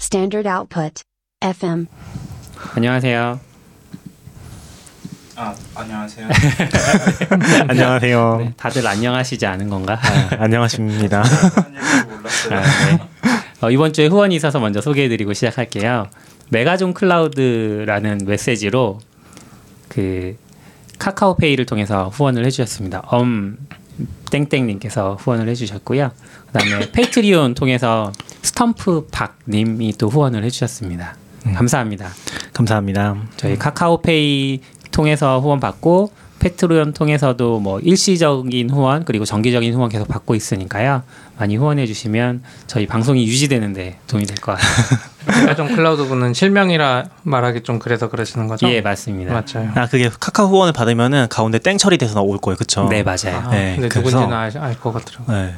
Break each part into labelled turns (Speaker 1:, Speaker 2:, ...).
Speaker 1: Standard output. FM.
Speaker 2: 안녕하세요.
Speaker 3: 아 안녕하세요.
Speaker 4: 안녕하세요.
Speaker 2: 네, 다들 안녕하시지 않은 건가?
Speaker 4: 아. 안녕하십니다.
Speaker 3: 그런 얘기도 몰랐어요.
Speaker 2: 아, 네. 어, 이번 주에 후원이 있어서 먼저 소개해드리고 시작할게요. 메가존 클라우드라는 메시지로 그 카카오페이를 통해서 후원을 해주셨습니다. 엄 땡땡님께서 후원을 해주셨고요. 그다음에 페이트리온 통해서 스탬프 박님이 또 후원을 해주셨습니다. 감사합니다.
Speaker 4: 감사합니다.
Speaker 2: 저희 카카오페이 통해서 후원 받고 페트로연 통해서도 뭐 일시적인 후원 그리고 정기적인 후원 계속 받고 있으니까요. 많이 후원해 주시면 저희 방송이 유지되는데 도움이 될 것 같아요.
Speaker 5: 메가존 클라우드 분은 실명이라 말하기 좀 그래서 그러시는 거죠?
Speaker 2: 예, 맞습니다.
Speaker 5: 맞아요.
Speaker 4: 아 그게 카카오 후원을 받으면은 가운데 땡 처리돼서 나올 거예요, 그쵸
Speaker 2: 네, 맞아요.
Speaker 5: 아,
Speaker 4: 네,
Speaker 5: 근데
Speaker 4: 그래서-
Speaker 5: 누군지는 알 것 같더라고요.
Speaker 4: 네.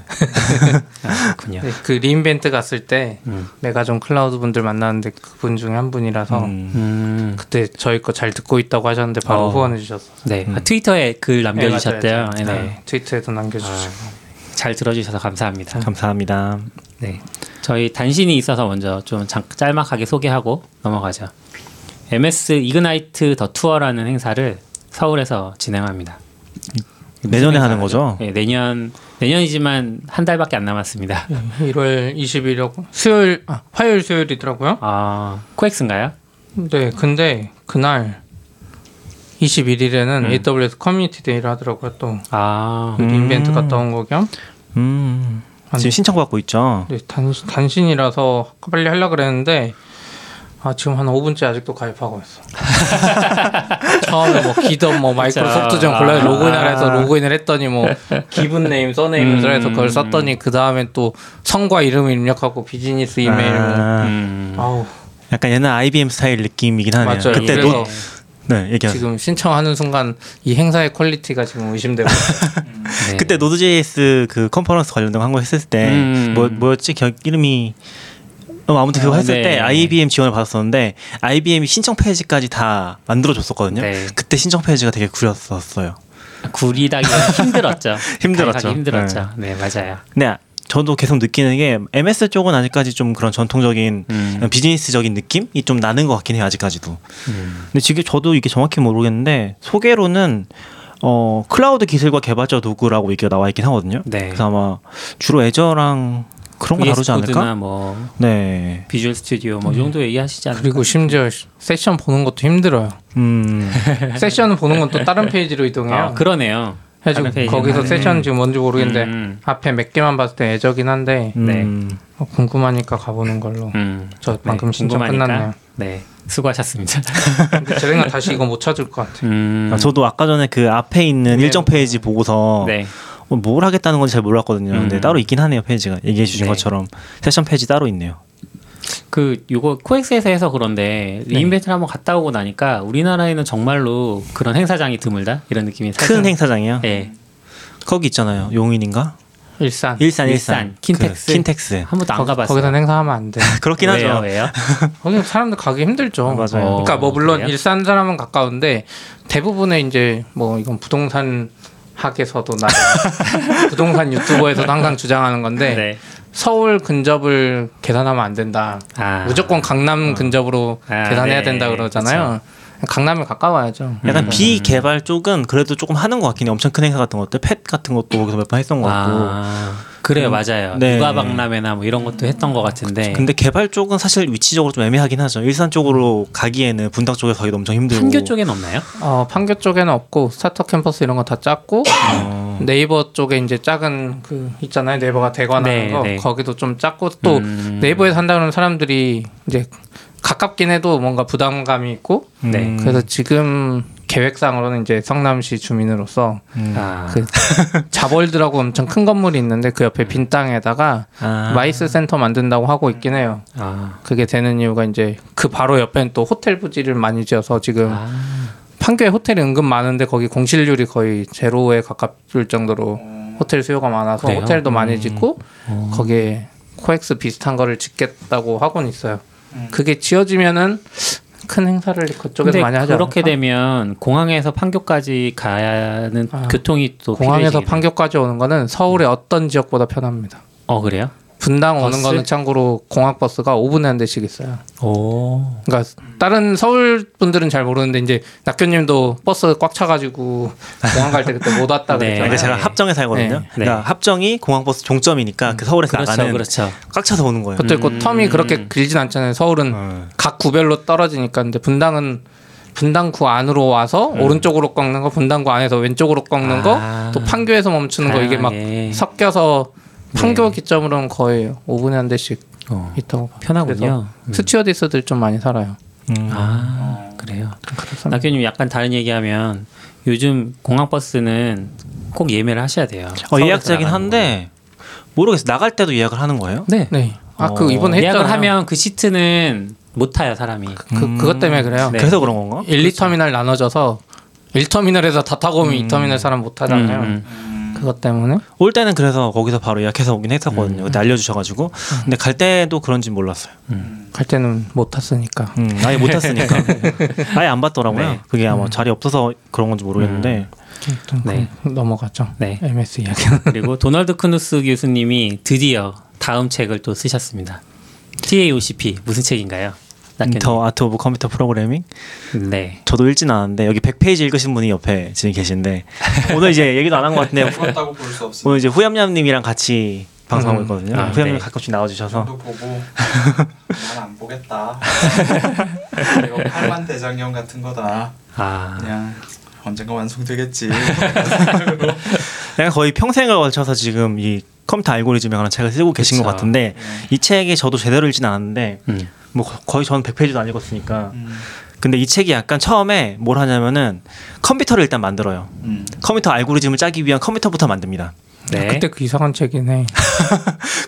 Speaker 2: 아, 그렇군요.
Speaker 5: 네, 그 리인벤트 갔을 때
Speaker 2: 음.
Speaker 5: 메가존 클라우드 분들 만났는데 그분 중에 한 분이라서
Speaker 4: 음.
Speaker 2: 음,
Speaker 5: 그때 저희 거 잘 듣고 있다고 하셨는데 바로
Speaker 2: 어.
Speaker 5: 후원해 주셨어.
Speaker 2: 네. 아, 트위터에 글 남겨주셨대요. 네, 네.
Speaker 5: 트위터에도 남겨주시고
Speaker 2: 잘 들어주셔서 감사합니다.
Speaker 4: 감사합니다.
Speaker 2: 네. 저희 단신이 있어서 먼저 좀 잠- 짤막하게 소개하고 넘어가죠. MS 이그나이트 더 투어라는 행사를 서울에서 진행합니다.
Speaker 4: 내년에 하는 거죠?
Speaker 2: 네, 내년 내년이지만 한 달밖에 안 남았습니다.
Speaker 5: 네. 1월 음, 20일이고 수요일 아, 화요일 수요일이더라고요.
Speaker 2: 아, 코엑스인가요?
Speaker 5: 네, 근데 그날 21일에는
Speaker 2: 음.
Speaker 5: AWS 커뮤니티 데이를 하더라고요. 또
Speaker 2: 아,
Speaker 5: 그 리인벤트 갔다 온 거겸
Speaker 4: 음.
Speaker 5: 아니.
Speaker 4: 지금 신청 받고 있죠.
Speaker 5: 네, 단, 단신이라서 빨리 하려고 그랬는데 아 지금 한 5분째 아직도 가입하고 있어. 처음에 뭐 기던 뭐 마이크로소프트 좀
Speaker 2: 아.
Speaker 5: 골라 로그인을 해서 로그인을 했더니 뭐 기분 네임,
Speaker 2: 음.
Speaker 5: 써네임을 해서 그걸 썼더니 그 다음에 또 성과 이름을 입력하고 비즈니스 이메일 아.
Speaker 4: 아,
Speaker 2: 음,
Speaker 5: 아우
Speaker 4: 약간 옛날 IBM 스타일 느낌이긴 하네요.
Speaker 5: 맞아요.
Speaker 4: 그때
Speaker 5: 그래서
Speaker 4: 노, 네, 얘기하
Speaker 5: 지금 신청하는 순간 이 행사의 퀄리티가 지금 의심되고 있어요.
Speaker 2: 네.
Speaker 4: 그때 노드JS 그 컨퍼런스 관련된 거 한 거 했을 때
Speaker 2: 음.
Speaker 4: 뭐, 뭐였지? 겨, 이름이 어, 아무튼 그거
Speaker 2: 아,
Speaker 4: 했을
Speaker 2: 네.
Speaker 4: 때 IBM 지원을 받았었는데 IBM이 신청 페이지까지 다 만들어 줬었거든요.
Speaker 2: 네.
Speaker 4: 그때 신청 페이지가 되게 구렸었어요.
Speaker 2: 구리다기 힘들었죠.
Speaker 4: 힘들었죠.
Speaker 2: 가입하기 힘들었죠. 네, 맞아요.
Speaker 4: 네, 저도 계속 느끼는 게 MS 쪽은 아직까지 좀 그런 전통적인
Speaker 2: 음.
Speaker 4: 비즈니스적인 느낌이 좀 나는 것 같긴 해요 아직까지도.
Speaker 2: 음.
Speaker 4: 근데 지금 저도 이게 정확히 모르겠는데 소개로는 어 클라우드 기술과 개발자 도구라고 이게 나와 있긴 하거든요.
Speaker 2: 네.
Speaker 4: 그래서 아마 주로 애저랑 그런 거 다루지
Speaker 2: VS 코드나
Speaker 4: 않을까?
Speaker 2: 뭐
Speaker 4: 네.
Speaker 2: 비주얼 스튜디오 뭐 이
Speaker 5: 음.
Speaker 2: 정도 얘기하시지 않을까?
Speaker 5: 그리고 심지어 세션 보는 것도 힘들어요.
Speaker 4: 음.
Speaker 5: 세션 보는 건 또 다른 페이지로
Speaker 2: 아,
Speaker 5: 이동해요.
Speaker 2: 그러네요. 다른
Speaker 5: 해가지고
Speaker 2: 페이지로
Speaker 5: 거기서
Speaker 2: 하네.
Speaker 5: 세션 지금 뭔지 모르겠는데
Speaker 2: 음.
Speaker 5: 앞에 몇 개만 봤을 때 애저긴 한데
Speaker 2: 네.
Speaker 4: 음.
Speaker 5: 어, 궁금하니까 가보는 걸로
Speaker 2: 음.
Speaker 5: 저 방금
Speaker 2: 네,
Speaker 5: 신청
Speaker 2: 궁금하니까.
Speaker 5: 끝났네요
Speaker 2: 네, 수고하셨습니다.
Speaker 5: 근데 제 생각 다시 이거 못 찾을 것 같아요
Speaker 2: 음,
Speaker 4: 아, 저도 아까 전에 그 앞에 있는
Speaker 5: 네.
Speaker 4: 일정 페이지 보고서
Speaker 2: 네,
Speaker 4: 어, 뭘 하겠다는 건지 잘 몰랐거든요.
Speaker 2: 음.
Speaker 4: 근데 따로 있긴 하네요 페이지가 얘기해 주신
Speaker 2: 네.
Speaker 4: 것처럼 세션 페이지 따로 있네요.
Speaker 2: 그 요거 코엑스에서 해서 그런데
Speaker 5: 네.
Speaker 2: 리인벤트를 한번 갔다 오고 나니까 우리나라에는 정말로 그런 행사장이 드물다 이런 느낌이
Speaker 4: 큰 행사장이요.
Speaker 2: 예,
Speaker 5: 네.
Speaker 4: 거기 있잖아요. 용인인가?
Speaker 5: 일산
Speaker 2: 일산,
Speaker 4: 일산 일산
Speaker 2: 킨텍스.
Speaker 4: 그, 킨텍스
Speaker 2: 한 번도 안 가봤어요.
Speaker 5: 거기서 행사하면 안돼
Speaker 4: 그렇긴
Speaker 2: 왜요,
Speaker 4: 하죠.
Speaker 2: 왜요?
Speaker 5: 거기 사람들 가기 힘들죠
Speaker 4: 맞아요.
Speaker 2: 어,
Speaker 5: 네. 그러니까 뭐 물론
Speaker 2: 그래요?
Speaker 5: 일산 사람은 가까운데 대부분의 이제 뭐 이건 부동산 학에서도 나 부동산 유튜버에서도 항상 주장하는 건데
Speaker 2: 네.
Speaker 5: 서울 근접을 계산하면 안 된다
Speaker 2: 아,
Speaker 5: 무조건 강남 근접으로
Speaker 2: 아,
Speaker 5: 계산해야
Speaker 2: 네.
Speaker 5: 된다 그러잖아요 강남에 가까워야죠
Speaker 2: 음.
Speaker 4: 약간 비개발 쪽은 그래도 조금 하는 것 같긴 해요. 엄청 큰 행사 같은 것들, 펫 같은 것도 거기서 몇 번 했던 것 같고.
Speaker 2: 아,
Speaker 5: 음.
Speaker 2: 그래요, 맞아요.
Speaker 4: 네.
Speaker 2: 누가 박람회나 뭐 이런 것도 했던 것 같은데
Speaker 4: 근데 개발 쪽은 사실 위치적으로 좀 애매하긴 하죠. 일산 쪽으로
Speaker 2: 음.
Speaker 4: 가기에는 분당 쪽에 서 가기도 엄청
Speaker 5: 뭐
Speaker 4: 힘들고.
Speaker 2: 판교 쪽엔 없나요?
Speaker 5: 어, 판교 쪽에는 없고 스타터 캠퍼스 이런 거 다 작고
Speaker 2: 어.
Speaker 5: 네이버 쪽에 이제 작은 그 있잖아요 네이버가 대관 하는
Speaker 2: 네,
Speaker 5: 거
Speaker 2: 네.
Speaker 5: 거기도 좀 작고 또
Speaker 2: 음.
Speaker 5: 네이버에 산다 그러면 사람들이 이제 가깝긴 해도 뭔가 부담감이 있고
Speaker 2: 네.
Speaker 5: 그래서 지금 계획상으로는 이제 성남시 주민으로서
Speaker 4: 음.
Speaker 2: 아,
Speaker 5: 그 자벌드라고 엄청 큰 건물이 있는데 그 옆에 빈 땅에다가
Speaker 4: 아.
Speaker 5: 마이스 센터 만든다고 하고 있긴 해요.
Speaker 2: 아,
Speaker 5: 그게 되는 이유가 이제 그 바로 옆엔 또 호텔 부지를 많이 지어서 지금
Speaker 2: 아,
Speaker 5: 판교에 호텔이 은근 많은데 거기 공실률이 거의 제로에 가깝을 정도로 호텔 수요가 많아서
Speaker 2: 그래요? 음. 어.
Speaker 5: 호텔도 많이 짓고 거기에 코엑스 비슷한 거를 짓겠다고 하고는 있어요. 그게 지어지면은 큰 행사를 그쪽에서
Speaker 2: 근데
Speaker 5: 많이 하죠.
Speaker 2: 그렇게 되면 공항에서 판교까지 가는
Speaker 5: 아,
Speaker 2: 교통이 또
Speaker 5: 공항에서
Speaker 2: 필요해지겠네요.
Speaker 5: 판교까지 오는 거는 서울의 어떤 지역보다 편합니다.
Speaker 2: 어 그래요?
Speaker 5: 분당 오는
Speaker 2: 버스?
Speaker 5: 거는 참고로 공항 버스가 5분에 한 대씩 있어요.
Speaker 2: 오.
Speaker 5: 그러니까 다른 서울 분들은 잘 모르는데 이제 낙교님도 버스 꽉 차가지고 공항 갈 때 그때 못 왔다
Speaker 2: 네.
Speaker 5: 그랬잖아요.
Speaker 4: 그러니까 제가 합정에 살거든요.
Speaker 5: 네.
Speaker 4: 그러니까 합정이 공항버스 종점이니까 그 서울에서
Speaker 2: 그렇죠,
Speaker 4: 나가는
Speaker 2: 그렇죠.
Speaker 4: 꽉 차서 오는 거예요.
Speaker 5: 그것도 있고
Speaker 2: 음.
Speaker 5: 텀이 그렇게 길진 않잖아요. 서울은
Speaker 4: 어.
Speaker 5: 각 구별로 떨어지니까 근데 분당은 분당구 안으로 와서 오른쪽으로 꺾는 거, 분당구 안에서 왼쪽으로 꺾는
Speaker 2: 음. 아.
Speaker 5: 거, 또 판교에서 멈추는 거 이게 막
Speaker 2: 다양하게.
Speaker 5: 섞여서 판교
Speaker 2: 네.
Speaker 5: 기점으로는 거의 5분에 한 대씩
Speaker 2: 어. 음.
Speaker 5: 있다고 봐요.
Speaker 2: 편하군요.
Speaker 5: 그래서 스튜어디스들 좀 많이 살아요.
Speaker 4: 음.
Speaker 5: 어.
Speaker 2: 아 그래요. 낙교님 약간 다른 얘기하면 요즘 공항 버스는 꼭 예매를 하셔야 돼요.
Speaker 4: 어,
Speaker 2: 서울에서
Speaker 4: 예약자긴
Speaker 2: 나가는
Speaker 4: 한데 모르겠어요. 나갈 때도 예약을 하는 거예요?
Speaker 2: 거는. 네.
Speaker 5: 네. 아
Speaker 4: 어,
Speaker 5: 그 이번에 했잖아요.
Speaker 2: 예약을 하면 그 시트는 못 타요 사람이.
Speaker 5: 그 그것 때문에 그래요.
Speaker 2: 네.
Speaker 4: 그래서 그런 건가?
Speaker 5: 1, 2터미널 나눠져서 1터미널에서 다 타고 오면 2터미널 사람 못 타잖아요.
Speaker 2: 음, 음.
Speaker 5: 그것 때문에
Speaker 4: 올 때는 그래서 거기서 바로 예약해서 오긴
Speaker 2: 음.
Speaker 4: 했었거든요. 그때 알려주셔가지고. 근데 갈 때도 그런지 몰랐어요.
Speaker 5: 갈 때는 못 탔으니까.
Speaker 4: 음, 아예 못 탔으니까. 네. 음. 아예 안 봤더라고요. 그게 아마 자리 없어서 그런 건지 모르겠는데.
Speaker 2: 네.
Speaker 5: 네. 넘어가죠.
Speaker 2: 네.
Speaker 5: MS 이야기는.
Speaker 2: 그리고 도널드 크누스 교수님이 드디어 다음 책을 또 쓰셨습니다. TAOCP 무슨 책인가요? 낙교님.
Speaker 4: 인터 아트 오브 컴퓨터 프로그래밍?
Speaker 2: 네.
Speaker 4: 저도 읽진 않았는데 여기 100페이지 읽으신 분이 옆에 지금 계신데 오늘 이제 얘기도 안 한 것 같은데 후-
Speaker 3: 그렇다고 볼 수 없어.
Speaker 4: 오늘 이제 후염냠님이랑 같이 방송하고 있거든요.
Speaker 2: 아,
Speaker 4: 후염님
Speaker 2: 네.
Speaker 4: 가끔씩 나와주셔서
Speaker 3: 저도 보고 난 안 보겠다. 이거 팔만 대장경 같은 거다.
Speaker 2: 아
Speaker 3: 그냥 언젠가 완성되겠지.
Speaker 4: 내가 거의 평생을 걸쳐서 지금 이 컴퓨터 알고리즘에 관한 책을 쓰고 계신
Speaker 2: 그쵸.
Speaker 4: 것 같은데 이 책이 저도 제대로 읽진 않았는데
Speaker 2: 음.
Speaker 5: 아,
Speaker 4: 뭐 거- 거의 저는 100페이지도 안 읽었으니까
Speaker 3: 음,
Speaker 4: 근데 이 책이 약간 처음에 뭘 하냐면은 컴퓨터를 일단 만들어요.
Speaker 3: 음.
Speaker 4: 컴퓨터 알고리즘을 짜기 위한 컴퓨터부터 만듭니다.
Speaker 2: 네.
Speaker 5: 그때 그 이상한 책이네.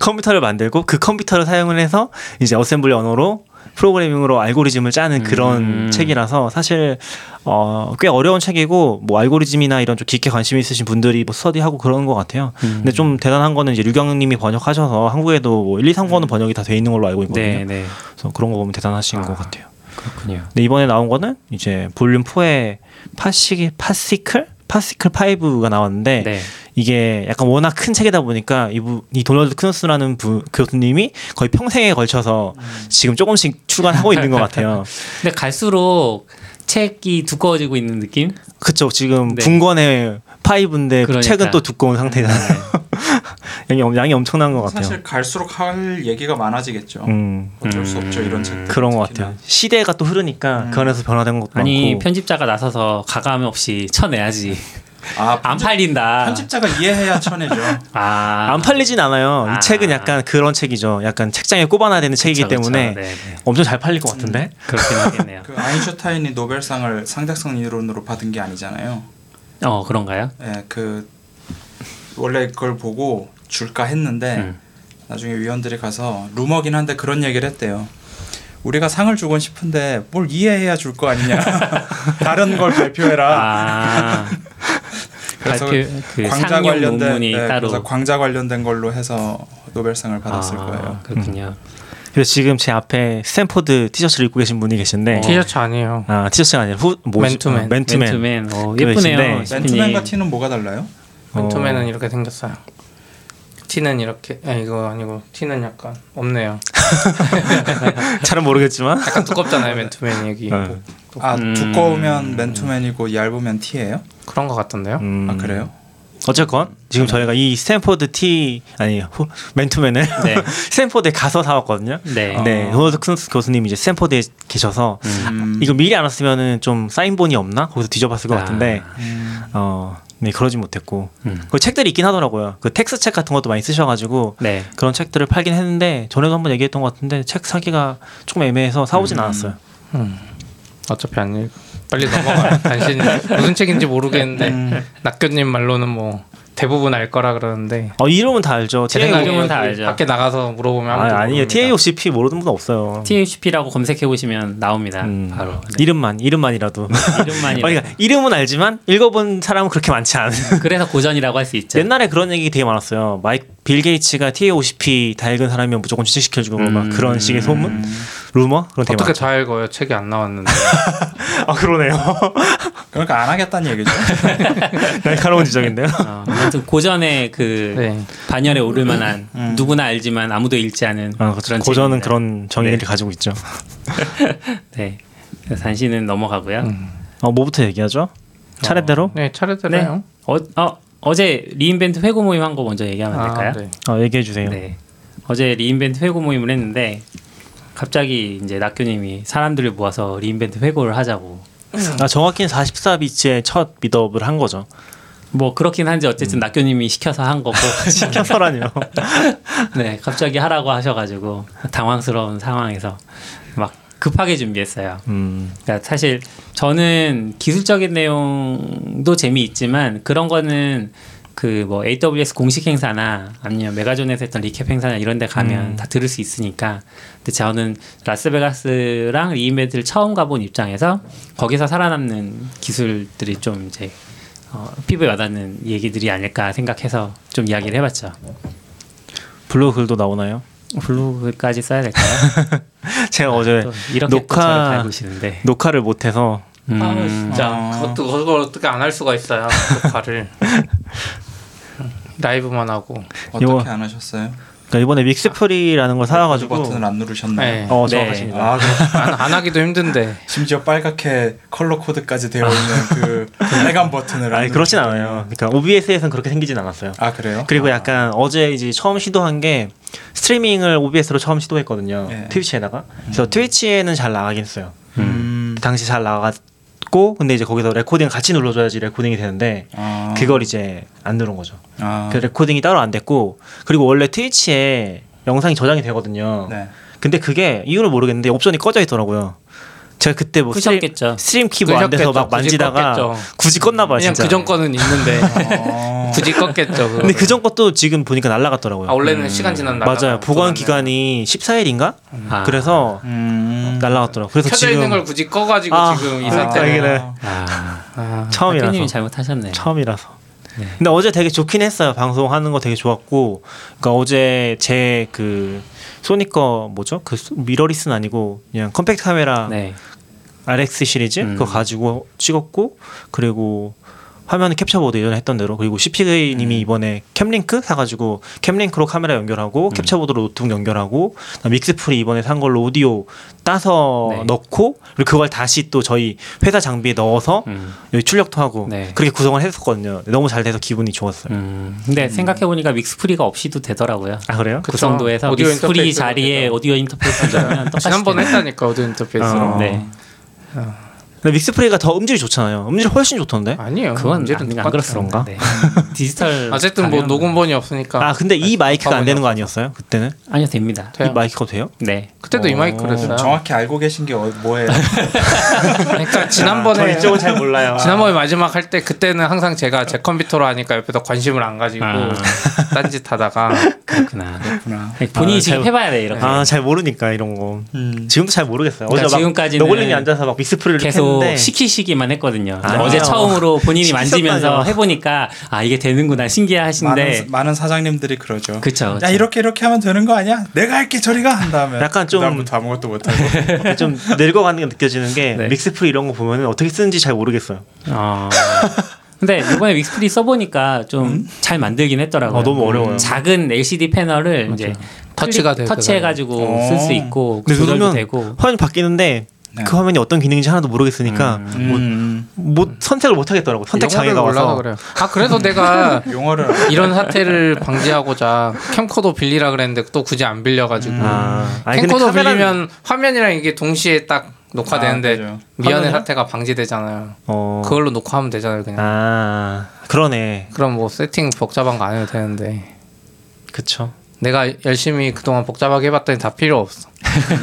Speaker 4: 컴퓨터를 만들고 그 컴퓨터를 사용을 해서 이제 어셈블리 언어로 프로그래밍으로 알고리즘을 짜는 그런
Speaker 2: 음.
Speaker 4: 책이라서 사실 어, 꽤 어려운 책이고 뭐 알고리즘이나 이런 좀 깊게 관심 이 있으신 분들이 뭐 스터디하고 그런 것 같아요.
Speaker 2: 음.
Speaker 4: 근데 좀 대단한 거는 이제 류경님이 번역하셔서 한국에도 뭐 1, 2, 3권은 번역이 다 돼 있는 걸로 알고 있거든요.
Speaker 2: 음. 네, 네.
Speaker 4: 그래서 그런 거 보면 대단하신
Speaker 2: 아.
Speaker 4: 것 같아요.
Speaker 2: 그렇군요.
Speaker 4: 근데 이번에 나온 거는 이제 볼륨 4의 파시 파시클 파시클 5가 나왔는데
Speaker 2: 네.
Speaker 4: 이게 약간 워낙 큰 책이다 보니까 이, 부, 이 도널드 크누스라는 부, 교수님이 거의 평생에 걸쳐서
Speaker 2: 음.
Speaker 4: 지금 조금씩 출간하고 있는 것 같아요.
Speaker 2: 근데 갈수록 책이 두꺼워지고 있는 느낌?
Speaker 4: 그쵸 지금
Speaker 2: 네.
Speaker 4: 분권의 파이브인데
Speaker 2: 그러니까. 네.
Speaker 4: 책은 또 두꺼운 상태잖아요. 양이, 엄- 양이 엄청난 것 같아요.
Speaker 3: 사실 갈수록 할 얘기가 많아지겠죠.
Speaker 4: 음,
Speaker 3: 어쩔 수
Speaker 2: 음.
Speaker 3: 없죠 이런 책들.
Speaker 4: 그런 것
Speaker 3: 특히나.
Speaker 4: 같아요. 시대가 또 흐르니까 그 안에서 변화된 것도
Speaker 2: 아니
Speaker 4: 많고.
Speaker 2: 편집자가 나서서 가감 없이 쳐내야지.
Speaker 3: 아
Speaker 2: 안
Speaker 3: 편집,
Speaker 2: 팔린다.
Speaker 3: 편집자가 이해해야 쳐내죠.
Speaker 2: 아,
Speaker 4: 안 팔리진 않아요.
Speaker 2: 아.
Speaker 4: 이 책은 약간 그런 책이죠. 약간 책장에 꼽아놔야 되는 책이기
Speaker 2: 그쵸, 그쵸.
Speaker 4: 때문에
Speaker 2: 네, 음. 네.
Speaker 4: 엄청 잘 팔릴 것 같은데.
Speaker 2: 그렇긴 하겠네요.
Speaker 3: 그 아인슈타인이 노벨상을 상대성 이론으로 받은 게 아니잖아요.
Speaker 2: 어 그런가요?
Speaker 3: 예, 그 원래 그걸 보고 줄까 했는데
Speaker 2: 음.
Speaker 3: 나중에 위원들이 가서 루머긴 한데 그런 얘기를 했대요. 우리가 상을 주곤 싶은데 뭘 이해해야 줄 거 아니냐. 다른 걸 발표해라.
Speaker 2: 아
Speaker 3: 그래서
Speaker 2: 발표- 그
Speaker 3: 광자
Speaker 2: 상용
Speaker 3: 관련된
Speaker 2: 논문이
Speaker 3: 네,
Speaker 2: 따로.
Speaker 3: 그래서 광자 관련된 걸로 해서 노벨상을 받았을
Speaker 2: 아,
Speaker 3: 거예요. 음.
Speaker 2: 그렇군요.
Speaker 4: 그래서 지금 제 앞에 스탠포드 티셔츠를 입고 계신 분이 계신데
Speaker 2: 어,
Speaker 5: 티셔츠 아니에요.
Speaker 4: 아 티셔츠가 아니라 후, 뭐,
Speaker 5: 맨투맨.
Speaker 4: 맨투맨.
Speaker 2: 맨투맨. 어,
Speaker 4: 그
Speaker 2: 예쁘네요.
Speaker 4: 외신데.
Speaker 3: 맨투맨과
Speaker 2: 시피님.
Speaker 3: 티는 뭐가 달라요?
Speaker 5: 맨투맨은 이렇게 생겼어요. 티는 이렇게 아 이거 아니고 티는 약간 없네요.
Speaker 4: 잘은 모르겠지만
Speaker 5: 약간 두껍잖아요 맨투맨 여기
Speaker 4: 네.
Speaker 5: 뭐
Speaker 3: 아
Speaker 2: 음.
Speaker 3: 두꺼우면 맨투맨이고 얇으면 티예요?
Speaker 5: 그런 것 같던데요.
Speaker 4: 음,
Speaker 3: 아 그래요? 네.
Speaker 4: 어쨌건 지금 저희가 이 스탠포드 티 아니 후, 맨투맨을
Speaker 2: 네.
Speaker 4: 스탠포드에 가서 사왔거든요.
Speaker 2: 네.
Speaker 3: 어.
Speaker 4: 네, 도널드 크누스 교수님이 이제 스탠포드에 계셔서
Speaker 3: 음.
Speaker 4: 이거 미리 안 왔으면은 좀 사인본이 없나 거기서 뒤져봤을 것
Speaker 2: 아.
Speaker 4: 같은데
Speaker 3: 음.
Speaker 4: 어, 네 그러지 못했고
Speaker 2: 음.
Speaker 4: 그 책들이 있긴 하더라고요. 그 텍스 책 같은 것도 많이 쓰셔가지고
Speaker 2: 네.
Speaker 4: 그런 책들을 팔긴 했는데 전에도 한번 얘기했던 것 같은데 책 사기가 조금 애매해서 사오진
Speaker 2: 음.
Speaker 4: 않았어요.
Speaker 5: 어차피 안 읽. 빨리 넘어가. 당신 무슨 책인지 모르겠는데 낙교님 말로는 뭐 대부분 알 거라 그러는데
Speaker 4: 어 이름은 다 알죠.
Speaker 5: 제
Speaker 2: TAO.
Speaker 5: 생각에는 그
Speaker 2: 다 알죠.
Speaker 5: 밖에 나가서 물어보면 아무도
Speaker 4: 아, 아니에요.
Speaker 5: 모릅니다.
Speaker 4: TAOCP 모르는 분 없어요.
Speaker 2: THP라고 검색해 보시면 나옵니다.
Speaker 4: 음,
Speaker 2: 바로 네.
Speaker 4: 이름만 이름만이라도.
Speaker 2: 이름만.
Speaker 4: 아니, 그러니까 이름은 알지만 읽어본 사람은 그렇게 많지 않은.
Speaker 3: 그러니까
Speaker 2: 그래서 고전이라고 할 수 있죠.
Speaker 4: 옛날에 그런 얘기 되게 많았어요. 마이크 빌 게이츠가 TAOCP 다 읽은 사람이면 무조건 취직시켜주고 막
Speaker 2: 음.
Speaker 4: 그런 식의 소문. 루머 그런 테마.
Speaker 5: 어떻게 다 읽어요? 책이 안 나왔는데.
Speaker 4: 아 그러네요.
Speaker 3: 그러니까 안 하겠다는 얘기죠.
Speaker 4: 날카로운 지적인데요.
Speaker 2: 어, 아무튼 고전의 그
Speaker 5: 네.
Speaker 2: 반열에 오를 만한
Speaker 3: 음.
Speaker 2: 누구나 알지만 아무도 읽지 않은
Speaker 4: 아, 그렇죠. 고전은
Speaker 2: 책입니다.
Speaker 4: 그런 정의를 가지고 있죠.
Speaker 2: 네. 그래서 단신은 넘어가고요.
Speaker 4: 어, 뭐부터 얘기하죠? 차례대로?
Speaker 5: 네, 차례대로요.
Speaker 2: 어, 어, 어제 리인벤트 회고 모임 한 거 먼저 얘기하면 안 될까요?
Speaker 5: 아, 네.
Speaker 4: 어, 얘기해 주세요.
Speaker 2: 네. 어제 리인벤트 회고 모임을 했는데 갑자기 이제 낙규님이 사람들을 모아서 리인벤트 회고를 하자고
Speaker 4: 아, 정확히는 44비치의 첫 미드업을 한 거죠.
Speaker 2: 뭐 그렇긴 한데
Speaker 4: 음.
Speaker 2: 어쨌든 낙규님이 시켜서 한 거고
Speaker 4: 시켜서라니요.
Speaker 2: 네 갑자기 하라고 하셔가지고 당황스러운 상황에서 막 급하게 준비했어요.
Speaker 4: 음,
Speaker 2: 그러니까 사실 저는 기술적인 내용도 재미있지만 그런 거는 그 뭐 AWS 공식 행사나 아니면 메가존에서 했던 리캡 행사나 이런 데 가면 다 들을 수 있으니까 근데 저는 라스베가스랑 리인벤트를 처음 가본 입장에서 거기서 살아남는 기술들이 좀 이제 어, 피부에 와닿는 얘기들이 아닐까 생각해서 좀 이야기를 해봤죠.
Speaker 4: 블로그 글도 나오나요?
Speaker 2: 블로그까지 써야 될까요?
Speaker 4: 제가
Speaker 5: 네.
Speaker 4: 어제
Speaker 2: 또 이렇게 녹화... 또
Speaker 4: 녹화-
Speaker 2: 저를 밟으시는데
Speaker 4: 녹화를 못해서
Speaker 2: 음,
Speaker 5: 아, 진짜
Speaker 3: 어.
Speaker 5: 그것도 그걸 어떻게 안 할 수가 있어요. 녹화를 라이브만 하고.
Speaker 4: 음.
Speaker 3: 어떻게
Speaker 4: 이거-
Speaker 3: 안 하셨어요?
Speaker 4: 그러니까 이번에 믹스프리라는 걸 사와가지고
Speaker 3: 아, 그 버튼을 안 누르셨나요?
Speaker 5: 네.
Speaker 4: 어,
Speaker 2: 네.
Speaker 4: 정확하십니다.
Speaker 3: 아, 그렇-
Speaker 5: 안, 안 하기도 힘든데.
Speaker 3: 심지어 빨갛게 컬러 코드까지 되어 있는 그 빨간 버튼을
Speaker 4: 아니
Speaker 3: 안
Speaker 4: 그렇진
Speaker 3: 누르셨군요.
Speaker 4: 않아요. 그러니까 OBS에서는 그렇게 생기진 않았어요.
Speaker 3: 아 그래요?
Speaker 4: 그리고 약간 어제 이제 처음 시도한 게 스트리밍을 OBS로 처음 시도했거든요.
Speaker 3: 예.
Speaker 4: 트위치에다가. 그래서 트위치에는 잘 나가긴 했어요.
Speaker 3: 음.
Speaker 4: 당시 잘 나갔고 근데 이제 거기서 레코딩 같이 눌러줘야지 레코딩이 되는데
Speaker 3: 아.
Speaker 4: 그걸 이제 안 누른 거죠.
Speaker 3: 아.
Speaker 4: 그 레코딩이 따로 안 됐고 그리고 원래 트위치에 영상이 저장이 되거든요.
Speaker 3: 네.
Speaker 4: 근데 그게 이유를 모르겠는데 옵션이 꺼져 있더라고요. 제가 그때 뭐 스트림,
Speaker 2: 끄셨겠죠.
Speaker 4: 스트림 키뭐 안 돼서
Speaker 5: 끄셨겠죠.
Speaker 4: 막
Speaker 5: 굳이
Speaker 4: 만지다가
Speaker 5: 껐겠죠.
Speaker 4: 굳이 껐나 봐요.
Speaker 5: 그냥
Speaker 4: 진짜.
Speaker 5: 그전 거는 있는데
Speaker 3: 어.
Speaker 5: 굳이 껐겠죠. 그거를.
Speaker 4: 근데 그전 것도 지금 보니까 날라갔더라고요.
Speaker 5: 아, 원래는 시간 지난 날
Speaker 4: 맞아요. 보관 기간이 14일인가?
Speaker 2: 아.
Speaker 4: 그래서
Speaker 3: 음.
Speaker 4: 날라갔더라고. 그래서
Speaker 5: 켜져
Speaker 4: 지금
Speaker 5: 있는 걸 굳이 꺼가지고
Speaker 4: 아,
Speaker 5: 지금 이
Speaker 4: 아,
Speaker 5: 상태로.
Speaker 4: 이게-
Speaker 3: 아,
Speaker 2: 아,
Speaker 5: 아,
Speaker 4: 처음이라서.
Speaker 2: 님이 잘못하셨네.
Speaker 4: 처음이라서.
Speaker 2: 네.
Speaker 4: 근데 어제 되게 좋긴 했어요. 방송하는 거 되게 좋았고, 그러니까 어제 제 그 소니 거 뭐죠? 그 소- 미러리스는 아니고 그냥 컴팩트 카메라
Speaker 2: 네.
Speaker 4: RX 시리즈
Speaker 2: 음.
Speaker 4: 그거 가지고 찍었고, 그리고 화면 캡처보드 예전에 했던 대로 그리고 CPK 님이 이번에 캠링크 사가지고 캠링크로 카메라 연결하고 캡처보드로 노트북 연결하고 그다음에 믹스프리 이번에 산 걸로 오디오 따서
Speaker 2: 네.
Speaker 4: 넣고 그리고 그걸 다시 또 저희 회사 장비에 넣어서
Speaker 2: 음.
Speaker 4: 여기 출력도 하고
Speaker 2: 네.
Speaker 4: 그렇게 구성을 했었거든요. 너무 잘 돼서 기분이 좋았어요.
Speaker 2: 음. 근데 생각해 보니까 믹스프리가 없이도 되더라고요.
Speaker 4: 아 그래요?
Speaker 5: 그쵸.
Speaker 2: 구성도에서
Speaker 5: 오디오
Speaker 2: 믹스프리
Speaker 5: 인터페이스로
Speaker 2: 자리에
Speaker 5: 되죠.
Speaker 2: 오디오 인터페이스 넣으면 똑같이
Speaker 5: 지난번
Speaker 2: 되네.
Speaker 5: 했다니까 오디오 인터페이스로.
Speaker 4: 어.
Speaker 2: 네.
Speaker 4: 근데 믹스프리가 더 음질이 좋잖아요. 음질 훨씬 좋던데.
Speaker 5: 아니에요.
Speaker 2: 그건
Speaker 5: 문제는
Speaker 2: 안, 안
Speaker 5: 똑같아요.
Speaker 2: 그렇습니다.
Speaker 4: 네? 그런가?
Speaker 2: 네. 디지털
Speaker 5: 어쨌든 뭐
Speaker 2: 가면-
Speaker 5: 녹음본이 없으니까.
Speaker 4: 아 근데 이 마이크가 안 되는 거 아니었어요? 그때는
Speaker 2: 아니요 됩니다.
Speaker 4: 이
Speaker 5: 돼요.
Speaker 4: 마이크가 돼요?
Speaker 2: 네.
Speaker 5: 그때도 이 마이크
Speaker 4: 음.
Speaker 5: 그랬어요.
Speaker 3: 정확히 알고 계신 게 어- 뭐예요?
Speaker 4: 아,
Speaker 5: 그러니까 지난번에
Speaker 4: 잘 몰라요.
Speaker 5: 지난번에 마지막 할 때 그때는 항상 제가 제 컴퓨터로 하니까 옆에서 관심을 안 가지고
Speaker 2: 아.
Speaker 5: 딴짓 하다가
Speaker 2: 그렇구나.
Speaker 3: 그렇구나.
Speaker 2: 본인이
Speaker 4: 아,
Speaker 2: 지금
Speaker 4: 잘-
Speaker 2: 해봐야 돼 이렇게.
Speaker 4: 아잘 모르니까 이런 거.
Speaker 3: 음.
Speaker 4: 지금도 잘 모르겠어요.
Speaker 2: 네. 그러니까
Speaker 4: 어제
Speaker 2: 지금까지는
Speaker 4: 막 너굴님이 앉아서 막 믹스프리를
Speaker 2: 계속
Speaker 4: 했는데
Speaker 2: 시키시기만 했거든요.
Speaker 4: 아,
Speaker 2: 어제
Speaker 4: 아니요.
Speaker 2: 처음으로 본인이 만지면서
Speaker 4: 시키셨다뇨.
Speaker 2: 해보니까 아 이게 되는구나
Speaker 3: 많은,
Speaker 2: 신기해하신데
Speaker 3: 사- 많은 사장님들이 그러죠.
Speaker 2: 그쵸, 그쵸.
Speaker 3: 야 이렇게 이렇게 하면 되는 거 아니야? 내가 할게 저리가 한 다음에
Speaker 4: 약간 좀-
Speaker 3: 그다음부터 아무것도 못하고
Speaker 4: 좀 늙어가는 게 느껴지는 게
Speaker 2: 네.
Speaker 4: 믹스프리 이런 거 보면은 어떻게 쓰는지 잘 모르겠어요.
Speaker 2: 어. 근데 이번에 믹스프리 써보니까 좀 잘 만들긴 했더라고요. 음.
Speaker 4: 어, 너무 어려워요.
Speaker 2: 작은 LCD 패널을 이제
Speaker 5: 터치가
Speaker 2: 클릭,
Speaker 5: 되고
Speaker 2: 터치해가지고
Speaker 3: 어.
Speaker 2: 쓸 수 있고
Speaker 4: 근데
Speaker 2: 조절도
Speaker 4: 누르면
Speaker 2: 되고.
Speaker 4: 화면이 바뀌는데
Speaker 3: 네.
Speaker 4: 그 화면이 어떤 기능인지 하나도 모르겠으니까
Speaker 3: 음.
Speaker 4: 못 선택을 못 하겠더라고. 선택 장애가
Speaker 5: 영어를 몰라서
Speaker 4: 와서.
Speaker 5: 그래요. 아 그래서 내가
Speaker 3: 용어를
Speaker 5: 이런 사태를 방지하고자 캠코더 빌리라 그랬는데 또 굳이 안 빌려가지고
Speaker 4: 아,
Speaker 2: 음.
Speaker 4: 아니, 근데
Speaker 5: 캠코더
Speaker 4: 카메라는-
Speaker 5: 빌리면 화면이랑 이게 동시에 딱
Speaker 3: 아,
Speaker 5: 녹화되는데
Speaker 3: 맞아요.
Speaker 5: 미연의
Speaker 4: 화면이요?
Speaker 5: 사태가 방지되잖아요.
Speaker 4: 어.
Speaker 5: 그걸로 녹화하면 되잖아요 그냥.
Speaker 4: 아 그러네.
Speaker 5: 그럼 뭐 세팅 복잡한 거 안 해도 되는데
Speaker 4: 그쵸.
Speaker 5: 내가 열심히 그동안 복잡하게 해봤더니 다 필요 없어.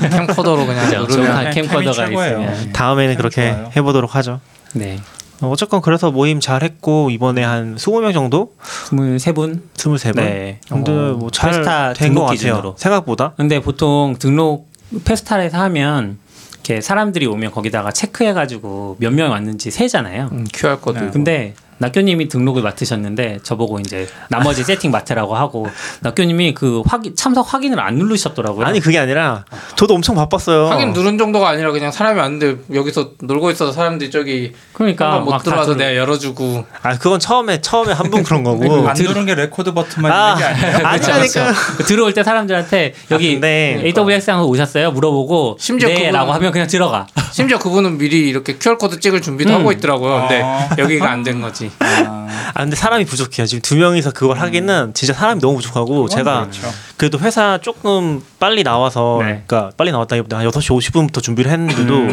Speaker 5: 캠코더로 그냥
Speaker 2: 그죠.
Speaker 5: 누르면
Speaker 2: 정확하게 캠코더가
Speaker 3: 캠이 최고예요.
Speaker 2: 있으면.
Speaker 4: 다음에는 그렇게
Speaker 3: 좋아요.
Speaker 4: 해보도록 하죠.
Speaker 2: 네.
Speaker 4: 어, 어쨌건 그래서 모임 잘 했고 이번에 한 20명 정도,
Speaker 2: 23분?
Speaker 4: 23분.
Speaker 2: 네.
Speaker 4: 근데
Speaker 2: 어, 페스타
Speaker 4: 뭐잘된
Speaker 2: 등록
Speaker 4: 것 같아요.
Speaker 2: 기준으로.
Speaker 4: 생각보다.
Speaker 2: 근데 보통 등록 페스탈에서 하면 이렇게 사람들이 오면 거기다가 체크해가지고 몇 명 왔는지 세잖아요.
Speaker 5: QR 음, 코드.
Speaker 3: 네.
Speaker 2: 근데 낙교님이 등록을 맡으셨는데 저보고 이제 나머지 세팅 맡으라고 하고 낙교님이 그 확인, 참석 확인을 안 누르셨더라고요.
Speaker 4: 아니 그게 아니라 저도 엄청 바빴어요.
Speaker 5: 하긴 누른 정도가 아니라 그냥 사람이 왔는데 여기서 놀고 있어서 사람들이 저기
Speaker 2: 그러니까
Speaker 5: 현관 못
Speaker 2: 막
Speaker 5: 들어와서
Speaker 2: 다들-
Speaker 5: 내가 열어주고
Speaker 4: 아 그건 처음에 처음에 한 분 그런 거고.
Speaker 3: 안 누른 게 레코드 버튼만
Speaker 4: 어, 아,
Speaker 3: 있는 게 아니에요.
Speaker 4: 아니라니까.
Speaker 2: 그 들어올 때 사람들한테 여기
Speaker 4: 아, 근데-
Speaker 2: AWS 한 오셨어요? 물어보고
Speaker 5: 심지어
Speaker 2: 네라고
Speaker 5: 그거는-
Speaker 2: 하면 그냥 들어가.
Speaker 5: 심지어 그분은 미리 이렇게 QR 코드 찍을 준비도
Speaker 2: 음.
Speaker 5: 하고 있더라고요. 근데
Speaker 3: 어.
Speaker 5: 여기가 안 된 거지.
Speaker 3: 아,
Speaker 4: 아 근데 사람이 부족해요. 지금 두 명이서 그걸 하기는 진짜 사람이 너무 부족하고
Speaker 3: 그건
Speaker 4: 제가
Speaker 3: 그렇죠.
Speaker 4: 그래도 회사 조금 빨리 나와서
Speaker 2: 네.
Speaker 4: 그러니까 빨리 나왔다기보다 한 6시 50분부터 준비를 했는데도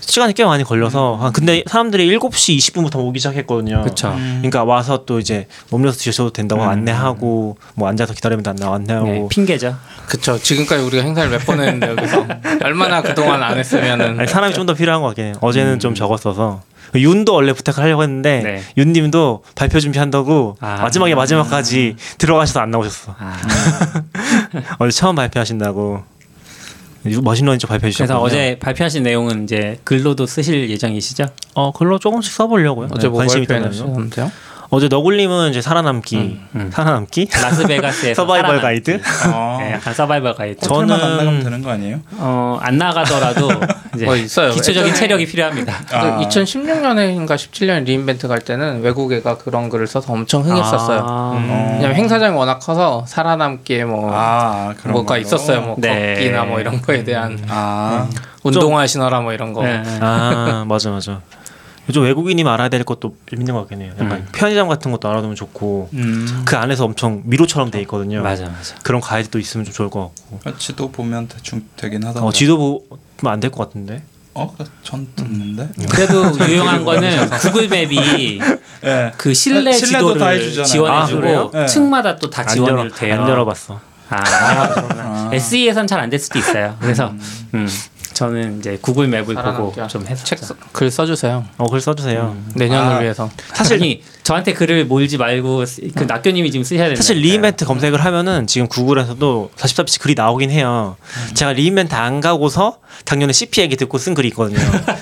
Speaker 4: 시간이 꽤 많이 걸려서 아, 근데 사람들이 7시 20분부터 오기 시작했거든요.
Speaker 2: 그렇죠.
Speaker 3: 음.
Speaker 4: 그러니까 와서 또 이제 음료수 드셔도 된다고
Speaker 2: 음.
Speaker 4: 안내하고 뭐 앉아서 기다리면 안 안내하고
Speaker 2: 네, 핑계죠.
Speaker 5: 그쵸. 지금까지 우리가 행사를 몇 번 했는데 여기서 얼마나 그동안 안 했으면은
Speaker 2: 음.
Speaker 4: 아니, 사람이 좀 더 필요한 것 같긴 해요. 어제는 좀 적었어서. 윤도 원래 부탁을 하려고 했는데
Speaker 2: 네.
Speaker 4: 윤님도 발표 준비한다고
Speaker 2: 아.
Speaker 4: 마지막에 마지막까지 들어가셔서 안 나오셨어.
Speaker 2: 아.
Speaker 4: 어제 처음 발표하신다고 머신러닝 좀 발표해 주셨어요.
Speaker 2: 그래서 어제 발표하신 내용은 이제 글로도 쓰실 예정이시죠?
Speaker 4: 어 글로 조금씩 써보려고요. 네,
Speaker 5: 어제 뭐
Speaker 4: 관심 있다면.
Speaker 5: 발표했는데요?
Speaker 4: 어제 너굴님은 이제 살아남기, 살아남기,
Speaker 2: 라스베가스에서
Speaker 4: 서바이벌
Speaker 2: 음, 네, 살아남-
Speaker 4: 가이드.
Speaker 3: 어.
Speaker 2: 네, 약간 서바이벌 가이드.
Speaker 4: 저-
Speaker 3: 호텔만
Speaker 4: 예. 저는- 음.
Speaker 3: 안 나가면 되는 거 아니에요?
Speaker 2: 어, 네. 안 나가더라도 이제
Speaker 5: 뭐 있어요.
Speaker 2: 기초적인
Speaker 5: 예전에-
Speaker 2: 체력이 필요합니다.
Speaker 3: 아.
Speaker 5: 2016년인가 17년 그 리인벤트 갈 때는 외국애가 그런 글을 써서 엄청 흥했었어요.
Speaker 2: 아,
Speaker 3: 어.
Speaker 5: 왜냐면 행사장이 워낙 커서 살아남기에 뭐
Speaker 3: 아, 그런
Speaker 5: 뭐가
Speaker 3: 걸로.
Speaker 5: 있었어요. 뭐
Speaker 2: 네. 음.
Speaker 5: 걷기나 뭐 이런 거에 대한
Speaker 3: 아,
Speaker 5: 운동화 신어라 뭐 이런 거.
Speaker 2: 네.
Speaker 4: 아 맞아 맞아. 요즘 외국인이 알아야 될 것도 좀 있는 것 같긴 해요. 약간
Speaker 2: 음.
Speaker 4: 편의점 같은 것도 알아두면 좋고
Speaker 3: 음.
Speaker 4: 그 안에서 엄청 미로처럼 돼 있거든요.
Speaker 2: 맞아 맞아.
Speaker 4: 그런 가이드도 있으면 좀 좋을 것 같고.
Speaker 3: 그 지도 보면 대충 되긴 하던데.
Speaker 2: 네.
Speaker 4: 어, 지도부 안될 것 같은데.
Speaker 3: 어? 전 듣는데.
Speaker 4: 음.
Speaker 2: 그래도 유용한 거는 구글 맵이
Speaker 3: 예. 네.
Speaker 2: 그 실내
Speaker 3: 실내도 다
Speaker 2: 지도를
Speaker 3: 해주잖아요.
Speaker 4: 아,
Speaker 2: 지원해주고
Speaker 4: 그래요?
Speaker 3: 네.
Speaker 2: 층마다 또 다 지원을 돼요.
Speaker 4: 안 열어봤어.
Speaker 2: 아, SE에선 잘 안 될 수도 있어요. 그래서 음, 저는 이제 구글 맵을 보고
Speaker 5: 살아남기
Speaker 2: 좀
Speaker 5: 책
Speaker 2: 했었죠.
Speaker 5: 글 써주세요.
Speaker 4: 어, 글 써주세요.
Speaker 2: 음.
Speaker 5: 내년을
Speaker 3: 아.
Speaker 5: 위해서.
Speaker 2: 사실 아니, 저한테 글을 몰지 말고 쓰- 그 낙교님이 지금 쓰셔야 되는
Speaker 4: 네, 사실 리인벤트 검색을 하면은 지금 구글에서도 44피치 글이 나오긴 해요.
Speaker 2: 음.
Speaker 4: 제가 리인벤트 안 가고서 작년에 CP 얘기 듣고 쓴 글이 있거든요.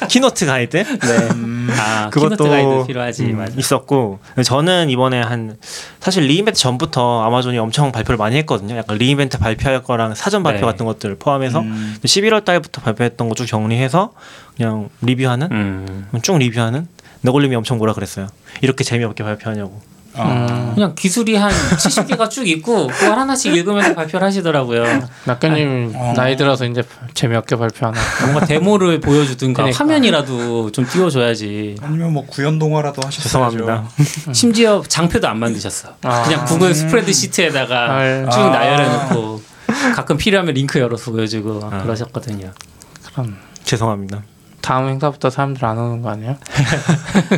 Speaker 4: 키노트 가이드. 음,
Speaker 2: 네. 아,
Speaker 4: 그것도
Speaker 2: 키노트 가이드 필요하지.
Speaker 4: 음,
Speaker 2: 맞아.
Speaker 4: 있었고 저는 이번에 한 사실 리인벤트 전부터 아마존이 엄청 발표를 많이 했거든요. 약간 리인벤트 발표할 거랑 사전 발표
Speaker 2: 네.
Speaker 4: 같은 것들 을 포함해서
Speaker 3: 음.
Speaker 4: 11월 달부터 발표했던 거 쭉 정리해서 그냥 리뷰하는
Speaker 2: 음.
Speaker 4: 쭉 리뷰하는 너굴님이 엄청 뭐라 그랬어요. 이렇게 재미없게 발표하냐고. 음.
Speaker 3: 아.
Speaker 2: 그냥 기술이 한 70개가 쭉 있고 그걸 하나씩 읽으면서 발표를 하시더라고요.
Speaker 5: 낙교님
Speaker 3: 어.
Speaker 5: 나이 아. 들어서 이제 재미없게 발표하나.
Speaker 2: 뭔가 데모를 보여주든가
Speaker 5: 그러니까.
Speaker 2: 화면이라도 좀 띄워줘야지.
Speaker 3: 아니면 뭐 구현 동화라도 하셨어요.
Speaker 4: 죄송합니다.
Speaker 2: 심지어 장표도 안 만드셨어.
Speaker 5: 음. 아.
Speaker 2: 그냥 구글 스프레드 시트에다가
Speaker 5: 알.
Speaker 2: 쭉
Speaker 3: 아.
Speaker 2: 나열해놓고 가끔 필요하면 링크 열어서 보여주고
Speaker 5: 아.
Speaker 2: 그러셨거든요.
Speaker 5: 그럼
Speaker 4: 죄송합니다.
Speaker 5: 다음 행사부터 사람들 안 오는 거 아니에요?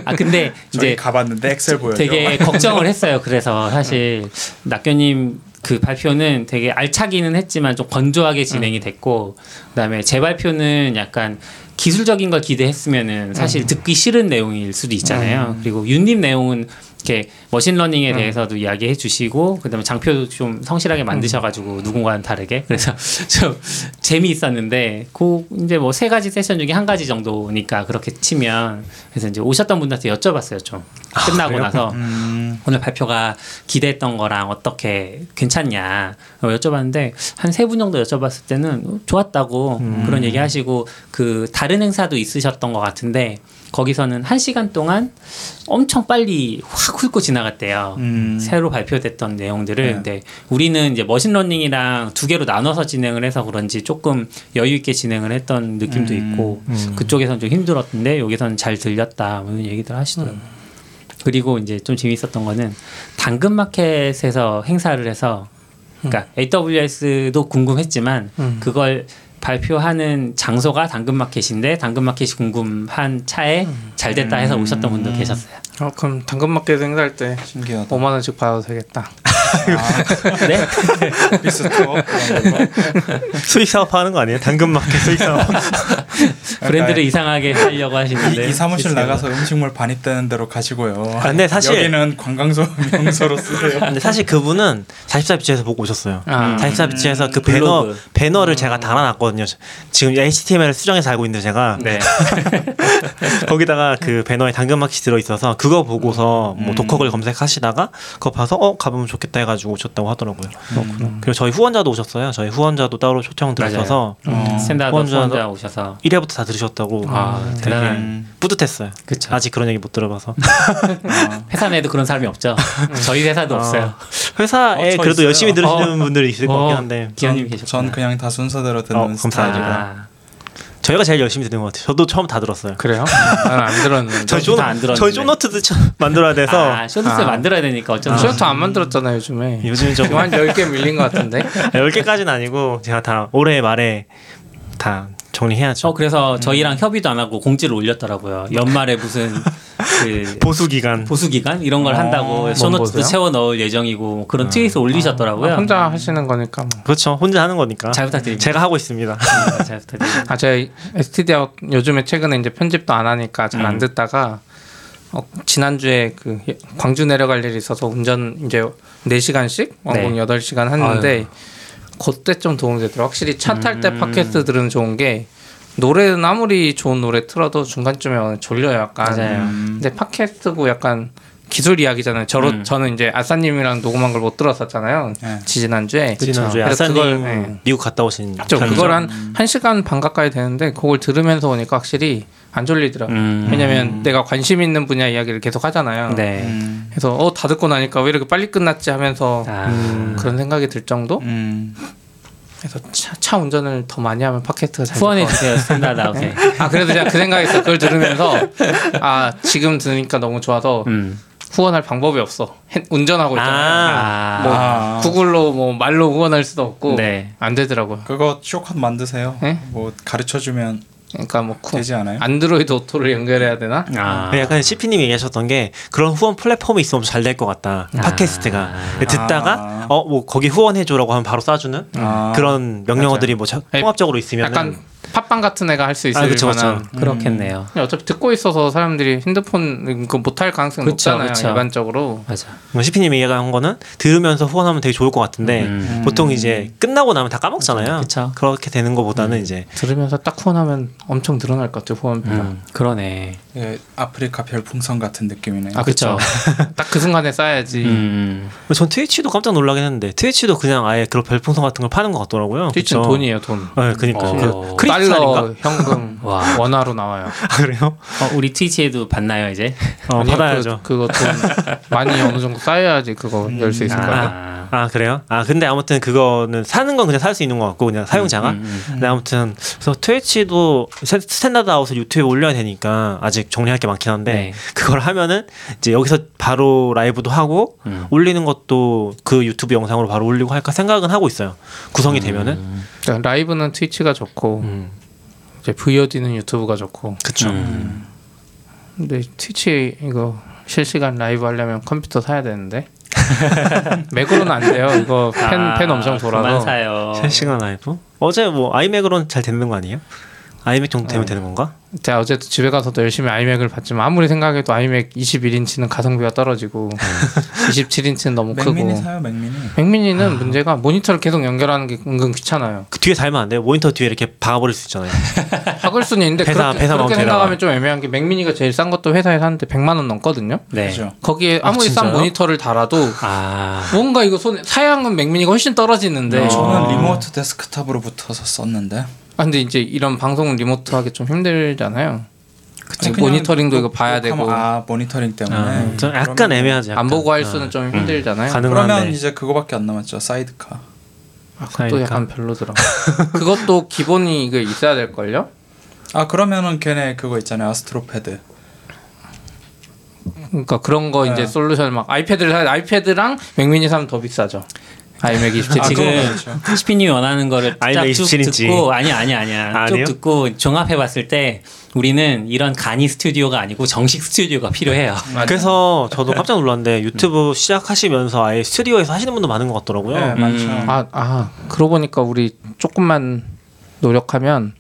Speaker 2: 아 근데
Speaker 3: 저희
Speaker 2: 이제
Speaker 3: 가봤는데 엑셀 보여줘.
Speaker 2: 되게 걱정을 했어요. 그래서 사실 낙교님 그 발표는 되게 알차기는 했지만 좀 건조하게
Speaker 3: 음.
Speaker 2: 진행이 됐고 그다음에 재발표는 약간 기술적인 걸 기대했으면은
Speaker 3: 음.
Speaker 2: 사실 듣기 싫은 내용일 수도 있잖아요. 그리고 윤님 내용은 이렇게
Speaker 3: 음.
Speaker 2: 머신러닝에 대해서도 이야기해 주시고 그다음에 장표도 좀 성실하게 만드셔가지고 누군가는 다르게 그래서 좀 재미있었는데 그 이제 뭐 세 가지 세션 중에 한 가지 정도니까 그렇게 치면 그래서 이제 오셨던 분들한테 여쭤봤어요 좀 끝나고 나서
Speaker 3: 아, 음.
Speaker 2: 오늘 발표가 기대했던 거랑 어떻게 괜찮냐 어, 여쭤봤는데 한 세 분 정도 여쭤봤을 때는 어, 좋았다고
Speaker 3: 음.
Speaker 2: 그런 얘기하시고 그 다른 행사도 있으셨던 것 같은데 거기서는 한 시간 동안 엄청 빨리 확 훑고 지나갔대요.
Speaker 3: 음.
Speaker 2: 새로 발표됐던 내용들을
Speaker 3: 네.
Speaker 2: 근데 우리는 이제 머신러닝이랑 두 개로 나눠서 진행을 해서 그런지 조금 여유 있게 진행을 했던 느낌도 있고 그쪽에선 좀 힘들었는데 여기서는 잘 들렸다 뭐 이런 얘기들 하시더라고요. 그리고 이제 좀 재미있었던 거는 당근마켓에서 행사를 해서 그러니까 AWS도 궁금했지만 그걸 발표하는 장소가 당근마켓인데 당근마켓이 궁금한 차에 잘 됐다 해서 오셨던 분도 계셨어요.
Speaker 5: 어, 그럼 당근마켓 행사할 때
Speaker 3: 신기하다. 아,
Speaker 5: 5만 원씩 받아도 되겠다.
Speaker 2: 네?
Speaker 3: 비스트.
Speaker 4: 수익 사업 하는 거 아니에요? 당근마켓 수익 사업.
Speaker 2: 브랜드를 이상하게 하려고 하시는데
Speaker 3: 이, 이 사무실 나가서 음식물 반입되는 대로 가시고요.
Speaker 4: 아, 근데 사실-
Speaker 3: 여기는 관광소 명소로 쓰세요.
Speaker 4: 근데 사실 그분은 44비치에서 보고 오셨어요.
Speaker 2: 아.
Speaker 4: 44비치에서 그
Speaker 2: 음, 블로그.
Speaker 4: 배너 배너를 제가 달아놨거든요. 지금 HTML을 수정해서 알고 있는데 제가
Speaker 2: 네.
Speaker 4: 거기다가 그 배너에 당근마켓이 들어 있어서 그거 보고서
Speaker 2: 음.
Speaker 4: 뭐 독학을 검색하시다가 그거 봐서 어 가보면 좋겠다 해가지고 오셨다고 하더라고요. 음. 그리고 저희 후원자도 오셨어요. 저희 후원자도 따로 초청 들으셔서
Speaker 3: 어.
Speaker 2: 스탠다드
Speaker 4: 후원자-
Speaker 2: 혼자 오셔서
Speaker 4: 1회부터 다 들으셨다고 음.
Speaker 2: 아,
Speaker 3: 음,
Speaker 4: 되게
Speaker 2: 대단한.
Speaker 4: 뿌듯했어요.
Speaker 2: 그쵸.
Speaker 4: 아직 그런 얘기 못 들어봐서
Speaker 2: 회사 내에도 그런 사람이 없죠. 저희 회사도 없어요.
Speaker 4: 회사에
Speaker 3: 어, 저
Speaker 4: 그래도
Speaker 3: 있어요.
Speaker 4: 열심히 들으시는
Speaker 2: 어.
Speaker 4: 분들이 있을 것 같긴
Speaker 2: 어,
Speaker 4: 한데
Speaker 2: 기현님 아, 계셨.
Speaker 3: 전 그냥 다 순서대로 듣는
Speaker 4: 어,
Speaker 3: 스타일.
Speaker 4: 감사합니다. 저희가 제일 열심히 듣는 것 같아요. 저도 처음 다 들었어요.
Speaker 5: 그래요? 난 안 들었는데.
Speaker 4: 저희
Speaker 2: 저도
Speaker 4: 쇼노,
Speaker 2: 다안 들었는데.
Speaker 4: 저희 쇼노트도 처음 만들어야 돼서
Speaker 2: 아, 쇼트스
Speaker 5: 아.
Speaker 2: 만들어야 되니까 어쩌면
Speaker 5: 쇼트 안 만들었잖아요 요즘에.
Speaker 4: 요즘 좀
Speaker 5: 지금 한 10개 밀린 것 같은데.
Speaker 4: 10개까지는 아니고 제가 다 올해 말에 다 정리해야죠.
Speaker 2: 어 그래서 저희랑 협의도 안 하고 공지를 올렸더라고요. 연말에 무슨 그
Speaker 4: 보수 기간.
Speaker 2: 보수 기간 이런 걸
Speaker 3: 어,
Speaker 2: 한다고
Speaker 3: 뭔 음.
Speaker 2: 쇼노트도
Speaker 5: 보수요?
Speaker 2: 채워 넣을 예정이고 그런 트윗을
Speaker 3: 아,
Speaker 2: 올리셨더라고요.
Speaker 5: 혼자 하시는 거니까 뭐.
Speaker 4: 그렇죠. 혼자 하는 거니까.
Speaker 2: 잘 부탁드립니다.
Speaker 4: 제가 하고 있습니다.
Speaker 2: 네, 잘 부탁드립니다.
Speaker 5: 아 제가 STD하고 요즘에 최근에 이제 편집도 안 하니까 잘 안 듣다가 어, 지난주에 그 광주 내려갈 일이 있어서 운전 이제 4시간씩 왕복
Speaker 2: 네.
Speaker 5: 8시간 했는데 그때 좀 도움이 되더라고 확실히 차 탈 때 팟캐스트 들으면 좋은 게 노래는 아무리 좋은 노래 틀어도 중간쯤에 졸려요 약간
Speaker 2: 맞아요.
Speaker 5: 근데 팟캐스트고 약간 기술 이야기잖아요 저로
Speaker 2: 음.
Speaker 5: 저는 이제 아싸님이랑 녹음한 걸 못 들었었잖아요
Speaker 3: 네.
Speaker 5: 지난주에
Speaker 4: 지난주에
Speaker 5: 그래서
Speaker 4: 아싸님
Speaker 5: 그걸, 예.
Speaker 4: 미국 갔다 오신
Speaker 5: 저
Speaker 4: 편이죠.
Speaker 5: 그걸 한 1시간 반 가까이 되는데 그걸 들으면서 오니까 확실히 안 졸리더라고요.
Speaker 2: 음.
Speaker 5: 왜냐면 내가 관심 있는 분야 이야기를 계속 하잖아요.
Speaker 2: 네.
Speaker 3: 음.
Speaker 5: 그래서 어 다 듣고 나니까 왜 이렇게 빨리 끝났지 하면서
Speaker 2: 아,
Speaker 5: 그런 생각이 들 정도.
Speaker 3: 음.
Speaker 5: 그래서 차, 차 운전을 더 많이 하면 팟캐스트가 잘
Speaker 2: 후원해
Speaker 5: 될것
Speaker 2: 주세요. 스탠다드 아웃에.
Speaker 5: 같아요. 아 그래도 제가 그 생각했어. 그걸 들으면서 아 지금 들으니까 너무 좋아서
Speaker 2: 음.
Speaker 5: 후원할 방법이 없어. 해- 운전하고 있잖아요.
Speaker 2: 아,
Speaker 4: 어.
Speaker 5: 뭐
Speaker 3: 아.
Speaker 5: 구글로 뭐 말로 후원할 수도 없고
Speaker 2: 네.
Speaker 5: 안 되더라고요.
Speaker 3: 그거 쇼컷 만드세요.
Speaker 5: 네?
Speaker 3: 뭐 가르쳐 주면
Speaker 5: 그러니까 뭐 쿠-
Speaker 3: 되지 않아요?
Speaker 5: 안드로이드 오토를 연결해야 되나?
Speaker 2: 아.
Speaker 4: 근데 약간 CP님이 얘기하셨던 게 그런 후원 플랫폼이 있으면 잘 될 것 같다. 팟캐스트가 근데 듣다가
Speaker 3: 아.
Speaker 4: 어 뭐 거기 후원해줘라고 하면 바로 쏴주는
Speaker 3: 아.
Speaker 4: 그런 명령어들이 뭐 자-
Speaker 5: 에,
Speaker 4: 통합적으로 있으면
Speaker 5: 약간 팟빵 같은 애가 할 수 있을
Speaker 4: 아, 그쵸,
Speaker 5: 만한.
Speaker 4: 그쵸.
Speaker 2: 그렇겠네요.
Speaker 5: 근데 어차피 듣고 있어서 사람들이 핸드폰 그 못할 가능성이
Speaker 2: 그쵸,
Speaker 5: 높잖아요
Speaker 2: 그쵸.
Speaker 5: 일반적으로.
Speaker 2: 맞아.
Speaker 4: CP님이 뭐 얘기한 거는 들으면서 후원하면 되게 좋을 것 같은데
Speaker 2: 음.
Speaker 4: 보통 이제 끝나고 나면 다 까먹잖아요.
Speaker 2: 그쵸.
Speaker 4: 그렇게 되는 것보다는 이제
Speaker 5: 들으면서 딱 후원하면 엄청 늘어날 것 같아요 후원비가.
Speaker 2: 음, 그러네.
Speaker 3: 예, 아프리카 별풍선 같은 느낌이네요.
Speaker 5: 아 그쵸. 딱 그 순간에 쌓아야지.
Speaker 2: 음.
Speaker 4: 전 트위치도 깜짝 놀라긴 했는데 트위치도 그냥 아예 그런 별풍선 같은 걸 파는 것 같더라고요.
Speaker 5: 는
Speaker 4: 그쵸?
Speaker 5: 돈이에요 돈.
Speaker 4: 네, 그니까
Speaker 2: 어.
Speaker 4: 그 크리스탈인가?
Speaker 5: 달러, 현금,
Speaker 2: 와.
Speaker 5: 원화로 나와요.
Speaker 4: 아, 그래요?
Speaker 2: 어, 우리 트위치에도 봤나요 이제?
Speaker 4: 어,
Speaker 5: 아니요,
Speaker 4: 받아야죠.
Speaker 5: 그, 그거 돈 많이 어느 정도 쌓여야지 그거 열 수 있을 거예요.
Speaker 2: 아.
Speaker 4: 아 그래요? 아 근데 아무튼 그거는 사는 건 그냥 살 수 있는 것 같고 그냥
Speaker 5: 음,
Speaker 4: 사용자가.
Speaker 2: 음,
Speaker 4: 근데 아무튼 그래서 트위치도 세- 스탠다드 아웃을 유튜브에 올려야 되니까 아직 정리할 게 많긴 한데
Speaker 2: 네.
Speaker 4: 그걸 하면은 이제 여기서 바로 라이브도 하고
Speaker 2: 음.
Speaker 4: 올리는 것도 그 유튜브 영상으로 바로 올리고 할까 생각은 하고 있어요. 구성이
Speaker 5: 음.
Speaker 4: 되면은.
Speaker 2: 음.
Speaker 5: 그러니까 라이브는 트위치가 좋고
Speaker 4: 음.
Speaker 5: 이제 VOD는 유튜브가 좋고.
Speaker 4: 그쵸.
Speaker 2: 음.
Speaker 5: 근데 트위치 이거 실시간 라이브 하려면 컴퓨터 사야 되는데 맥으로는 안 돼요. 이거 팬 팬
Speaker 2: 아,
Speaker 5: 엄청
Speaker 2: 그만
Speaker 5: 돌아서
Speaker 2: 사요.
Speaker 4: 실시간 라이브? 어제 뭐 아이맥으로는 잘 되는 거 아니에요? 아이맥 정도
Speaker 5: 어.
Speaker 4: 되면 되는 건가?
Speaker 5: 제가 어제 집에 가서도 열심히 아이맥을 봤지만 아무리 생각해도 아이맥 21인치는 가성비가 떨어지고
Speaker 4: 음.
Speaker 5: 27인치는 너무
Speaker 3: 맥미니
Speaker 5: 크고
Speaker 3: 사요, 맥미니.
Speaker 5: 맥미니는 문제가 모니터를 계속 연결하는 게 은근 귀찮아요.
Speaker 4: 그 뒤에 달면 안 돼요? 모니터 뒤에 이렇게 박아버릴 수 있잖아요.
Speaker 5: 박을 수는 있는데
Speaker 4: 배사-
Speaker 5: 그렇게,
Speaker 4: 배사
Speaker 5: 그렇게
Speaker 4: 마운트에다가.
Speaker 5: 생각하면 좀 애매한 게 맥미니가 제일 싼 것도 회사에서 하는데 100만 원 넘거든요.
Speaker 2: 네.
Speaker 3: 그죠?
Speaker 5: 거기에
Speaker 4: 아,
Speaker 5: 아무리 싼
Speaker 4: 진짜요?
Speaker 5: 모니터를 달아도
Speaker 2: 아.
Speaker 5: 뭔가 이거 손에 사양은 맥미니가 훨씬
Speaker 4: 네.
Speaker 5: 떨어지는데
Speaker 3: 저는 리모트 데스크탑으로 붙어서 썼는데.
Speaker 5: 네. 아 근데 이제 이런 방송은 리모트 하기 좀 힘들잖아요.
Speaker 3: 그치, 그냥
Speaker 5: 모니터링도 이거
Speaker 3: 녹-
Speaker 5: 봐야
Speaker 3: 녹화만-
Speaker 5: 되고
Speaker 3: 아, 모니터링 때문에.
Speaker 4: 아, 좀 약간
Speaker 3: 그러면-
Speaker 4: 애매하지. 약간. 어,
Speaker 5: 음, 안 보고 할 수는 좀 힘들잖아요.
Speaker 4: 가능한데.
Speaker 3: 그러면 이제 그거밖에 안 남았죠. 사이드카.
Speaker 5: 또 아, 약간 별로더라고. 그것도 기본이 이게 있어야 될 걸요?
Speaker 3: 아, 그러면은 걔네 그거 있잖아요. 아스트로패드.
Speaker 5: 그러니까 그런 거 이제
Speaker 3: 네.
Speaker 5: 솔루션 막 아이패드를 사 아이패드랑 맥미니 사면 더 비싸죠. 아이맥 27.
Speaker 3: 아,
Speaker 5: 지금
Speaker 3: 그건
Speaker 2: 지금
Speaker 3: 그렇죠.
Speaker 2: 시피님 원하는 거를 쫙
Speaker 4: 아이맥
Speaker 2: 쭉
Speaker 4: 27 인치.
Speaker 2: 듣고 아니 아니 아니야
Speaker 4: 아,
Speaker 2: 쭉
Speaker 4: 아니에요?
Speaker 2: 듣고 종합해 봤을 때 우리는 이런 간이 스튜디오가 아니고 정식 스튜디오가 필요해요.
Speaker 4: 그래서 저도 깜짝 놀랐는데 유튜브 시작하시면서 아예 스튜디오에서 하시는 분도 많은 것 같더라고요.
Speaker 5: 어,
Speaker 3: 네, 많죠.
Speaker 2: 음.
Speaker 5: 아, 아 그러고 보니까 우리 조금만 노력하면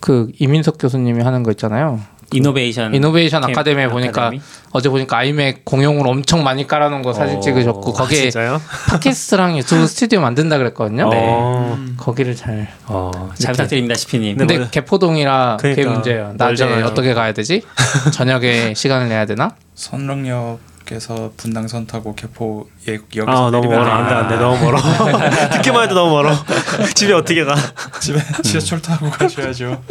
Speaker 5: 그 이민석 교수님이 하는 거 있잖아요.
Speaker 2: 이노베이션
Speaker 5: 이노베이션
Speaker 2: 캠-
Speaker 5: 아카데미에 보니까
Speaker 2: 아카데미?
Speaker 5: 어제 보니까 아이맥 공용을 엄청 많이 깔아놓은 거 사진
Speaker 4: 어,
Speaker 5: 찍으셨고
Speaker 4: 아,
Speaker 5: 거기에
Speaker 4: 진짜요?
Speaker 5: 팟캐스트랑 유튜브 스튜디오 만든다 그랬거든요. 네.
Speaker 4: 어.
Speaker 5: 거기를 잘.
Speaker 4: 아,
Speaker 2: 어, 잘 부탁드립니다 시피님.
Speaker 4: 네,
Speaker 5: 근데
Speaker 4: 맞아요.
Speaker 5: 개포동이라 그게
Speaker 4: 그러니까,
Speaker 5: 문제예요. 낮에
Speaker 4: 멀잖아요.
Speaker 5: 어떻게 가야 되지? 저녁에 시간을 내야 되나?
Speaker 3: 선릉역에서 분당선 타고 개포 예-
Speaker 4: 아
Speaker 3: 역에서
Speaker 4: 너무
Speaker 3: 내리면
Speaker 4: 멀어 안돼 안돼 너무 멀어 듣기만 해도 너무 멀어 집에 어떻게 가
Speaker 3: 아, 집에
Speaker 4: 음.
Speaker 3: 지하철 타고 가셔야죠.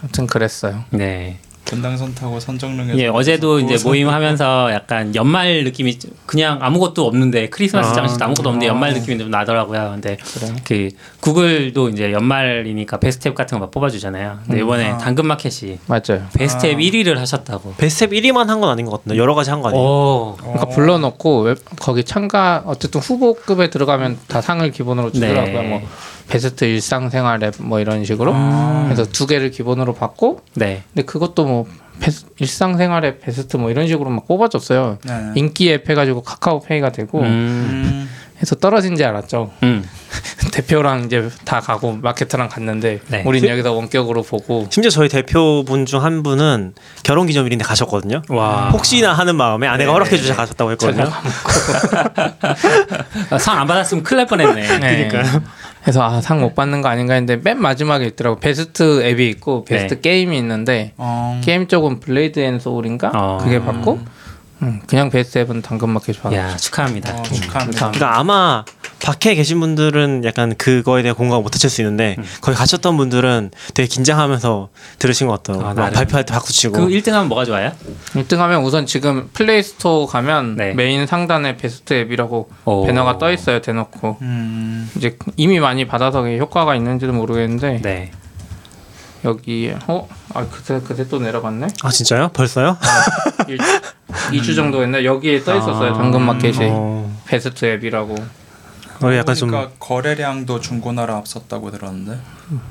Speaker 5: 아무튼 그랬어요.
Speaker 2: 네.
Speaker 3: 분당선 타고 선정릉에서
Speaker 2: 예, 어제도 이제
Speaker 3: 선-
Speaker 2: 모임하면서 약간 연말 느낌이 좀- 그냥 아무것도 없는데 크리스마스
Speaker 4: 아.
Speaker 2: 장식도 아무것도 없는데 연말 느낌이 좀 나더라고요. 근데
Speaker 5: 그래요?
Speaker 2: 그 구글도 이제 연말이니까 베스트 앱 같은 거 막 뽑아주잖아요.
Speaker 5: 음.
Speaker 2: 근데 이번에
Speaker 3: 아.
Speaker 2: 당근마켓이
Speaker 5: 맞아요.
Speaker 2: 베스트 앱 1위를 하셨다고.
Speaker 4: 베스트 1위만 한 건 아닌 것 같은데 여러 가지 한 거 아니에요?
Speaker 2: 오.
Speaker 4: 어.
Speaker 5: 그러니까 불러놓고 웹- 거기 참가 어쨌든 후보급에 들어가면 다 상을 기본으로 주더라고요.
Speaker 2: 네.
Speaker 5: 뭐 베스트 일상생활 앱 뭐 이런 식으로.
Speaker 4: 아.
Speaker 5: 그래서 두 개를 기본으로 받고
Speaker 2: 네.
Speaker 5: 근데 그것도 뭐 베스- 일상생활 앱 베스트 뭐 이런 식으로 막 뽑아줬어요.
Speaker 3: 네.
Speaker 5: 인기 앱 해가지고 카카오페이가 되고
Speaker 2: 음.
Speaker 3: 음,
Speaker 5: 해서 떨어진 줄 알았죠.
Speaker 2: 음.
Speaker 5: 대표랑 이제 다 가고 마케터랑 갔는데
Speaker 2: 네.
Speaker 5: 우린 여기서 원격으로 보고
Speaker 4: 심지어 저희 대표분 중 한 분은 결혼 기념일인데 가셨거든요.
Speaker 2: 와.
Speaker 4: 혹시나 하는 마음에 아내가 허락해 주셔서 가셨다고 했거든요.
Speaker 2: 아, 상 안 받았으면 큰일 날 뻔했네. 그러니까.
Speaker 5: 네. 그래서 아, 상 못 받는 거 아닌가 했는데 맨 마지막에 있더라고 베스트 앱이 있고 베스트
Speaker 2: 네.
Speaker 5: 게임이 있는데
Speaker 3: 어,
Speaker 5: 게임 쪽은 블레이드 앤 소울인가
Speaker 2: 어.
Speaker 5: 그게 받고 음, 그냥 베스트 앱은 당근마켓 받고
Speaker 2: 야, 축하합니다.
Speaker 3: 어, 축하합니다.
Speaker 4: 그러니까 아마 밖에 계신 분들은 약간 그거에 대해 공감 못 하실 수 있는데 거기 가셨던 분들은 되게 긴장하면서 들으신 것 같더라고요.
Speaker 2: 아,
Speaker 4: 막
Speaker 2: 나름.
Speaker 4: 발표할 때 박수 치고.
Speaker 2: 그 1등 하면 뭐가 좋아요?
Speaker 5: 1등하면 우선 지금 플레이스토어 가면
Speaker 2: 네.
Speaker 5: 메인 상단에 베스트 앱이라고
Speaker 2: 오.
Speaker 5: 배너가 떠 있어요 대놓고
Speaker 3: 음,
Speaker 5: 이제 이미 많이 받아서 그게 효과가 있는지도 모르겠는데
Speaker 2: 네.
Speaker 5: 여기 어아 그새 그새 또 내려갔네
Speaker 4: 아 진짜요? 벌써요?
Speaker 5: 2주 정도 했나 여기에 떠 있었어요
Speaker 2: 아.
Speaker 5: 당근마켓이
Speaker 4: 어,
Speaker 5: 베스트 앱이라고
Speaker 4: 어, 약간 좀
Speaker 3: 그러니까 거래량도 중고나라 앞섰다고 들었는데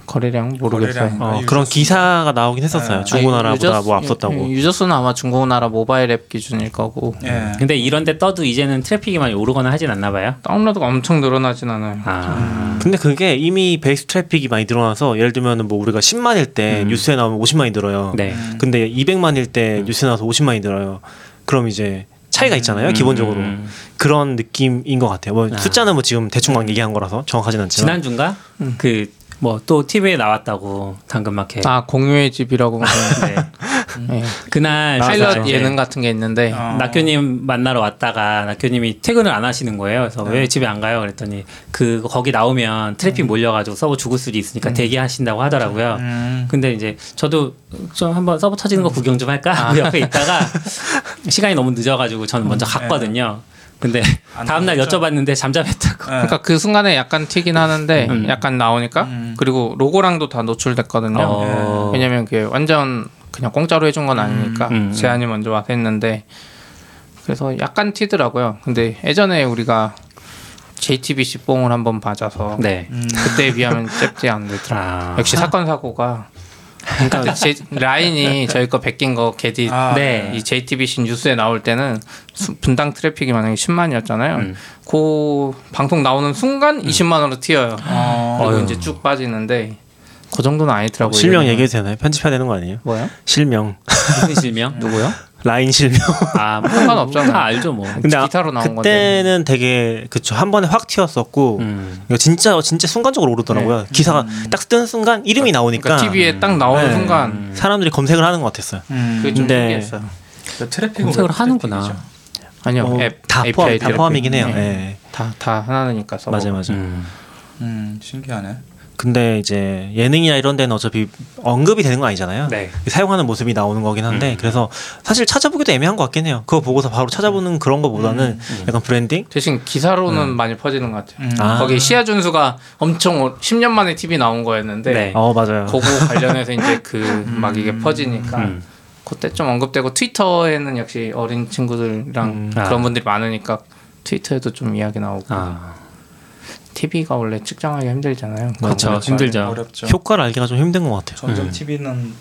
Speaker 5: 거래량 모르겠어요.
Speaker 3: 거래량.
Speaker 4: 어,
Speaker 3: 아, 유저
Speaker 4: 그런
Speaker 3: 수.
Speaker 4: 기사가 나오긴 했었어요.
Speaker 3: 아,
Speaker 4: 중고나라보다
Speaker 5: 아니,
Speaker 4: 뭐
Speaker 5: 유저 수-
Speaker 4: 앞섰다고.
Speaker 5: 음, 유저 수는 아마 중고나라 모바일 앱 기준일 거고
Speaker 3: 예.
Speaker 2: 근데 이런데 떠도 이제는 트래픽이 많이 오르거나 하진 않나 봐요.
Speaker 5: 다운로드가 엄청 늘어나진 않아요.
Speaker 2: 아,
Speaker 4: 근데 그게 이미 베이스 트래픽이 많이 늘어나서 예를 들면 뭐 우리가 10만일 때 뉴스에 나오면 50만이 늘어요.
Speaker 2: 네.
Speaker 4: 근데 200만일 때
Speaker 5: 음.
Speaker 4: 뉴스에 나와서 50만이 늘어요. 그럼 이제 차이가 있잖아요. 기본적으로
Speaker 2: 음.
Speaker 4: 그런 느낌인 것 같아요. 뭐
Speaker 2: 아.
Speaker 4: 숫자는 뭐 지금 대충 막 얘기한 거라서 정확하진
Speaker 5: 그렇죠.
Speaker 2: 지난
Speaker 4: 않지만
Speaker 2: 주인가 그 뭐 또 TV에 나왔다고 당근마켓.
Speaker 5: 음. 아 공유의 집이라고
Speaker 2: 네.
Speaker 5: 예.
Speaker 2: 그날
Speaker 5: 파일럿
Speaker 2: 사실
Speaker 5: 예능 같은 게 있는데
Speaker 2: 아.
Speaker 3: 어.
Speaker 2: 낙교님 만나러 왔다가 낙교님이 퇴근을 안 하시는 거예요. 그래서
Speaker 5: 네.
Speaker 2: 왜 집에 안 가요? 그랬더니 그 거기 나오면 트래픽
Speaker 5: 음.
Speaker 2: 몰려가지고 서버 죽을 수도 있으니까 대기하신다고 하더라고요.
Speaker 3: 음,
Speaker 2: 근데 이제 저도 좀 한번 서버 터지는
Speaker 5: 음.
Speaker 2: 거 구경 좀 할까
Speaker 5: 아.
Speaker 2: 하고 옆에 있다가 시간이 너무 늦어가지고 저는 먼저 갔거든요. 근데
Speaker 3: 음. 네. 안
Speaker 2: 다음날
Speaker 3: 나오죠?
Speaker 2: 여쭤봤는데 잠잠했다고.
Speaker 3: 예.
Speaker 5: 그러니까 그 순간에 약간 튀긴 하는데
Speaker 2: 음.
Speaker 5: 약간 나오니까
Speaker 3: 음.
Speaker 5: 그리고 로고랑도 다 노출됐거든요.
Speaker 2: 어.
Speaker 5: 왜냐면 그게 완전 그냥 공짜로 해준 건 아니니까
Speaker 2: 음, 음.
Speaker 5: 제안이 먼저 와서 했는데 그래서 약간 튀더라고요. 근데 예전에 우리가 JTBC 뽕을 한번 맞아서
Speaker 2: 네.
Speaker 3: 음.
Speaker 5: 그때에 비하면 잽지 안 되더라.
Speaker 2: 아.
Speaker 5: 역시 사건 사고가 그러니까 제- 라인이 저희 거 베낀 거 게디
Speaker 3: 아,
Speaker 2: 네.
Speaker 5: 이 JTBC 뉴스에 나올 때는 수- 분당 트래픽이 만약에 10만이었잖아요.
Speaker 2: 음.
Speaker 5: 그 방송 나오는 순간
Speaker 4: 음.
Speaker 5: 20만으로 튀어요.
Speaker 3: 어,
Speaker 5: 그리고
Speaker 2: 어휴.
Speaker 5: 이제 쭉 빠지는데 그 정도는
Speaker 4: 아.
Speaker 5: 아니더라고요.
Speaker 4: 뭐 실명 얘기해도 되나요? 편집해야 되는 거 아니에요?
Speaker 5: 뭐요?
Speaker 4: 실명
Speaker 2: 무슨 실명?
Speaker 5: 누구요?
Speaker 4: 라인 실명.
Speaker 2: 아, 뭐
Speaker 5: 상관없잖아요.
Speaker 2: 다 알죠, 뭐.
Speaker 4: 근데 아-
Speaker 5: 그 기타로 나온 건데.
Speaker 4: 그때는 되게 그쵸 한 번에 확 튀었었고
Speaker 2: 음.
Speaker 4: 이거 진짜 진짜 순간적으로 오르더라고요. 기사가 딱 뜬 순간 이름이 나오니까
Speaker 5: 네. 음. 그러니까 TV에 딱 나오는
Speaker 4: 네.
Speaker 5: 순간
Speaker 4: 사람들이 검색을 하는 것 같았어요.
Speaker 3: 음.
Speaker 5: 그게 좀
Speaker 4: 근데-
Speaker 5: 신기했어요.
Speaker 3: 그 트래픽을
Speaker 2: 검색을 하는구나.
Speaker 5: 아니요,
Speaker 4: 어,
Speaker 5: 앱,
Speaker 4: 다
Speaker 5: API
Speaker 4: 포함 다
Speaker 5: 트래픽.
Speaker 4: 포함이긴 해요.
Speaker 5: 네.
Speaker 4: 예.
Speaker 5: 다, 다 하나니까 써.
Speaker 4: 맞아요, 맞아요.
Speaker 2: 음.
Speaker 3: 음, 신기하네.
Speaker 4: 근데 이제 예능이나 이런 데는 어차피 언급이 되는 거 아니잖아요.
Speaker 2: 네.
Speaker 4: 사용하는 모습이 나오는 거긴 한데
Speaker 5: 음.
Speaker 4: 그래서 사실 찾아보기도 애매한 것 같긴 해요. 그거 보고서 바로 찾아보는 그런
Speaker 5: 음,
Speaker 4: 거보다는 약간 브랜딩?
Speaker 5: 대신 기사로는 많이 퍼지는 것 같아요.
Speaker 3: 음.
Speaker 4: 음. 아.
Speaker 5: 거기 시아 준수가 엄청 오- 10년 만에 TV 나온 거였는데
Speaker 2: 네.
Speaker 4: 어 맞아요.
Speaker 5: 그거 관련해서 이제 그
Speaker 4: 음.
Speaker 5: 막 이게 퍼지니까
Speaker 2: 음.
Speaker 5: 그때 좀 언급되고 트위터에는 역시 어린 친구들이랑
Speaker 4: 음.
Speaker 2: 아.
Speaker 5: 그런 분들이 많으니까 트위터에도 좀 이야기 나오고
Speaker 2: 아,
Speaker 5: TV가 원래 측정하기 힘들잖아요.
Speaker 2: 그렇죠.
Speaker 5: 그런 거.
Speaker 2: 힘들죠.
Speaker 3: 어렵죠.
Speaker 4: 효과를 알기가 좀 힘든 것 같아요.
Speaker 3: 점점 TV는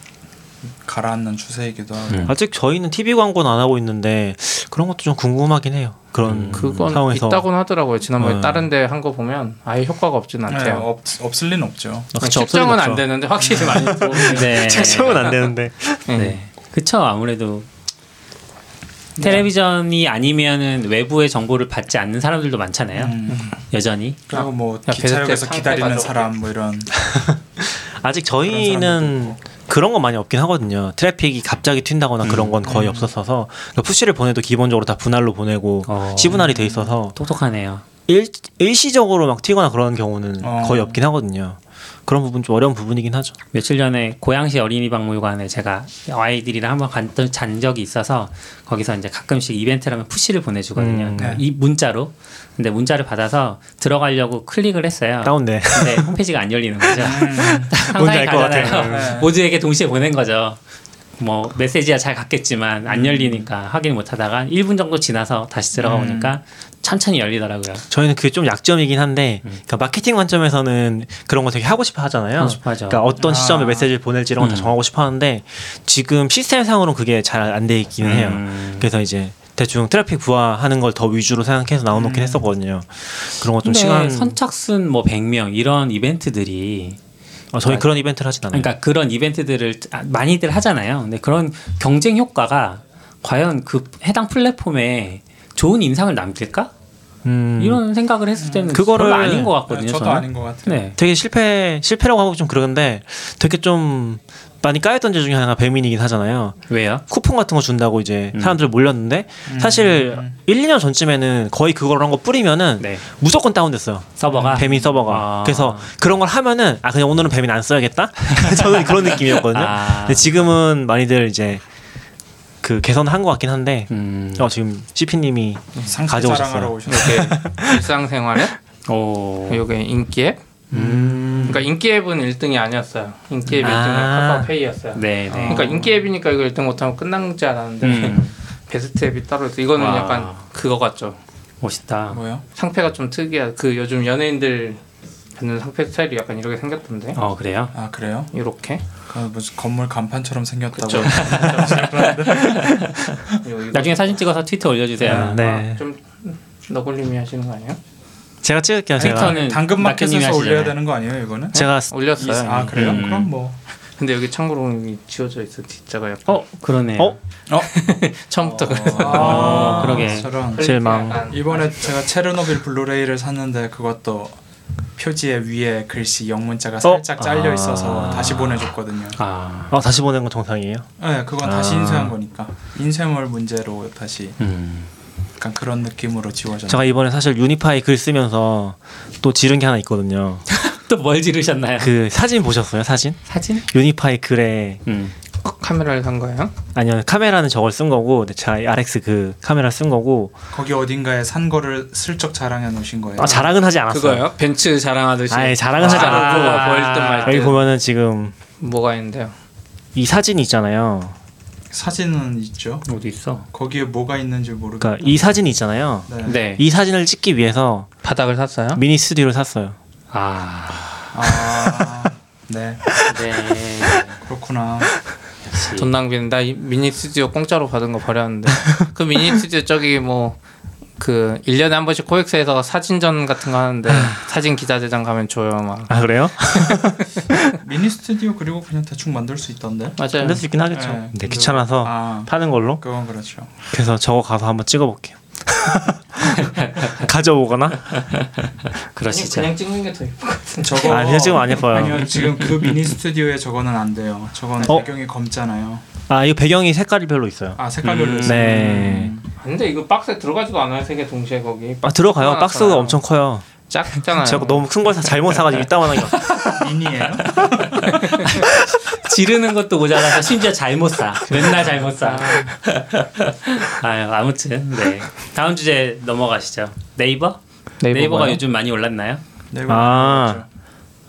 Speaker 3: 가라앉는 추세이기도 하고
Speaker 2: 음.
Speaker 4: 아직 저희는 TV 광고는 안 하고 있는데 그런 것도 좀 궁금하긴 해요. 그런
Speaker 5: 음, 그건
Speaker 4: 음. 상황에서
Speaker 5: 있다고는 하더라고요. 지난번에
Speaker 4: 네.
Speaker 5: 다른 데 한 거 보면 아예 효과가 없진
Speaker 3: 네,
Speaker 5: 않대요.
Speaker 3: 없, 없을 리는 없죠.
Speaker 4: 아, 그쵸, 없어진
Speaker 5: 측정은 안
Speaker 4: 거죠.
Speaker 5: 되는데 확실히 많이 도움이 돼.
Speaker 2: 네.
Speaker 4: 측정은 안 되는데
Speaker 2: 네. 그쵸 아무래도 텔레비전이 아니면은 외부의 정보를 받지 않는 사람들도 많잖아요.
Speaker 3: 음.
Speaker 2: 여전히.
Speaker 3: 그리고 뭐
Speaker 5: 야,
Speaker 3: 기차역에서
Speaker 5: 배달 때
Speaker 3: 기다리는
Speaker 5: 상태
Speaker 3: 사람 뭐 이런
Speaker 4: 아직
Speaker 3: 그런 사람들도
Speaker 4: 저희는 그런 건 많이 없긴 하거든요. 트래픽이 갑자기 튄다거나 그런 건 거의 없었어서 그러니까 푸시를 보내도 기본적으로 다 분할로 보내고
Speaker 2: 어.
Speaker 4: 시분할이 돼 있어서
Speaker 2: 똑똑하네요.
Speaker 4: 일, 일시적으로 막 튀거나 그런 경우는
Speaker 3: 어.
Speaker 4: 거의 없긴 하거든요. 그런 부분 좀 어려운 부분이긴 하죠.
Speaker 2: 며칠 전에 고양시 어린이박물관에 제가 아이들이랑 한번 갔던 잔 적이 있어서 거기서 이제 가끔씩 이벤트라면 푸시를 보내주거든요.
Speaker 4: 음,
Speaker 2: 그러니까
Speaker 3: 네.
Speaker 2: 이 문자로. 근데 문자를 받아서 들어가려고 클릭을 했어요.
Speaker 4: 다운돼.
Speaker 2: 근데 홈페이지가 안 열리는 거죠.
Speaker 4: 뭔지
Speaker 2: 상상이
Speaker 4: 알것
Speaker 2: 가잖아요.
Speaker 3: 같아요. 네.
Speaker 2: 모두에게 동시에 보낸 거죠. 뭐 메시지야 잘 갔겠지만 안 열리니까 확인 못하다가 1분 정도 지나서 다시 들어가
Speaker 3: 음.
Speaker 2: 보니까 천천히 열리더라고요.
Speaker 4: 저희는 그게 좀 약점이긴 한데 그러니까 마케팅 관점에서는 그런 거 되게 하고 싶어 하잖아요.
Speaker 2: 음. 하고 싶어 하죠.
Speaker 4: 그러니까 어떤
Speaker 3: 아.
Speaker 4: 시점에 메시지를 보낼지 이런 거 다
Speaker 2: 음.
Speaker 4: 정하고 싶어 하는데 지금 시스템상으로는 그게 잘 안 돼 있기는 해요.
Speaker 2: 음.
Speaker 4: 그래서 이제 대충 트래픽 부하하는 걸 더 위주로 생각해서 나눠놓긴 했었거든요. 그런 거 좀
Speaker 2: 음. 근데
Speaker 4: 시간.
Speaker 2: 선착순 뭐 100명 이런 이벤트들이
Speaker 4: 어, 저희 그런 이벤트를 하진 않아요.
Speaker 2: 그러니까 그런 이벤트들을 아, 많이들 하잖아요. 근데 그런 경쟁 효과가 과연 그 해당 플랫폼에 좋은 인상을 남길까?
Speaker 4: 음,
Speaker 2: 이런 생각을 했을 때는
Speaker 4: 그거를-
Speaker 2: 별로 아닌 것
Speaker 3: 네,
Speaker 2: 같거든요.
Speaker 3: 저도
Speaker 2: 저는.
Speaker 3: 아닌 것 같아요.
Speaker 2: 네.
Speaker 4: 되게 실패 실패라고 하고 좀 그런데 되게 좀 많이 까였던 제 중에 하나가 배민이긴 하잖아요.
Speaker 2: 왜요?
Speaker 4: 쿠폰 같은 거 준다고 이제
Speaker 2: 음.
Speaker 4: 사람들 몰렸는데 사실 1, 2년 전쯤에는 거의 그거란 거 뿌리면은
Speaker 2: 네.
Speaker 4: 무조건 다운됐어요.
Speaker 2: 서버가
Speaker 4: 배민 서버가
Speaker 2: 아.
Speaker 4: 그래서 그런 걸 하면은 아 그냥 오늘은 배민 안 써야겠다 저는 그런 느낌이었거든요
Speaker 2: 아.
Speaker 4: 근데 지금은 많이들 이제 그 개선한 것 같긴 한데
Speaker 2: 음.
Speaker 4: 어 지금 CP님이
Speaker 3: 상세
Speaker 4: 가져오셨어요.
Speaker 3: 자랑하러
Speaker 5: 네.
Speaker 3: 오셨어요.
Speaker 5: 일상생활에
Speaker 2: 오.
Speaker 5: 요게 인기 앱. 그러니까 인기 앱은 1등이 아니었어요. 인기 앱 1등은
Speaker 4: 아.
Speaker 5: 카카오페이였어요.
Speaker 2: 네, 네.
Speaker 5: 그러니까 인기 앱이니까 이거 1등 못하면 끝난 줄 알았는데
Speaker 2: 음.
Speaker 5: 베스트 앱이 따로 있어. 이거는
Speaker 2: 와.
Speaker 5: 약간 그거 같죠.
Speaker 2: 멋있다.
Speaker 3: 뭐요?
Speaker 5: 상패가 좀 특이한 그 요즘 연예인들 받는 상패 스타일이 약간 이렇게 생겼던데.
Speaker 2: 어, 그래요?
Speaker 3: 아 그래요?
Speaker 5: 이렇게.
Speaker 3: 그 무슨 건물 간판처럼 생겼다고.
Speaker 5: 그쵸.
Speaker 2: 나중에 사진 찍어서 트위터 올려주세요.
Speaker 4: 네. 네.
Speaker 5: 아, 좀 너굴님이 하시는 거 아니에요?
Speaker 4: 제가 찍을게요 제가
Speaker 2: 트위터는-
Speaker 3: 당- 당근마켓에서
Speaker 2: 낙엽님이
Speaker 3: 올려야
Speaker 2: 하시잖아요.
Speaker 3: 되는 거 아니에요 이거는?
Speaker 2: 네?
Speaker 4: 제가
Speaker 5: 올렸어요.
Speaker 3: 이- 아 그래요?
Speaker 2: 음.
Speaker 3: 그럼 뭐
Speaker 5: 근데 여기 참고로 여기 지워져 있어 뒷자가 약간
Speaker 2: 어, 그러네요.
Speaker 4: 어?
Speaker 5: 처음부터
Speaker 2: 아, 그러게.
Speaker 3: 저런
Speaker 4: 실망.
Speaker 3: 어.
Speaker 5: 아,
Speaker 3: 이번에 제가 체르노빌 블루레이를 샀는데 그것도 표지에 위에 글씨 영문자가 살짝 잘려
Speaker 4: 아.
Speaker 3: 있어서 다시 보내줬거든요.
Speaker 2: 아.
Speaker 4: 어, 다시 보낸 건 정상이에요
Speaker 3: 네, 그건 다시
Speaker 4: 아.
Speaker 3: 인쇄한 거니까 인쇄물 문제로 다시
Speaker 2: 음.
Speaker 3: 약간 그런 느낌으로
Speaker 2: 네.
Speaker 3: 지워졌어요.
Speaker 4: 제가 이번에 사실 유니파이 글 쓰면서 또 지른 게 하나 있거든요
Speaker 2: 네. 또 뭘 지르셨나요?
Speaker 4: 그 사진 보셨어요 사진
Speaker 2: 사진?
Speaker 4: 유니파이 글에
Speaker 2: 음.
Speaker 5: 카메라를 산 거예요?
Speaker 4: 아니요 카메라는 저걸 쓴 거고 근데 제가 RX 그 카메라 쓴 거고
Speaker 3: 거기 어딘가에 산 거를 슬쩍 자랑해 놓으신 거예요.
Speaker 4: 아, 자랑은 하지 않았어요
Speaker 5: 그거요? 벤츠 자랑하듯이.
Speaker 4: 아니, 자랑은 하지 않았고.
Speaker 5: 그거 뭐 보일 듯말
Speaker 4: 여기
Speaker 5: 듯.
Speaker 4: 보면은 지금
Speaker 5: 뭐가 있는데요?
Speaker 4: 이 사진이 있잖아요.
Speaker 3: 사진은 있죠.
Speaker 2: 음. 어디 있어?
Speaker 3: 거기에 뭐가 있는지 모르겠.
Speaker 4: 그러니까 이 사진이 있잖아요.
Speaker 3: 네.
Speaker 2: 네.
Speaker 4: 이 사진을 찍기 위해서
Speaker 5: 바닥을 샀어요?
Speaker 4: 미니 스튜디오를 샀어요.
Speaker 2: 아.
Speaker 3: 아, 네.
Speaker 2: 네.
Speaker 3: 그렇구나.
Speaker 2: 예.
Speaker 5: 돈 낭비는 나 이- 미니 스튜디오 공짜로 받은 거 버렸는데 그 미니 스튜디오 저기 뭐 뭐그 1년에 한 번씩 코엑스에서 사진전 같은 거 하는데
Speaker 2: 아.
Speaker 5: 사진 기자재장 가면 줘요 막
Speaker 4: 아 그래요?
Speaker 3: 미니 스튜디오 그리고 그냥 대충 만들 수 있던데.
Speaker 5: 맞아요
Speaker 4: 만들 수 있긴 하겠죠.
Speaker 3: 네,
Speaker 4: 근데
Speaker 3: 근데-
Speaker 4: 귀찮아서
Speaker 3: 아,
Speaker 4: 파는 걸로.
Speaker 3: 그건 그렇죠.
Speaker 4: 그래서 저거 가서 한번 찍어볼게요. 가져오거나.
Speaker 5: 아니,
Speaker 2: 그러시죠.
Speaker 5: 그냥 찍는 게 더 예뻐
Speaker 3: 저거
Speaker 4: 아, 그냥 찍으면 안 예뻐요.
Speaker 3: 아니요, 지금 그 미니 스튜디오에 저거는 안 돼요. 저거는
Speaker 4: 어?
Speaker 3: 배경이 검잖아요.
Speaker 4: 아 이거 배경이 색깔이 별로 있어요.
Speaker 3: 아, 색깔별로 있어요.
Speaker 4: 네.
Speaker 3: 음.
Speaker 5: 근데 이거 박스에 들어가지도 않아요 세개 동시에 거기
Speaker 4: 아 들어가요.
Speaker 5: 하나
Speaker 4: 박스가
Speaker 5: 사요.
Speaker 4: 엄청 커요.
Speaker 5: 작잖아요
Speaker 4: 제가 너무 큰 걸 잘못 사가지고 이따만한 거.
Speaker 3: 미니예요?
Speaker 2: 지르는 것도 모자라서 심지어 잘못 사. 맨날 잘못 사. 아유, 아무튼 네. 다음 주제 넘어가시죠. 네이버? 네이버 가
Speaker 5: 뭐예요?
Speaker 2: 요즘 많이 올랐나요?
Speaker 3: 네,
Speaker 4: 아.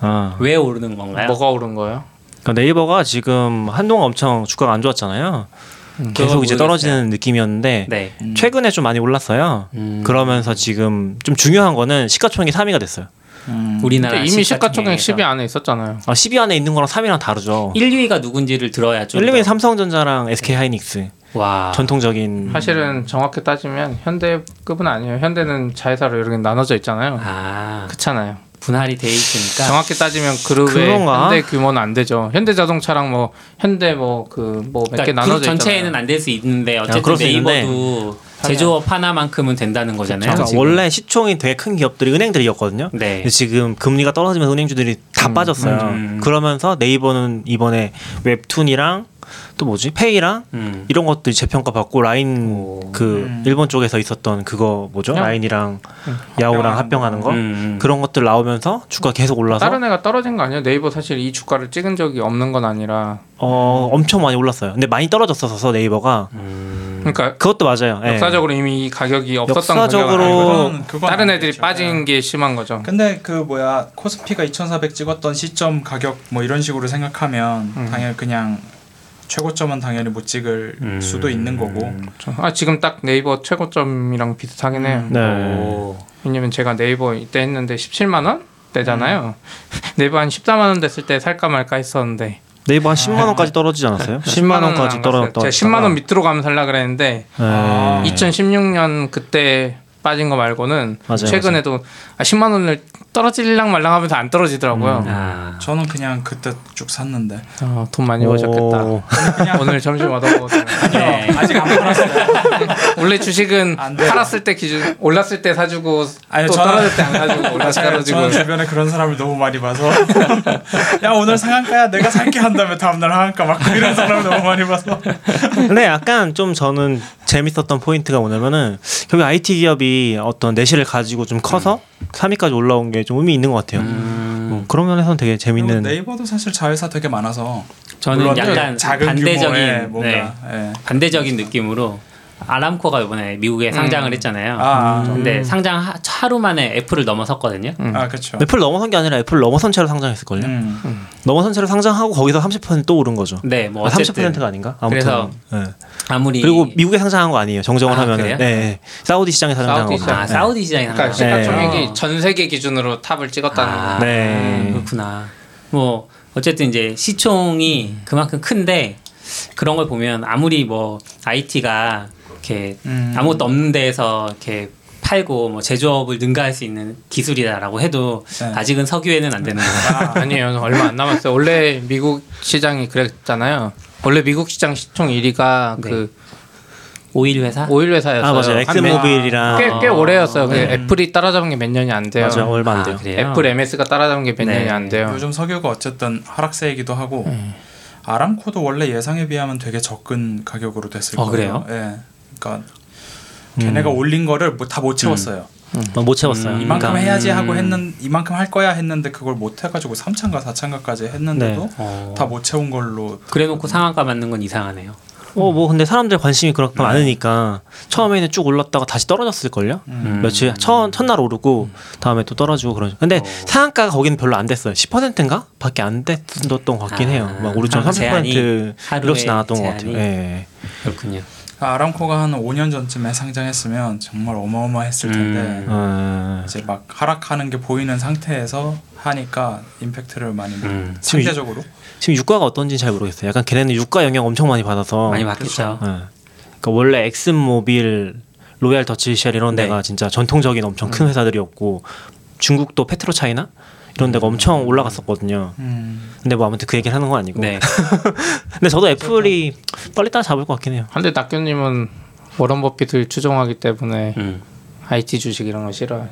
Speaker 4: 아
Speaker 2: 왜 오르는 건가요?
Speaker 5: 네. 뭐가 오른 거예요?
Speaker 4: 그러니까 네이버가 지금 한동안 엄청 주가가 안 좋았잖아요.
Speaker 2: 그건
Speaker 4: 계속 이제
Speaker 2: 모르겠어요.
Speaker 4: 떨어지는 느낌이었는데
Speaker 2: 음, 네.
Speaker 4: 최근에 좀 많이 올랐어요.
Speaker 2: 음.
Speaker 4: 그러면서 지금 좀 중요한 거는 시가총액이 3위가 됐어요.
Speaker 3: 음.
Speaker 2: 우리나라
Speaker 5: 근데 이미 시가총액
Speaker 2: 시가총액에서
Speaker 5: 10위 안에 있었잖아요.
Speaker 4: 아, 10위 안에 있는 거랑 3위랑 다르죠.
Speaker 2: 1, 2위가 누군지를 들어야 좀.
Speaker 4: 1, 2위는
Speaker 2: 더-
Speaker 4: 삼성전자랑
Speaker 2: 네.
Speaker 4: SK 하이닉스
Speaker 2: 와. 음.
Speaker 4: 전통적인
Speaker 5: 사실은 정확히 따지면 현대급은 아니에요. 현대는 자회사로 이렇게 나눠져 있잖아요.
Speaker 2: 아
Speaker 5: 그렇잖아요.
Speaker 2: 분할이 돼 있으니까.
Speaker 5: 정확히 따지면 그룹의
Speaker 4: 그러니까 그런가?
Speaker 5: 현대 규모는 안 되죠. 현대자동차랑 뭐 현대 뭐 그 뭐 몇 개
Speaker 2: 그러니까
Speaker 5: 나눠져
Speaker 2: 그룹 전체에는
Speaker 5: 있잖아요.
Speaker 2: 안 될 수 있는데 어쨌든
Speaker 4: 그럴 수 있는데.
Speaker 2: 네이버도 제조업 하나만큼은 된다는 거잖아요.
Speaker 4: 그러니까
Speaker 2: 지금.
Speaker 4: 원래 시총이 되게 큰 기업들이 은행들이었거든요.
Speaker 2: 네.
Speaker 4: 근데 지금 금리가 떨어지면서 은행주들이 다 빠졌어요.
Speaker 2: 음.
Speaker 4: 그러면서 네이버는 이번에 웹툰이랑 또 뭐지 페이랑
Speaker 2: 음.
Speaker 4: 이런 것들이 재평가 받고 라인
Speaker 2: 오.
Speaker 4: 그
Speaker 3: 음.
Speaker 4: 일본 쪽에서 있었던 그거 뭐죠
Speaker 5: 야오. 음.
Speaker 4: 라인이랑 야오랑 합병하는
Speaker 3: 합병하는
Speaker 4: 거
Speaker 2: 음.
Speaker 4: 그런 것들 나오면서 주가 계속 올라서
Speaker 5: 다른 애가 떨어진 거 아니에요? 네이버 사실 이 주가를 찍은 적이 없는 건 아니라
Speaker 4: 어 엄청 많이 올랐어요. 근데 많이 떨어졌어서 네이버가
Speaker 5: 그러니까
Speaker 4: 그것도 맞아요. 예.
Speaker 5: 역사적으로 이미 이 가격이 없었던
Speaker 4: 음. 역사적으로
Speaker 5: 가격은 아니고
Speaker 3: 그건- 그건
Speaker 5: 다른 애들이
Speaker 3: 아니겠죠. 네.
Speaker 5: 빠진
Speaker 2: 네.
Speaker 5: 게 심한 거죠.
Speaker 3: 근데 그 뭐야 코스피가 2,400 찍었던 시점 가격 뭐 이런 식으로 생각하면
Speaker 5: 음.
Speaker 3: 당연히 그냥 최고점은 당연히 못 찍을
Speaker 2: 음.
Speaker 3: 수도 있는 거고
Speaker 4: 네.
Speaker 5: 아 지금 딱 네이버 최고점이랑 비슷하긴 해요.
Speaker 4: 네.
Speaker 2: 오.
Speaker 5: 왜냐면 제가 네이버 이때 했는데 17만 원 때잖아요.
Speaker 4: 음.
Speaker 5: 네이버 한 14만 원 됐을 때 살까 말까 했었는데
Speaker 4: 네이버 한 10만 원까지 떨어지지 않았어요? 10만
Speaker 5: 원은
Speaker 4: 원까지
Speaker 5: 안 갔어요.
Speaker 4: 떨어졌다.
Speaker 5: 네, 제가 10만 원 밑으로 가면 살라 그랬는데
Speaker 4: 네.
Speaker 3: 아,
Speaker 5: 2016년 그때 빠진 거 말고는
Speaker 4: 맞아요,
Speaker 5: 최근에도 아, 10만 원을 떨어질랑 말랑하면서 안 떨어지더라고요.
Speaker 4: 음.
Speaker 2: 아.
Speaker 3: 저는 그냥 그때 쭉 샀는데
Speaker 5: 아, 돈 많이 버셨겠다. 오늘 점심 얻어먹었어요.
Speaker 2: 네.
Speaker 3: 아직 안 팔았어요.
Speaker 5: 원래 주식은
Speaker 3: 안 돼요.
Speaker 5: 팔았을 때 기준 올랐을 때 사주고
Speaker 3: 아니요,
Speaker 5: 또
Speaker 3: 저는-
Speaker 5: 떨어질 때 안 사주고 올랐을 때
Speaker 3: 맞아요.
Speaker 5: 떨어지고
Speaker 3: 저는 주변에 그런 사람을 너무 많이 봐서 야 오늘 상한가야 내가 살게 한 다음에 다음날 하한가 막 이런 사람을 너무 많이 봐서
Speaker 4: 근데 약간 좀 저는 재밌었던 포인트가 뭐냐면은 결국 IT 기업이 어떤 내실을 가지고 좀 커서
Speaker 2: 음.
Speaker 4: 3위까지 올라온 게 좀 의미 있는 것 같아요. 음, 그런 면에서는 되게
Speaker 3: 그리고
Speaker 4: 재밌는.
Speaker 3: 네이버도 사실 자회사 되게 많아서
Speaker 2: 저는
Speaker 3: 물론 그
Speaker 2: 약간
Speaker 3: 작은 규모의
Speaker 2: 반대적인
Speaker 3: 뭔가
Speaker 2: 네.
Speaker 3: 예.
Speaker 2: 반대적인 느낌으로 아람코가 이번에 미국에 상장을 했잖아요.
Speaker 3: 아, 아.
Speaker 2: 근데 상장 하- 하루 만에 애플을 넘어섰거든요.
Speaker 3: 아 그렇죠.
Speaker 2: 네.
Speaker 4: 애플 넘어선 게 아니라 애플 넘어선 채로 상장했을걸요.
Speaker 3: 음.
Speaker 4: 넘어선 채로 상장하고 거기서 30%또 오른 거죠.
Speaker 2: 네, 뭐
Speaker 4: 아,
Speaker 2: 어쨌든
Speaker 4: 30%가 아닌가? 아무튼.
Speaker 2: 그래서
Speaker 4: 예.
Speaker 2: 아무리
Speaker 4: 그리고 미국에 상장한 거 아니에요. 정정을
Speaker 2: 아,
Speaker 4: 하면은
Speaker 2: 그래요?
Speaker 4: 예, 예. 사우디 시장에 상장한
Speaker 5: 사우디
Speaker 4: 거.
Speaker 5: 시장.
Speaker 2: 아, 사우디 시장이
Speaker 4: 네.
Speaker 5: 그러니까
Speaker 2: 상장.
Speaker 5: 시가총액이
Speaker 4: 어.
Speaker 2: 아.
Speaker 5: 전 세계 기준으로 탑을 찍었다는
Speaker 2: 아,
Speaker 5: 거.
Speaker 4: 네.
Speaker 2: 그렇구나. 뭐 어쨌든 이제
Speaker 4: 음.
Speaker 2: 시총이 그만큼 큰데 그런 걸 보면 아무리 뭐 IT가 이렇게
Speaker 3: 음.
Speaker 2: 아무것도 없는 데에서 이렇게 팔고 뭐 제조업을 능가할 수 있는 기술이다라고 해도
Speaker 3: 네.
Speaker 2: 아직은 석유에는 안 되는 거다.
Speaker 5: 아니에요 얼마 안 남았어요 원래 미국 시장이 그랬잖아요 원래 미국 시장 시총 1위가 그
Speaker 2: 오일 회사?
Speaker 5: 오일 회사였어요
Speaker 4: 네. 아, 맞아요.
Speaker 5: 한 몇-
Speaker 4: 엑스모빌이랑
Speaker 5: 꽤, 꽤 오래였어요 근데
Speaker 2: 네.
Speaker 5: 애플이 따라잡은 게 몇 년이 안 돼요
Speaker 4: 맞아요. 얼마 안
Speaker 2: 아,
Speaker 4: 돼요.
Speaker 2: 그래요?
Speaker 5: 애플 MS가 따라잡은 게 몇
Speaker 2: 네. 음.
Speaker 5: 년이 안 돼요
Speaker 3: 요즘 석유가 어쨌든 하락세이기도 하고 아람코도 원래 예상에 비하면 되게 적은 가격으로 됐을
Speaker 2: 어,
Speaker 3: 거예요.
Speaker 2: 그래요?
Speaker 3: 예. 그러니까 걔네가 올린 거를 뭐 다 못 채웠어요.
Speaker 4: 어, 못 채웠어요.
Speaker 2: 음,
Speaker 3: 이만큼
Speaker 2: 그러니까.
Speaker 3: 해야지 하고 했는 이만큼 할 거야 했는데 그걸 못 해가지고 3차인가 4차인가까지 했는데도
Speaker 4: 네.
Speaker 2: 어.
Speaker 3: 다 못 채운 걸로
Speaker 2: 그래놓고 상한가 맞는 건 이상하네요.
Speaker 4: 어, 뭐 근데 사람들 관심이 그렇게 많으니까 처음에는 쭉 올랐다가 다시 떨어졌을 걸요.
Speaker 2: 음.
Speaker 4: 며칠 첫 첫날 오르고 다음에 또 떨어지고 그런. 근데 상한가가 거기는 별로 안 됐어요. 10%인가 밖에 안 됐던 것 같긴
Speaker 2: 아,
Speaker 4: 해요. 막 오르죠.
Speaker 2: 하루 제한이,
Speaker 4: 30%
Speaker 2: 하루에
Speaker 4: 이렇게 나왔던 것 같아요.
Speaker 2: 제한이.
Speaker 4: 예.
Speaker 2: 그렇군요.
Speaker 3: 아람코가 한 5년 전쯤에 상장했으면 정말 어마어마했을 텐데
Speaker 2: 음.
Speaker 4: 어,
Speaker 3: 이제 막 하락하는 게 보이는 상태에서 하니까 임팩트를 많이 못-
Speaker 2: 음.
Speaker 3: 상대적으로
Speaker 4: 지금 유가가 어떤지 잘 모르겠어요. 약간 걔네는 유가 영향 엄청 많이 받아서.
Speaker 2: 많이 받겠죠.
Speaker 4: 예. 그러니까 원래 엑슨모빌, 로얄 더치쉘 이런
Speaker 2: 네. 음.
Speaker 4: 데가 진짜 전통적인 엄청 큰 회사들이었고 중국도 페트로차이나 이런
Speaker 2: 음.
Speaker 4: 데가 엄청 올라갔었거든요.
Speaker 3: 음.
Speaker 4: 근데 뭐 아무튼 그 얘기를 하는 건 아니고.
Speaker 2: 네.
Speaker 4: 근데 저도 애플이 빨리 따라잡을 것 같긴 해요.
Speaker 5: 근데 낙교님은 워런 버핏을 추종하기 때문에
Speaker 2: 음.
Speaker 5: IT 주식 이런 거 싫어요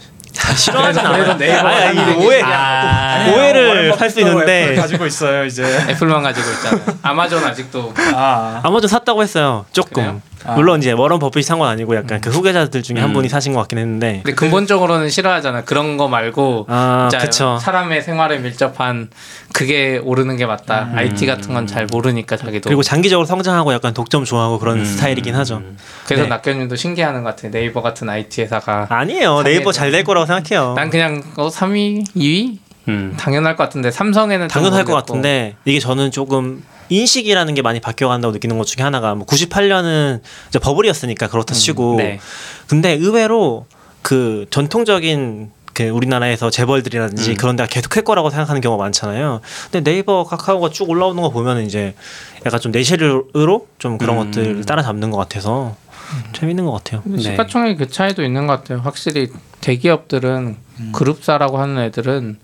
Speaker 4: 싫어하진 않아요. 아니, 아니, 이게 오해,
Speaker 2: 아,
Speaker 4: 네, 오해를 할 수
Speaker 3: 네. 애플
Speaker 4: 있는데
Speaker 3: 가지고 있어요 이제
Speaker 5: 애플만 가지고 있잖아요 아마존 아직도
Speaker 3: 아
Speaker 4: 아마존 샀다고 했어요. 조금.
Speaker 5: 그래요?
Speaker 3: 아. 음.
Speaker 4: 물론 이제 워런 버핏이 산 건 아니고 약간 그 후계자들 중에
Speaker 5: 음.
Speaker 4: 한 분이 사신 것 같긴
Speaker 3: 그
Speaker 4: 했는데.
Speaker 5: 근데 근본적으로는 싫어하잖아 그런 거 말고
Speaker 4: 아,
Speaker 5: 진짜
Speaker 4: 그쵸.
Speaker 5: 사람의 생활에 밀접한 그게 오르는 게 맞다. IT 같은 건 잘 모르니까 자기도.
Speaker 4: 음. 그리고 장기적으로 성장하고 약간 독점 좋아하고 그런
Speaker 2: 음.
Speaker 4: 스타일이긴 하죠.
Speaker 5: 그래서
Speaker 4: 네.
Speaker 5: 낙견님도 신기하는 것 같아. 네이버 같은 IT 회사가.
Speaker 4: 아니에요. 네이버 잘 될 거라고 생각해요.
Speaker 5: 난 그냥 어, 3위, 2위
Speaker 2: 음.
Speaker 5: 당연할 것 같은데 삼성에는 좀
Speaker 4: 당연할 것
Speaker 5: 모르겠고.
Speaker 4: 같은데 이게 저는 조금 인식이라는 게 많이 바뀌어간다고 느끼는 것 중에 하나가 뭐 98년은 이제
Speaker 5: 음. 네.
Speaker 4: 버블이었으니까 그렇다 치고
Speaker 2: 네.
Speaker 4: 근데 의외로 그 전통적인 그 우리나라에서 재벌들이라든지 그런 데가 계속 할 거라고 생각하는 경우가 많잖아요. 근데 네이버 카카오가 쭉 올라오는 거 보면 이제 약간 좀 내실으로 좀 그런
Speaker 2: 음.
Speaker 4: 것들을 따라잡는 것 같아서 재밌는 것 같아요.
Speaker 5: 근데
Speaker 2: 네.
Speaker 5: 시가총액 그 차이도 있는 것 같아요. 확실히 대기업들은 그룹사라고 하는 애들은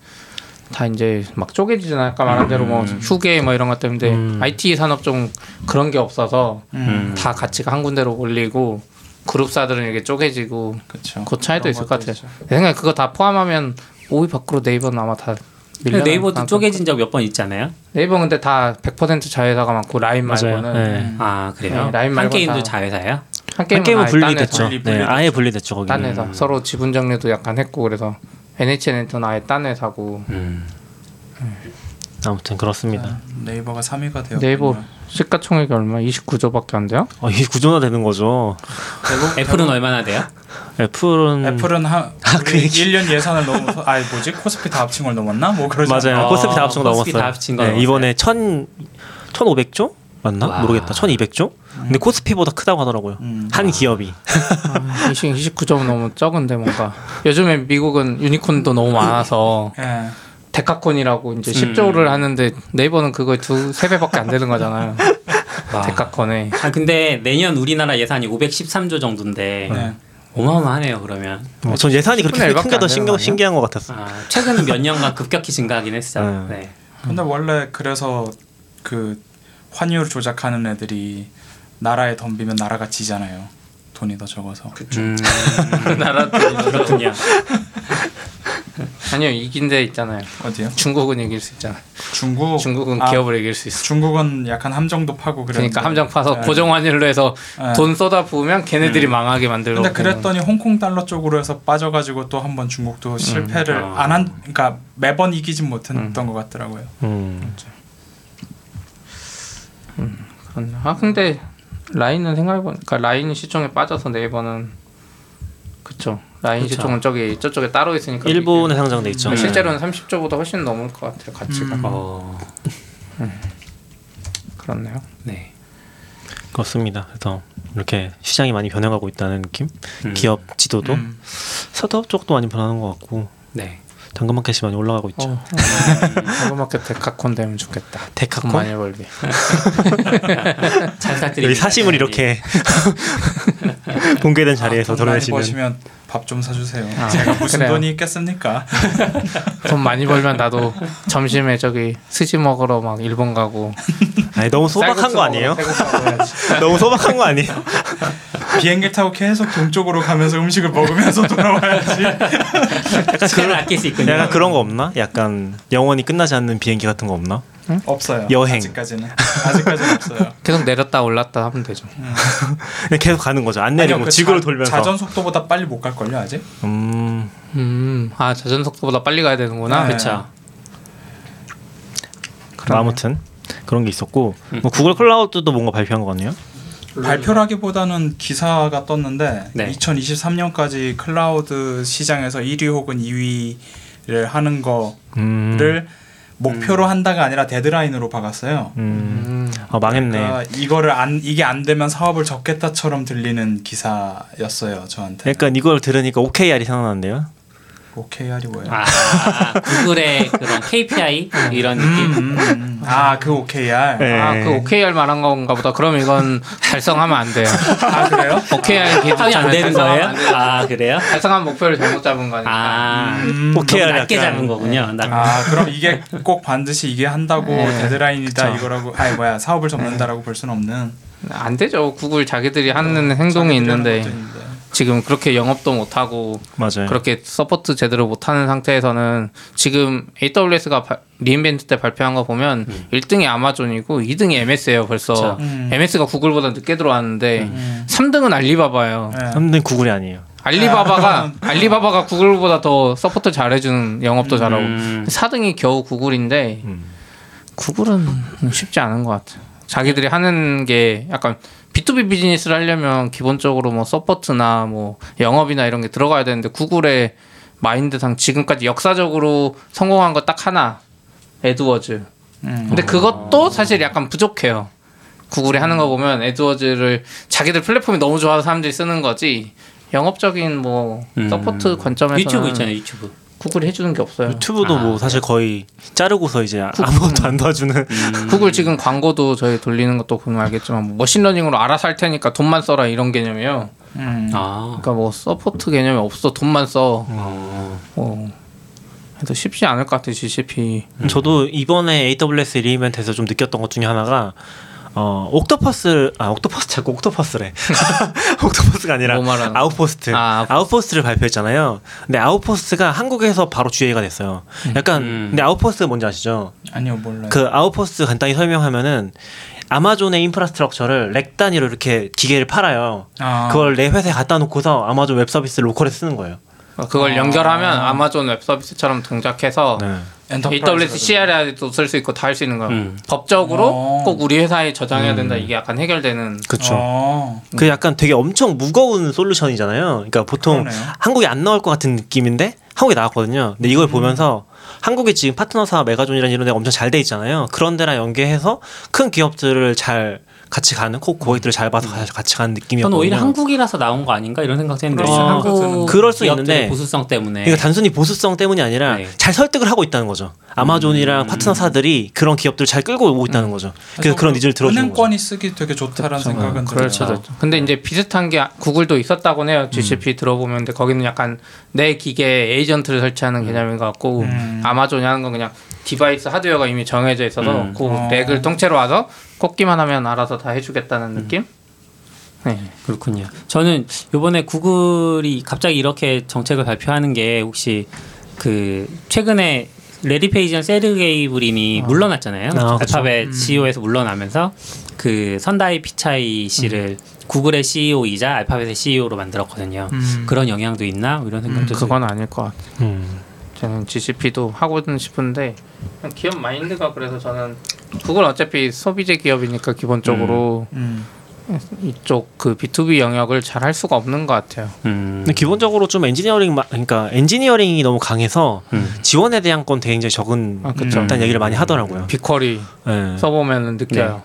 Speaker 5: 다 이제 막 쪼개지잖아요. 아까 말한 대로 뭐 휴게 뭐 이런 것 때문에 IT 산업 좀 그런 게 없어서
Speaker 2: 음.
Speaker 5: 다 가치가 한 군데로 몰리고 그룹사들은 이게 쪼개지고
Speaker 3: 그렇죠.
Speaker 5: 그 차이도
Speaker 3: 그런
Speaker 5: 있을 것
Speaker 3: 것도
Speaker 5: 같아요.
Speaker 3: 있죠.
Speaker 5: 내 생각에 그거 다 포함하면 5위 밖으로 네이버는 아마 다 밀려나는
Speaker 2: 네이버도
Speaker 5: 만큼.
Speaker 2: 쪼개진 적 몇 번 있잖아요.
Speaker 5: 네이버 근데 다 100% 자회사가 많고 라인 말고는
Speaker 2: 네. 아 그래요?
Speaker 5: 네, 라인
Speaker 2: 한
Speaker 5: 말고
Speaker 2: 게임도
Speaker 5: 다-
Speaker 2: 자회사예요?
Speaker 5: 한
Speaker 4: 한
Speaker 5: 게임은,
Speaker 4: 게임은
Speaker 5: 아예
Speaker 4: 분리됐죠.
Speaker 5: 딴 회사,
Speaker 3: 분리,
Speaker 4: 네,
Speaker 3: 분리됐죠.
Speaker 4: 아예 분리됐죠 거기.
Speaker 5: 딴 회사. 서로 지분 정리도 약간 했고 그래서 NHN 엔터는 아예 딴 회사고
Speaker 2: 음.
Speaker 4: 아무튼 그렇습니다.
Speaker 3: 네이버가 3위가 되었고
Speaker 5: 네이버 시가총액이 얼마? 29조밖에 안 돼요?
Speaker 4: 어, 이 구조나 되는 거죠.
Speaker 2: 애플은 얼마나 돼요?
Speaker 4: 애플은
Speaker 3: 애플은 한
Speaker 4: 아, 그
Speaker 3: 우리 1년 예산을 넘어 서 아니 뭐지 코스피 다 합친 걸 넘었나 뭐 그러죠.
Speaker 4: 맞아요.
Speaker 2: 아,
Speaker 4: 코스피 다 합친 거
Speaker 2: 코스피
Speaker 4: 넘었어요.
Speaker 2: 다 합친 거
Speaker 4: 네,
Speaker 2: 넘었어요.
Speaker 4: 이번에 천 1,500조 맞나?
Speaker 2: 와. 음.
Speaker 4: 모르겠다. 1,200조? 근데 코스피보다 크다고 하더라고요.
Speaker 3: 음.
Speaker 4: 한 기업이.
Speaker 5: 아, 20, 29조는 너무 적은데 뭔가 요즘에 미국은 유니콘도 너무 많아서
Speaker 3: 예.
Speaker 5: 데카콘이라고
Speaker 3: 음.
Speaker 5: 이제 10조를 하는데 네이버는 그거에 두세 배밖에 안 되는 거잖아요. 데카콘에
Speaker 2: 아 근데 내년 우리나라 예산이 513조 정도인데
Speaker 3: 네.
Speaker 2: 어마어마하네요 그러면.
Speaker 4: 어, 전 예산이 그렇게
Speaker 5: 10분의
Speaker 4: 큰
Speaker 5: 1밖에
Speaker 4: 게 더
Speaker 5: 안 되는 거
Speaker 4: 신경
Speaker 5: 아니야?
Speaker 4: 신기한 것 같았어.
Speaker 2: 아, 최근 몇 년간 급격히 증가하긴 했어요.
Speaker 4: 음.
Speaker 2: 네.
Speaker 3: 근데 원래 그래서 그 환율 조작하는 애들이 나라에 덤비면 나라가 지잖아요. 돈이 더 적어서.
Speaker 2: 음, 나라 그렇군요.
Speaker 5: 아니요 이긴데 있잖아요.
Speaker 3: 어디요?
Speaker 5: 중국은 이길 수 있잖아. 요
Speaker 3: 중국.
Speaker 5: 중국은
Speaker 3: 아,
Speaker 5: 기업을 이길 수 있어.
Speaker 3: 중국은 약간 함정도 파고 그랬는데.
Speaker 5: 그러니까 함정 파서
Speaker 3: 예.
Speaker 5: 고정 환율로 해서
Speaker 3: 예.
Speaker 5: 돈 쏟아 부으면 걔네들이 망하게 만들고.
Speaker 3: 음. 근데 그랬더니 홍콩 달러 쪽으로 해서 빠져가지고 또 한번 중국도 실패를
Speaker 2: 아.
Speaker 3: 안 한, 그러니까 매번 이기진 못했던 것 같더라고요.
Speaker 4: 음.
Speaker 5: 그렇나? 아 근데 라인은 생각해보니까 그러니까 라인 시총에 빠져서 네이버는 그쵸. 네. 라인
Speaker 4: 그쵸.
Speaker 5: 시총은 저기 저쪽에 따로 있으니까.
Speaker 4: 그러니까 일본에 상장돼 있죠.
Speaker 5: 이게 음. 그러니까 실제로는 30조보다 훨씬 넘을 것 같아요 가치가.
Speaker 3: 음.
Speaker 2: 어,
Speaker 5: 그렇네요.
Speaker 2: 네.
Speaker 4: 그렇습니다. 그래서 이렇게 시장이 많이 변해가고 있다는 느낌.
Speaker 2: 음.
Speaker 4: 기업 지도도
Speaker 3: 음.
Speaker 4: 스타트업 쪽도 많이 변하는 것 같고
Speaker 2: 네.
Speaker 4: 당근마켓이 많이 올라가고 있죠.
Speaker 5: 어. 당근마켓 데카콘 되면 좋겠다.
Speaker 4: 데카콘?
Speaker 5: 돈 많이 벌게.
Speaker 2: 잘 부탁드립니다. 네.
Speaker 4: 여기 사심을 이렇게 공개된 자리에서
Speaker 3: 아, 돈 많이
Speaker 4: 드러내시는
Speaker 3: 버시면 밥 좀 사주세요.
Speaker 5: 아,
Speaker 3: 제가 무슨
Speaker 5: 그래요.
Speaker 3: 돈이 있겠습니까?
Speaker 5: 돈 많이 벌면 나도 점심에 저기 스시 먹으러 막 일본 가고.
Speaker 4: 아니, 너무 소박한
Speaker 5: 쌀국수
Speaker 4: 거 아니에요?
Speaker 5: 먹으러 태국 가고 해야지.
Speaker 4: 너무 소박한 거 아니에요?
Speaker 3: 비행기 타고 계속 동쪽으로 가면서 음식을 먹으면서 돌아와야지.
Speaker 2: 약간 그런 네. 아낄 수 있군요.
Speaker 4: 약간 그런 거 없나? 약간 영원히 끝나지 않는 비행기 같은 거 없나?
Speaker 3: 없어요.
Speaker 4: 여행.
Speaker 3: 아직까지는 아직까지는 없어요.
Speaker 5: 계속 내렸다 올랐다 하면 되죠.
Speaker 4: 그냥 계속 가는 거죠. 안
Speaker 3: 아니요,
Speaker 4: 내리고
Speaker 3: 그
Speaker 4: 지구를
Speaker 3: 자-
Speaker 4: 돌면서.
Speaker 3: 자전 속도보다 빨리 못 갈 걸요 아직.
Speaker 4: 음,
Speaker 5: 음, 아 자전 속도보다 빨리 가야 되는구나.
Speaker 3: 네.
Speaker 2: 그렇죠.
Speaker 4: 뭐 아무튼 그런 게 있었고 뭐 구글 클라우드도 뭔가 발표한 거 같네요.
Speaker 3: 발표라기보다는 기사가 떴는데
Speaker 2: 네.
Speaker 3: 2023년까지 클라우드 시장에서 1위 혹은 2위를 하는 거를
Speaker 4: 음,
Speaker 3: 목표로 한다가 아니라 데드라인으로 박았어요.
Speaker 4: 음.
Speaker 5: 음,
Speaker 4: 아 망했네.
Speaker 3: 그러니까 이거를 안 이게 안 되면 사업을 접겠다처럼 들리는 기사였어요 저한테.
Speaker 4: 약간 이걸 들으니까 OKR이 생각나는데요. 네.
Speaker 3: OKR이 뭐예요?
Speaker 2: 아, 구글의 그런 KPI 이런 느낌.
Speaker 3: 음, 아그 OKR.
Speaker 4: 네.
Speaker 5: 아그 OKR 말한 건가 보다. 그럼 이건 달성하면 안 돼요.
Speaker 3: 아 그래요?
Speaker 5: OKR 기준
Speaker 2: 합이 안 되는 거예요? 아 그래요?
Speaker 5: 달성한 목표를 잘못 잡은 거니까.
Speaker 2: 아
Speaker 3: 음.
Speaker 2: 너무
Speaker 4: OKR
Speaker 2: 낮게
Speaker 4: 약간
Speaker 2: 잡은 거군요. 낮-
Speaker 3: 아 그럼 이게 꼭 반드시 이게 한다고
Speaker 5: 네.
Speaker 3: 데드라인이다 이거라고 아니 뭐야 사업을 접는다라고 볼 수는 없는
Speaker 5: 안 되죠. 구글 자기들이 하는 행동이 있는데
Speaker 3: 그런 것들인데.
Speaker 5: 지금 그렇게 영업도 못 하고
Speaker 4: 맞아요.
Speaker 5: 그렇게 서포트 제대로 못하는 상태에서는 지금 AWS가 리인벤트 때 발표한 거 보면 1등이 아마존이고 2등이 MS예요 벌써
Speaker 3: 음.
Speaker 5: MS가 구글보다 늦게 들어왔는데 3등은 알리바바예요.
Speaker 3: 네.
Speaker 4: 삼등 구글이 아니에요.
Speaker 5: 알리바바가 알리바바가 구글보다 더 서포트 잘해주는 영업도 잘하고
Speaker 2: 음.
Speaker 5: 4등이 겨우 구글인데 구글은 쉽지 않은 것 같아. 요 자기들이 하는 게 약간 B2B 비즈니스를 하려면 기본적으로 뭐 서포트나 뭐 영업이나 이런 게 들어가야 되는데 구글의 마인드상 지금까지 역사적으로 성공한 거 딱 하나 에드워즈.
Speaker 3: 음.
Speaker 5: 근데 그것도 사실 약간 부족해요. 구글이 하는 거 보면 에드워즈를 자기들 플랫폼이 너무 좋아서 사람들이 쓰는 거지 영업적인 뭐
Speaker 2: 음.
Speaker 5: 서포트 관점에서
Speaker 2: 유튜브 있잖아요 유튜브.
Speaker 5: 구글이 해주는 게 없어요.
Speaker 4: 유튜브도
Speaker 2: 아,
Speaker 4: 뭐 사실 거의 자르고서 이제 아무것도 안 도와주는
Speaker 5: 구글 지금 광고도 저희 돌리는 것도 보면 알겠지만 뭐 머신러닝으로 알아서 할 테니까 돈만 써라 이런 개념이에요.
Speaker 3: 음.
Speaker 2: 아.
Speaker 5: 그러니까 뭐 서포트 개념이 없어 돈만 써.
Speaker 2: 어.
Speaker 5: 뭐 그래도 쉽지 않을 것 같아요 GCP.
Speaker 4: 저도 이번에 AWS 리이벤트에서 좀 느꼈던 것 중에 하나가 어 옥토퍼스 아 옥토퍼스 자꾸 옥토퍼스래 옥토퍼스가 아니라
Speaker 5: 뭐 말하는 거야?
Speaker 4: 아웃포스트
Speaker 5: 아, 아웃포스트.
Speaker 4: 아웃포스트를 발표했잖아요 근데 아웃포스트가 한국에서 바로 주의가 됐어요 약간
Speaker 2: 음.
Speaker 4: 근데 아웃포스트 뭔지 아시죠
Speaker 3: 아니요
Speaker 5: 네.
Speaker 3: 몰라요.
Speaker 4: 그 아웃포스트 간단히 설명하면은 아마존의 인프라스트럭처를 렉 단위로 이렇게 기계를 팔아요
Speaker 3: 아.
Speaker 4: 그걸 내 회사에 갖다 놓고서 아마존 웹 서비스 로컬에 쓰는 거예요
Speaker 5: 그러니까 그걸 연결하면 아마존 웹 서비스처럼 동작해서
Speaker 4: 네.
Speaker 5: AWS CR에도 쓸 수 있고 다 할 수 있는 거예요.
Speaker 2: 음.
Speaker 5: 법적으로
Speaker 3: 어.
Speaker 5: 꼭 우리 회사에 저장해야 된다 이게 약간 해결되는
Speaker 4: 그쵸
Speaker 3: 어.
Speaker 4: 그 약간 되게 엄청 무거운 솔루션이잖아요. 그러니까 보통
Speaker 3: 그러네요.
Speaker 4: 한국에 안 나올 것 같은 느낌인데 한국에 나왔거든요. 근데
Speaker 3: 음.
Speaker 4: 이걸 보면서 한국에 지금 파트너사 메가존이라는 이런 데가 엄청 잘 돼 있잖아요. 그런 데랑 연계해서 큰 기업들을 잘 같이 가는 코 고객들을 잘 봐서
Speaker 3: 음.
Speaker 4: 가- 같이
Speaker 2: 저는
Speaker 4: 가는 느낌이었거든요.
Speaker 2: 오히려 한국이라서 나온 거 아닌가 이런 생각도 했는데
Speaker 3: 그럴 수-
Speaker 2: 한국
Speaker 4: 그럴 수
Speaker 2: 기업들의
Speaker 4: 있는데
Speaker 2: 보수성 때문에
Speaker 4: 그러니까 단순히 보수성 때문이 아니라
Speaker 2: 네.
Speaker 4: 잘 설득을 하고 있다는 거죠.
Speaker 3: 음.
Speaker 4: 아마존이랑 파트너사들이 그런 기업들을 잘 끌고 오고
Speaker 2: 음.
Speaker 4: 있다는 거죠. 그래서 그런 니즈를 들어주는 거죠.
Speaker 3: 은행권이 쓰기 되게 좋다라는
Speaker 5: 아,
Speaker 3: 생각은 들어요.
Speaker 2: 그렇죠.
Speaker 5: 근데 이제 비슷한 게 구글도 있었다고 해요. GCP 들어보면 거기는 약간 내 기계에 에이전트를 설치하는 개념인 것 같고
Speaker 3: 음.
Speaker 5: 아마존이 하는 건 그냥 디바이스 하드웨어가 이미 정해져 있어서
Speaker 2: 음.
Speaker 5: 그
Speaker 3: 어.
Speaker 5: 렉을 통째로 와서 꽂기만 하면 알아서 다 해주겠다는 느낌? 네.
Speaker 2: 그렇군요. 저는 이번에 구글이 갑자기 이렇게 정책을 발표하는 게 혹시 그 최근에 레리 페이지랑 세르게이 브린이 물러났잖아요.
Speaker 4: 아, 그쵸.
Speaker 2: 알파벳
Speaker 5: 음.
Speaker 2: CEO에서 물러나면서 그 선다이 피차이 씨를
Speaker 5: 음.
Speaker 2: 구글의 CEO이자 알파벳의 CEO로 만들었거든요.
Speaker 3: 음.
Speaker 2: 그런 영향도 있나 뭐 이런 생각도 들고.
Speaker 5: 음, 그건 아닐 것 같아요.
Speaker 4: 음.
Speaker 5: 저는 GCP도 하고는 싶은데 그냥 기업 마인드가 그래서 저는 구글 어차피 소비재 기업이니까 기본적으로
Speaker 3: 음.
Speaker 5: 이쪽 그 B2B 영역을 잘 할 수가 없는 것 같아요.
Speaker 2: 음.
Speaker 4: 근데 기본적으로 좀 엔지니어링 마- 그러니까 엔지니어링이 너무 강해서
Speaker 2: 음.
Speaker 4: 지원에 대한 건 굉장히 적은 음.
Speaker 5: 아, 그쵸.
Speaker 4: 일단 얘기를 많이 하더라고요.
Speaker 5: 비쿼리
Speaker 4: 예.
Speaker 5: 써보면 느껴요.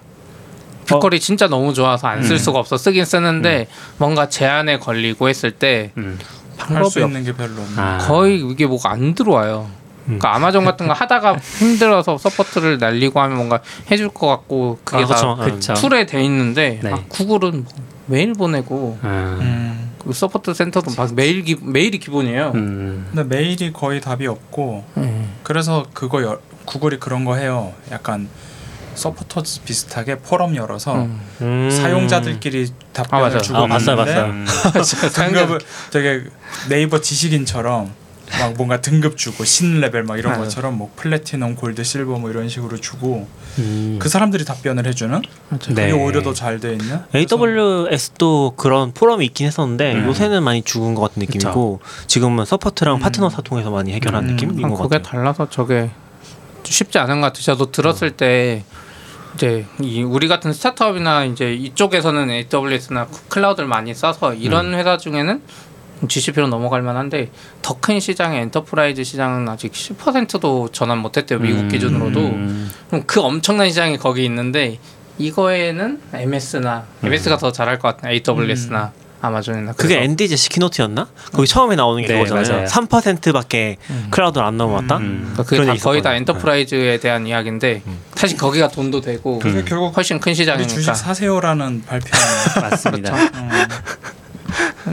Speaker 5: 피콜이 진짜 너무 좋아서 안 쓸 수가 없어 쓰긴 쓰는데 뭔가 제한에 걸리고 했을 때
Speaker 2: 음.
Speaker 3: 할 수
Speaker 5: 방법이 없
Speaker 3: 있는 게 별로 없네.
Speaker 2: 아.
Speaker 5: 거의 이게 뭐가 안 들어와요. 그러니까 아마존 같은 거 하다가 힘들어서 서포트를 날리고 하면 뭔가 해줄 것 같고 그게
Speaker 4: 아,
Speaker 5: 다
Speaker 4: 그쵸.
Speaker 2: 그쵸.
Speaker 5: 툴에 돼 있는데
Speaker 2: 네.
Speaker 5: 아, 구글은 뭐 매일 보내고
Speaker 2: 음.
Speaker 3: 음.
Speaker 5: 그 서포트 센터도 막 매일 기, 매일이 기본이에요.
Speaker 2: 음.
Speaker 3: 근데 메일이 거의 답이 없고
Speaker 5: 음.
Speaker 3: 그래서 그거 열, 구글이 그런 거 해요. 약간 서포터즈 비슷하게 포럼 열어서
Speaker 5: 음.
Speaker 4: 음.
Speaker 3: 사용자들끼리
Speaker 5: 아,
Speaker 3: 답변을
Speaker 5: 맞아요.
Speaker 3: 주고
Speaker 4: 아, 봤어요, 봤어요.
Speaker 3: 등급을 되게 네이버 지식인처럼 막 뭔가 등급 주고 신 레벨 막 이런
Speaker 5: 맞아요.
Speaker 3: 것처럼 뭐 플래티넘, 골드, 실버 뭐 이런 식으로 주고
Speaker 2: 음.
Speaker 3: 그 사람들이 답변을 해주는
Speaker 2: 네.
Speaker 3: 그게 오히려 더 잘 돼 있는
Speaker 4: AWS도 그런 포럼이 있긴 했었는데
Speaker 2: 음.
Speaker 4: 요새는 많이 죽은 것 같은 느낌이고 지금은 서포트랑 파트너사 통해서 많이 해결한
Speaker 3: 음.
Speaker 4: 느낌인
Speaker 5: 아,
Speaker 4: 것
Speaker 5: 음. 그게
Speaker 4: 같아요.
Speaker 5: 달라서 저게 쉽지 않은 것 같아요. 저도 들었을
Speaker 4: 어.
Speaker 5: 때 이제 이 우리 같은 스타트업이나 이제 이쪽에서는 AWS나 그 클라우드를 많이 써서 이런
Speaker 4: 음.
Speaker 5: 회사 중에는 GCP로 넘어갈 만한데 더 큰 시장의 엔터프라이즈 시장은 아직 10%도 전환 못했대요 미국
Speaker 2: 음.
Speaker 5: 기준으로도
Speaker 2: 음.
Speaker 5: 그럼 그 엄청난 시장이 거기 있는데 이거에는 MS나 MS가 더 잘할 것 같아요 AWS나 아마존이나
Speaker 4: 음. 그게
Speaker 5: 그래서
Speaker 4: 엔디제 시키노트였나? 거기 처음에 나오는 게
Speaker 2: 네,
Speaker 4: 그거잖아요.
Speaker 2: 맞아요.
Speaker 4: 3%밖에 클라우드를 안 넘어왔다.
Speaker 2: 음.
Speaker 5: 음. 그러니까 그게
Speaker 4: 그런
Speaker 5: 다
Speaker 4: 얘기
Speaker 5: 거의
Speaker 4: 있었거든요.
Speaker 5: 다
Speaker 4: 네. 음.
Speaker 5: 엔터프라이즈에 대한 이야기인데 사실 거기가 돈도 되고
Speaker 4: 그러니까.
Speaker 3: 그게 결국
Speaker 5: 음. 훨씬 큰
Speaker 3: 우리
Speaker 5: 시장이니까.
Speaker 3: 주식 사세요라는 발표는
Speaker 5: 그렇죠.
Speaker 2: 맞습니다.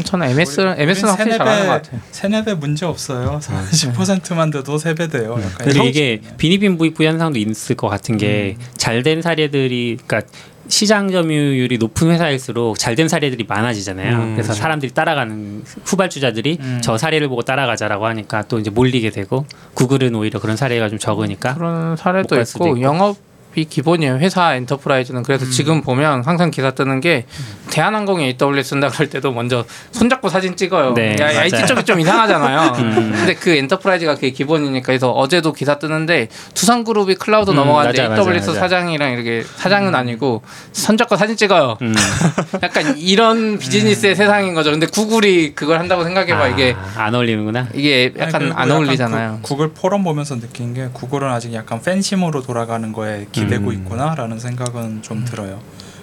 Speaker 5: 저는 MS MS는 확실히 잘하는 것 같아요. 아, 네.
Speaker 3: 세네 배 문제 없어요. 10%만 돼도 세배 돼요.
Speaker 5: 음.
Speaker 3: 약간
Speaker 2: 그리고
Speaker 3: 이런
Speaker 2: 이게 비니빈 부익부 현상도 있을 것 같은 게 잘 된 사례들이 그러니까 시장 점유율이 높은 회사일수록 잘 된 사례들이 많아지잖아요.
Speaker 4: 음.
Speaker 2: 그래서 사람들이 따라가는 후발주자들이
Speaker 3: 음.
Speaker 2: 저 사례를 보고 따라가자라고 하니까 또 이제 몰리게 되고 구글은 오히려 그런 사례가 좀 적으니까
Speaker 5: 그런
Speaker 2: 못
Speaker 5: 사례도
Speaker 2: 갈 수도
Speaker 5: 있고,
Speaker 2: 있고. 음.
Speaker 5: 영업이 기본이에요. 회사 엔터프라이즈는 그래서 지금 보면 항상 기사 뜨는 게 대한항공이 AWS 쓴다 그럴 때도 먼저 손잡고 사진 찍어요.
Speaker 2: 네,
Speaker 5: 야,
Speaker 2: 맞아요.
Speaker 5: IT 쪽이 좀 이상하잖아요.
Speaker 2: 음.
Speaker 5: 근데 그 엔터프라이즈가 그게 기본이니까 그래서 어제도 기사 뜨는데 두산그룹이 클라우드
Speaker 2: 음,
Speaker 5: 넘어가는데
Speaker 2: 맞아, 맞아,
Speaker 5: AWS
Speaker 2: 맞아.
Speaker 5: 사장이랑 이렇게 사장은 아니고 손잡고 사진 찍어요.
Speaker 2: 음.
Speaker 5: 약간 이런 비즈니스의 세상인 거죠. 근데 구글이 그걸 한다고 생각해봐
Speaker 2: 아,
Speaker 5: 이게
Speaker 2: 안 어울리는구나.
Speaker 5: 이게
Speaker 3: 아니,
Speaker 5: 약간
Speaker 3: 그리고
Speaker 5: 안 어울리잖아요.
Speaker 3: 구, 구글 포럼 보면서 느낀 게 구글은 아직 약간 팬심으로 돌아가는 거에
Speaker 2: 음.
Speaker 3: 기대고
Speaker 5: 음.
Speaker 3: 있구나라는 생각은 좀 들어요.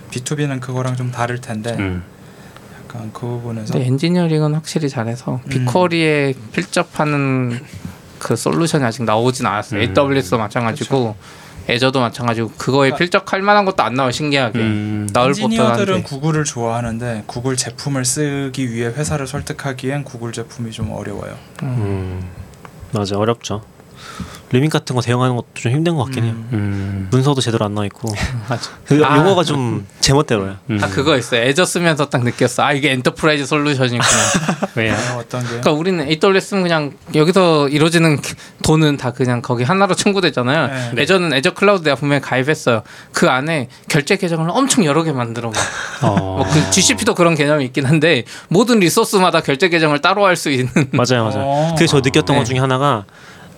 Speaker 3: B2B는 그거랑 좀 다를 텐데
Speaker 2: 음.
Speaker 3: 약간 그 부분에서
Speaker 5: 근데 엔지니어링은 확실히 잘해서 비쿼리에 필적하는 그 솔루션이 아직 나오진 않았어요.
Speaker 2: 음.
Speaker 5: AWS도 마찬가지고 애저도 마찬가지고 그거에 필적할 만한 것도 안 나와 신기하게
Speaker 2: 음.
Speaker 5: 나올 법도
Speaker 3: 그러니까 엔지니어들은
Speaker 5: 한데
Speaker 3: 구글을 좋아하는데 구글 제품을 쓰기 위해 회사를 설득하기엔 구글 제품이 좀 어려워요.
Speaker 4: 음. 맞아 어렵죠. 리밍 같은 거 대응하는 것도 좀 힘든 것 같긴 해요.
Speaker 3: 음.
Speaker 2: 음.
Speaker 4: 문서도 제대로 안 나와 있고
Speaker 5: 맞아.
Speaker 4: 그
Speaker 5: 아.
Speaker 4: 용어가 좀 제멋대로요.
Speaker 2: 음.
Speaker 5: 아 그거 있어요. 애저 쓰면서 딱 느꼈어. 아 이게 엔터프라이즈 솔루션이구나.
Speaker 2: 왜요?
Speaker 3: 어, 어떤 게
Speaker 5: 그러니까 우리는 AWS는 그냥 여기서 이루어지는 돈은 다 그냥 거기 하나로 청구되잖아요.
Speaker 2: 네.
Speaker 5: 애저는 애저 클라우드 내가 분명히 가입했어요. 그 안에 결제 계정을 엄청 여러 개 만들어. 놔.
Speaker 2: 어.
Speaker 5: 뭐 그 GCP도 그런 개념이 있긴 한데 모든 리소스마다 결제 계정을 따로 할 수 있는
Speaker 4: 맞아요, 맞아요.
Speaker 3: 어.
Speaker 4: 그게 저 느꼈던
Speaker 5: 네.
Speaker 4: 것 중에 하나가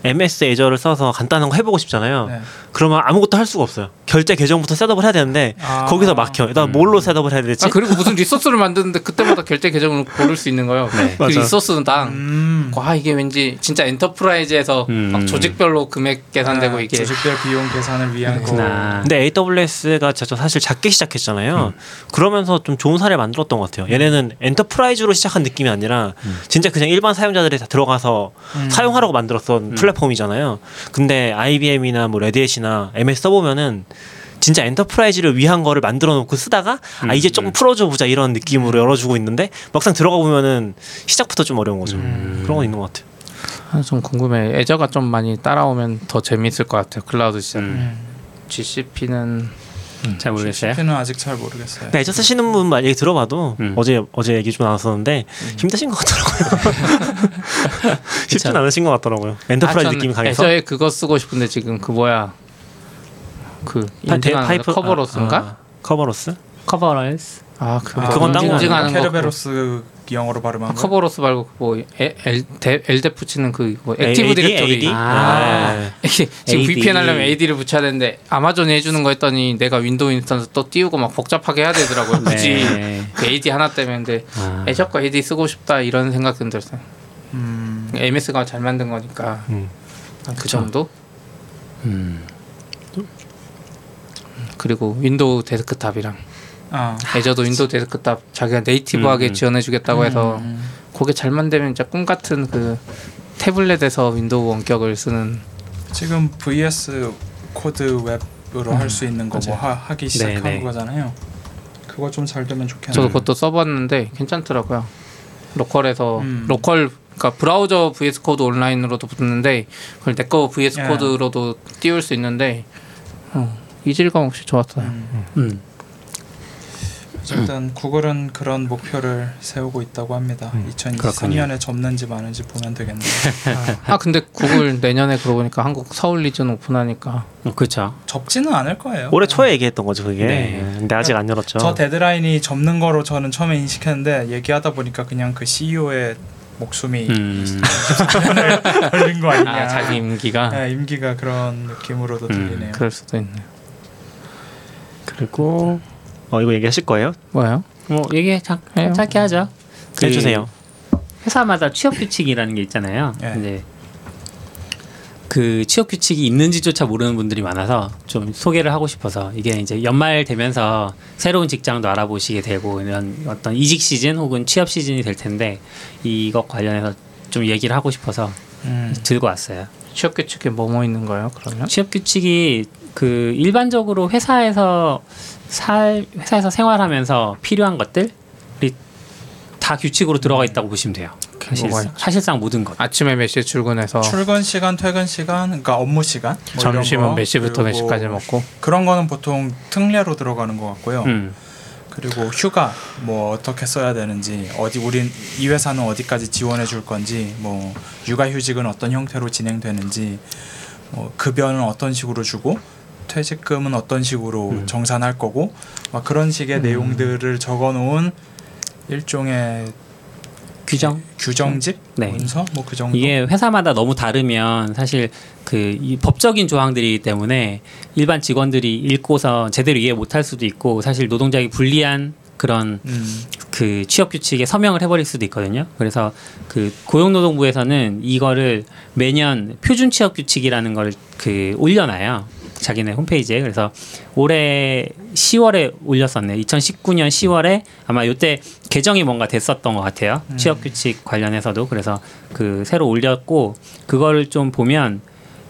Speaker 4: MS 애저를 써서 간단한 거 해보고 싶잖아요.
Speaker 3: 네.
Speaker 4: 그러면 아무것도 할 수가 없어요. 결제 계정부터 셋업을 해야 되는데
Speaker 3: 아.
Speaker 4: 거기서 막혀. 나 뭘로 셋업을 해야 되지?
Speaker 5: 아, 그리고 무슨 리소스를 만드는데 그때마다 결제 계정을 고를 수 있는 거예요.
Speaker 2: 네.
Speaker 5: 그
Speaker 4: 맞아.
Speaker 5: 리소스당
Speaker 3: 음.
Speaker 5: 와 이게 왠지 진짜 엔터프라이즈에서
Speaker 2: 음.
Speaker 5: 막 조직별로 금액 계산되고
Speaker 3: 아,
Speaker 5: 이게
Speaker 3: 조직별 비용 계산을 위한 거.
Speaker 2: 그렇구나. 네.
Speaker 4: 근데 AWS가 진짜 사실 작게 시작했잖아요. 그러면서 좀 좋은 사례 만들었던 것 같아요. 얘네는 엔터프라이즈로 시작한 느낌이 아니라 진짜 그냥 일반 사용자들이 다 들어가서 사용하라고 만들었던 플랫폼이잖아요. 근데 IBM이나 뭐 레드햇이나 MS 써보면은 진짜 엔터프라이즈를 위한 거를 만들어 놓고 쓰다가 아 이제 조금 풀어줘 보자 이런 느낌으로 열어주고 있는데 막상 들어가 보면은 시작부터 좀 어려운 거죠. 그런 건 있는 것 같아요.
Speaker 5: 아, 좀 궁금해. 애저가 좀 많이 따라오면 더 재밌을 것 같아요. 클라우드 시장.
Speaker 2: 음.
Speaker 5: GCP는
Speaker 2: 잘 모르겠어요.
Speaker 3: GCP는 아직 잘 모르겠어요.
Speaker 5: 네,
Speaker 4: 근데 애저 네. 쓰시는 분 얘기 들어봐도
Speaker 2: 음.
Speaker 4: 어제 어제 얘기 좀 나왔었는데 힘드신 것 같더라고요. 쉽진 않으신 것 같더라고요. 엔터프라이즈
Speaker 5: 아, 저는
Speaker 4: 느낌이 강해서.
Speaker 5: 애저에 그거 쓰고 싶은데 지금 그 뭐야 그
Speaker 4: 파- 대-
Speaker 5: 인증하는
Speaker 4: 파이프-
Speaker 5: 커버로스인가?
Speaker 4: 아, 커버로스?
Speaker 2: 커버럴스.
Speaker 5: 아, 그거
Speaker 4: 그건 딴거
Speaker 5: 인증하는 거 그거.
Speaker 3: 케르베로스 영어로 발음한 거.
Speaker 5: 커버로스 말고 그뭐 뭐엘데 붙이는 그 뭐,
Speaker 4: A-
Speaker 5: 액티브
Speaker 4: AD?
Speaker 5: 디렉토리
Speaker 4: AD?
Speaker 5: 아.
Speaker 4: 아.
Speaker 5: 이게 지금
Speaker 4: AD.
Speaker 5: VPN 하려면 AD를 붙여야 되는데 아마존이 해주는 거 했더니 내가 윈도우 인스턴스 또 띄우고 막 복잡하게 해야 되더라고요 굳이
Speaker 2: 네.
Speaker 5: 그 AD 하나 때문에 근데
Speaker 2: 아.
Speaker 5: 애저과 AD 쓰고 싶다 이런 생각 좀 들었어요
Speaker 3: 음,
Speaker 5: MS가 잘 만든 거니까
Speaker 4: 음.
Speaker 5: 아, 그 정도?
Speaker 2: 음.
Speaker 5: 그리고 윈도우 데스크탑이랑
Speaker 3: 아.
Speaker 5: 애저도 윈도우 데스크탑 자기가 네이티브하게
Speaker 2: 음.
Speaker 5: 지원해주겠다고 해서 그게 잘만 되면 진짜 꿈 같은 그 태블릿에서 윈도우 원격을 쓰는
Speaker 3: 지금 VS 코드 웹으로 할 수 있는 거 뭐 하기
Speaker 2: 네,
Speaker 3: 시작한
Speaker 2: 네.
Speaker 3: 거잖아요. 그거 좀 잘 되면 좋겠네요.
Speaker 2: 음.
Speaker 5: 저도 그것도 써봤는데 괜찮더라고요. 로컬에서
Speaker 3: 음.
Speaker 5: 로컬 그러니까 브라우저 VS 코드 온라인으로도 붙는데 그걸 내거 VS
Speaker 3: 예.
Speaker 5: 코드로도 띄울 수 있는데 어, 이질감 없이 좋았어요.
Speaker 2: 음.
Speaker 3: 어쨌든 구글은 그런 목표를 세우고 있다고 합니다. 2024년에 접는지 마는지 보면 되겠네요.
Speaker 5: 아 근데 구글 내년에 그러고 보니까 한국 서울 리전 오픈하니까
Speaker 2: 어, 그렇죠.
Speaker 3: 접지는 않을 거예요.
Speaker 4: 올해 초에 얘기했던 거죠 그게.
Speaker 2: 네.
Speaker 4: 근데 아직 안 열었죠.
Speaker 3: 어. 저 데드라인이 접는 거로 저는 처음에 인식했는데 얘기하다 보니까 그냥 그 CEO의 목숨이
Speaker 2: 음.
Speaker 3: 걸린 거 아니냐.
Speaker 5: 아, 자기 임기가
Speaker 3: 네, 임기가 그런 느낌으로도
Speaker 2: 예.
Speaker 3: 들리네요.
Speaker 5: 그럴 수도 있네요.
Speaker 2: 그리고
Speaker 4: 어 이거 얘기하실 거예요?
Speaker 5: 뭐예요?
Speaker 2: 뭐 얘기 자,
Speaker 5: 해요.
Speaker 2: 짧게 하죠. 그
Speaker 4: 해주세요.
Speaker 2: 회사마다 취업 규칙이라는 게 있잖아요.
Speaker 3: 네.
Speaker 2: 이제 예. 그 취업 규칙이 있는지조차 모르는 분들이 많아서 좀 소개를 하고 싶어서 이게 이제 연말 되면서 새로운 직장도 알아보시게 되고 이런 어떤 이직 시즌 혹은 취업 시즌이 될 텐데 이것 관련해서 좀 얘기를 하고 싶어서
Speaker 3: 음.
Speaker 2: 들고 왔어요.
Speaker 5: 취업 규칙에 뭐뭐 있는 거예요? 그러면
Speaker 2: 취업 규칙이 그 일반적으로 회사에서 살 회사에서 생활하면서 필요한 것들이 다 규칙으로 들어가 있다고 보시면 돼요.
Speaker 5: 뭐가
Speaker 2: 사실상, 사실상 모든 것.
Speaker 5: 아침에 몇 시에 출근해서
Speaker 3: 출근 시간, 퇴근 시간, 그러니까 업무 시간, 뭐 이런
Speaker 5: 어. 점심은
Speaker 3: 거.
Speaker 5: 몇 시부터 몇
Speaker 3: 그리고
Speaker 5: 시까지 먹고
Speaker 3: 그런 거는 보통 특례로 들어가는 것 같고요.
Speaker 2: 음.
Speaker 3: 그리고 휴가 뭐 어떻게 써야 되는지 어디 우린 이 회사는 어디까지 지원해 줄 건지 뭐 육아휴직은 어떤 형태로 진행되는지 뭐 급여는 어떤 식으로 주고 퇴직금은 어떤 식으로
Speaker 5: 음.
Speaker 3: 정산할 거고 막 그런 식의 내용들을 적어놓은 일종의
Speaker 2: 규정.
Speaker 3: 규정집
Speaker 2: 네.
Speaker 3: 문서 뭐 그 정도
Speaker 2: 이게 회사마다 너무 다르면 사실 그이 법적인 조항들이기 때문에 일반 직원들이 읽고서 제대로 이해 못할 수도 있고 사실 노동자에게 불리한 그런
Speaker 3: 음,
Speaker 2: 그 취업 규칙에 서명을 해버릴 수도 있거든요. 그래서 그 고용노동부에서는 이거를 매년 표준 취업 규칙이라는 걸 그 올려놔요. 자기네 홈페이지에 그래서 올해 10월에 올렸었네. 2019년 10월에 아마 이때 개정이 뭔가 됐었던 것 같아요. 취업 규칙 관련해서도 그래서 그 새로 올렸고 그걸 좀 보면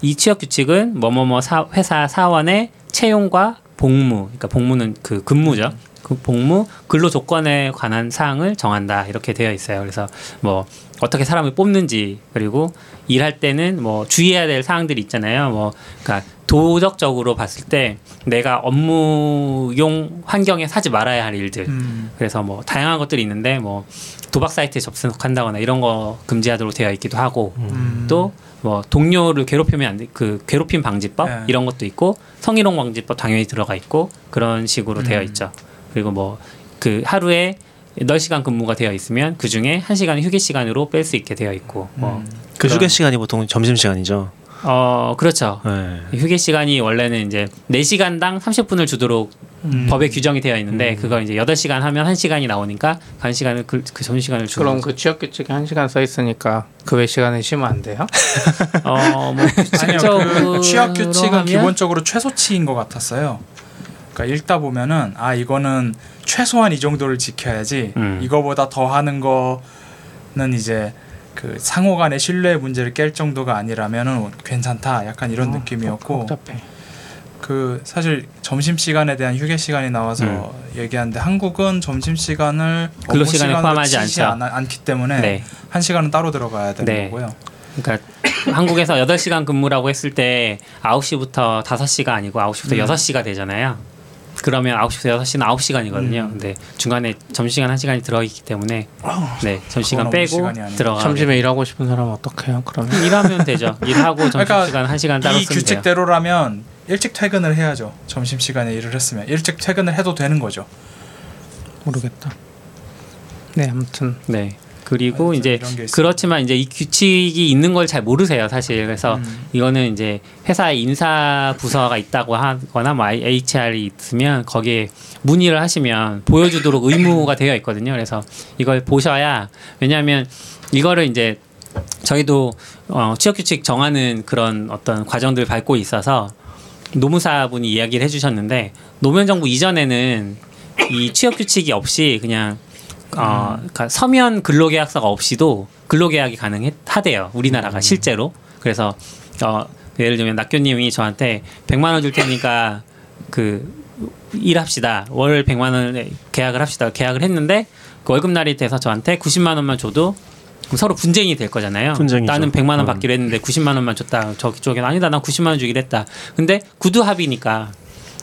Speaker 2: 이 취업 규칙은 뭐뭐뭐 사- 회사 사원의 채용과 복무, 그러니까 복무는 그 근무죠. 그 복무 근로 조건에 관한 사항을 정한다 이렇게 되어 있어요. 그래서 뭐 어떻게 사람을 뽑는지 그리고 일할 때는 뭐 주의해야 될 사항들이 있잖아요. 뭐 그러니까 도덕적으로 봤을 때 내가 업무용 환경에 사지 말아야 할 일들
Speaker 3: 음.
Speaker 2: 그래서 뭐 다양한 것들이 있는데 뭐 도박 사이트에 접속한다거나 이런 거 금지하도록 되어 있기도 하고
Speaker 3: 음.
Speaker 2: 또 뭐 동료를 괴롭히면 안 돼. 그 괴롭힘 방지법
Speaker 3: 네.
Speaker 2: 이런 것도 있고 성희롱 방지법 당연히 들어가 있고 그런 식으로 되어
Speaker 3: 음.
Speaker 2: 있죠. 그리고 뭐 그 하루에 8시간 근무가 되어 있으면 그 중에 1시간 휴게 시간으로 뺄 수 있게 되어 있고 뭐
Speaker 3: 음.
Speaker 4: 그
Speaker 2: 그런-
Speaker 4: 휴게 시간이 보통 점심 시간이죠.
Speaker 2: 어, 그렇죠.
Speaker 4: 네.
Speaker 2: 휴게 시간이 원래는 이제 4시간당 30분을 주도록
Speaker 3: 음.
Speaker 2: 법에 규정이 되어 있는데 그걸 이제 8시간 하면 1시간이 나오니까 간 시간을 그, 그 점심시간을 주고
Speaker 5: 그럼 그 취업 규칙에 한 시간 써 있으니까 그 외 시간에 쉬면 안 돼요?
Speaker 2: 어, 뭐
Speaker 3: 아니요
Speaker 2: 규칙적으로
Speaker 3: 그 취업 규칙은
Speaker 2: 하면
Speaker 3: 기본적으로 최소치인 것 같았어요. 그러니까 읽다 보면은 아 이거는 최소한 이 정도를 지켜야지
Speaker 2: 음.
Speaker 3: 이거보다 더 하는 거는 이제 그 상호간의 신뢰의 문제를 깰 정도가 아니라면은 괜찮다 약간
Speaker 2: 아,
Speaker 3: 이런 느낌이었고
Speaker 5: 복잡해.
Speaker 3: 그 사실 점심 시간에 대한 휴게 시간이 나와서 얘기하는데 한국은 점심 시간을
Speaker 2: 음. 근로 시간을 포함하지
Speaker 3: 치지
Speaker 2: 않죠.
Speaker 3: 않- 않기 때문에
Speaker 2: 네.
Speaker 3: 한 시간은 따로 들어가야 되는
Speaker 2: 네.
Speaker 3: 거고요.
Speaker 2: 그러니까 한국에서 8시간 근무라고 했을 때 9시부터 5시가 아니고
Speaker 3: 음.
Speaker 2: 9시부터 여 6시가 되잖아요. 그러면 9시부터 6시는 9시간이거든요.
Speaker 3: 음.
Speaker 2: 근데 중간에 점심시간 1시간이 들어 있기 때문에 네, 점심시간
Speaker 3: 아, 그건 업무
Speaker 2: 빼고
Speaker 3: 시간이 아니에요. 네.
Speaker 2: 들어가
Speaker 5: 점심에 일하고 싶은 사람 은 어떡해요? 그러면
Speaker 2: 일하면 되죠. 일하고
Speaker 3: 그러니까
Speaker 2: 점심시간 한 1시간 따로 쓰면
Speaker 3: 이
Speaker 2: 돼요.
Speaker 3: 규칙대로라면 일찍 퇴근을 해야죠. 점심 시간에 일을 했으면 일찍 퇴근을 해도 되는 거죠.
Speaker 5: 모르겠다. 네, 아무튼
Speaker 2: 네. 그리고
Speaker 3: 아니,
Speaker 2: 이제
Speaker 3: 이런 게 있어요.
Speaker 2: 그렇지만 이제 이 규칙이 있는 걸 잘 모르세요 사실 그래서
Speaker 3: 음.
Speaker 2: 이거는 이제 회사에 인사 부서가 있다고 하거나 뭐 HR이 있으면 거기에 문의를 하시면 보여주도록 의무가 되어 있거든요 그래서 이걸 보셔야 왜냐하면 이거를 이제 저희도 어, 취업 규칙 정하는 그런 어떤 과정들을 밟고 있어서 노무사분이 이야기를 해주셨는데 노무현 정부 이전에는 이 취업 규칙이 없이 그냥 어, 그러니까 서면 근로계약서가 없이도 근로계약이 가능하대요. 우리나라가 실제로. 그래서 어, 예를 들면 낙교님이 저한테 100만 원 줄 테니까 그 일합시다. 월 100만 원 계약을 합시다. 계약을 했는데 그 월급 날이 돼서 저한테 90만 원만 줘도 그럼 서로 분쟁이 될 거잖아요.
Speaker 4: 분쟁이죠.
Speaker 2: 나는 100만 원
Speaker 4: 음.
Speaker 2: 받기로 했는데 90만 원만 줬다. 저기 쪽에는 아니다. 난 90만 원 주기로 했다. 근데 구두 합의니까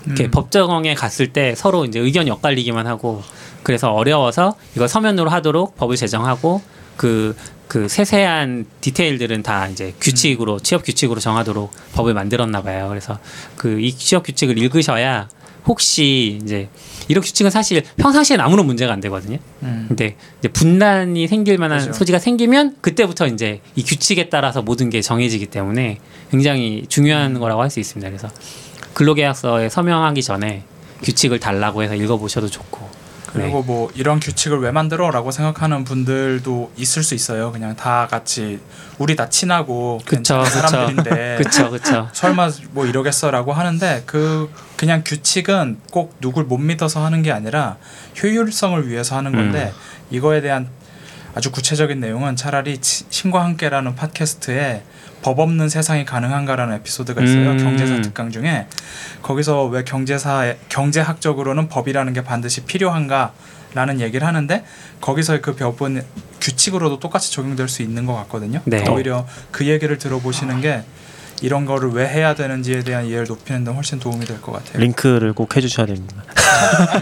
Speaker 2: 이렇게 법정에 갔을 때 서로 이제 의견이 엇갈리기만 하고 그래서 어려워서 이걸 서면으로 하도록 법을 제정하고 그, 그 세세한 디테일들은 다 이제 규칙으로
Speaker 3: 음.
Speaker 2: 취업 규칙으로 정하도록 법을 만들었나 봐요. 그래서 그 이 취업 규칙을 읽으셔야 혹시 이제 이런 규칙은 사실 평상시엔 아무런 문제가 안 되거든요.
Speaker 3: 음.
Speaker 2: 근데 이제 분란이 생길 만한
Speaker 3: 그죠.
Speaker 2: 소지가 생기면 그때부터 이제 이 규칙에 따라서 모든 게 정해지기 때문에 굉장히
Speaker 3: 음.
Speaker 2: 중요한 거라고 할 수 있습니다. 그래서 근로계약서에 서명하기 전에 규칙을 달라고 해서 읽어보셔도 좋고. 네.
Speaker 3: 그리고 뭐 이런 규칙을 왜 만들어라고 생각하는 분들도 있을 수 있어요. 그냥 다 같이 우리 다 친하고
Speaker 2: 그쵸,
Speaker 3: 괜찮은 사람들인데
Speaker 2: 그쵸그쵸
Speaker 3: 설마 뭐 이러겠어라고 하는데 그 그냥 규칙은 꼭 누굴 못 믿어서 하는 게 아니라 효율성을 위해서 하는 건데
Speaker 2: 음.
Speaker 3: 이거에 대한 아주 구체적인 내용은 차라리 치- 신과 함께라는 팟캐스트에 법 없는 세상이 가능한가라는 에피소드가 있어요
Speaker 2: 음.
Speaker 3: 경제사 특강 중에 거기서 왜 경제사 경제학적으로는 법이라는 게 반드시 필요한가라는 얘기를 하는데 거기서 그 법은 규칙으로도 똑같이 적용될 수 있는 것 같거든요.
Speaker 2: 네.
Speaker 3: 오히려 그 얘기를 들어보시는 게 이런 거를 왜 해야 되는지에 대한 이해를 높이는 데 훨씬 도움이 될 것 같아요. 네.
Speaker 4: 링크를 꼭 해주셔야 됩니다.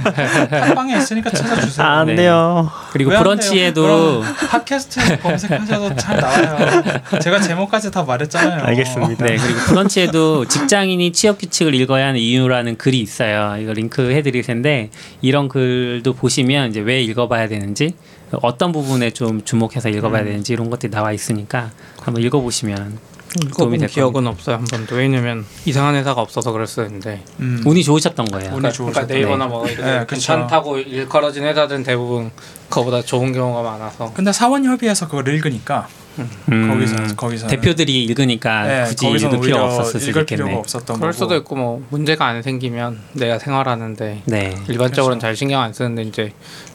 Speaker 3: 팟방에 있으니까 찾아주세요.
Speaker 4: 안
Speaker 2: 네.
Speaker 4: 돼요.
Speaker 2: 그리고
Speaker 3: 왜안 돼요?
Speaker 2: 브런치에도
Speaker 3: 그럼 팟캐스트에서 검색하셔도 잘 나와요. 제가 제목까지 다 말했잖아요.
Speaker 4: 알겠습니다.
Speaker 2: 네 그리고 브런치에도 직장인이 취업 규칙을 읽어야 하는 이유라는 글이 있어요. 이거 링크 해드릴 텐데 이런 글도 보시면 이제 왜 읽어봐야 되는지 어떤 부분에 좀 주목해서 읽어봐야 되는지 이런 것들이 나와 있으니까 한번 읽어보시면 도움이
Speaker 5: 그
Speaker 2: 될
Speaker 5: 기억은
Speaker 2: 겁니다.
Speaker 5: 없어요 한 번도 왜냐면 이상한 회사가 없어서 그랬었는데
Speaker 3: 음.
Speaker 2: 운이 좋으셨던 거예요.
Speaker 3: 운이
Speaker 5: 그러니까,
Speaker 3: 좋으셨던
Speaker 5: 그러니까 네이버나 뭐 이런
Speaker 3: 네, 그쵸.
Speaker 5: 괜찮다고 일컬어진 회사들은 대부분 그거보다 좋은 경우가 많아서
Speaker 3: 근데 사원 협의에서 그걸 읽으니까
Speaker 2: 음.
Speaker 3: 거기서 거기서
Speaker 2: 대표들이 읽으니까 굳이 읽을 필요 없었을 수도
Speaker 3: 읽을
Speaker 2: 있겠네.
Speaker 3: 필요가 없었던
Speaker 5: 그럴
Speaker 3: 거고.
Speaker 5: 수도 있고 뭐 문제가 안 생기면 내가 생활하는데
Speaker 2: 네.
Speaker 5: 일반적으로는 잘 신경 안 쓰는데 이제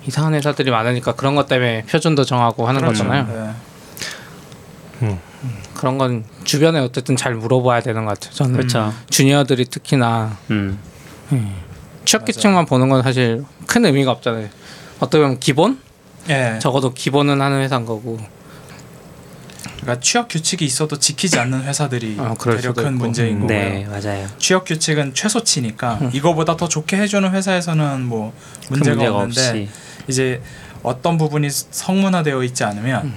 Speaker 5: 이상한 회사들이 많으니까 그런 것 때문에 표준도 정하고 하는
Speaker 2: 그렇죠.
Speaker 5: 거잖아요.
Speaker 3: 네.
Speaker 5: 그런 건 주변에 어쨌든 잘 물어봐야 되는 것 같아요. 저는
Speaker 2: 그렇죠.
Speaker 5: 주니어들이 특히나
Speaker 2: 음.
Speaker 5: 취업계층만 보는 건 사실 큰 의미가 없잖아요. 어떻게 보면 기본?
Speaker 2: 네.
Speaker 3: 예.
Speaker 5: 적어도 기본은 하는 회사인 거고
Speaker 3: 그러니까 취업 규칙이 있어도 지키지 않는 회사들이
Speaker 5: 어, 그럴
Speaker 3: 대략
Speaker 5: 수도
Speaker 3: 큰
Speaker 5: 있고.
Speaker 3: 문제인 거고요.
Speaker 2: 네, 맞아요.
Speaker 3: 취업 규칙은 최소치니까 이거보다 더 좋게 해주는 회사에서는 뭐
Speaker 2: 큰
Speaker 3: 문제가,
Speaker 2: 문제가
Speaker 3: 없는데
Speaker 2: 없이.
Speaker 3: 이제 어떤 부분이 성문화되어 있지 않으면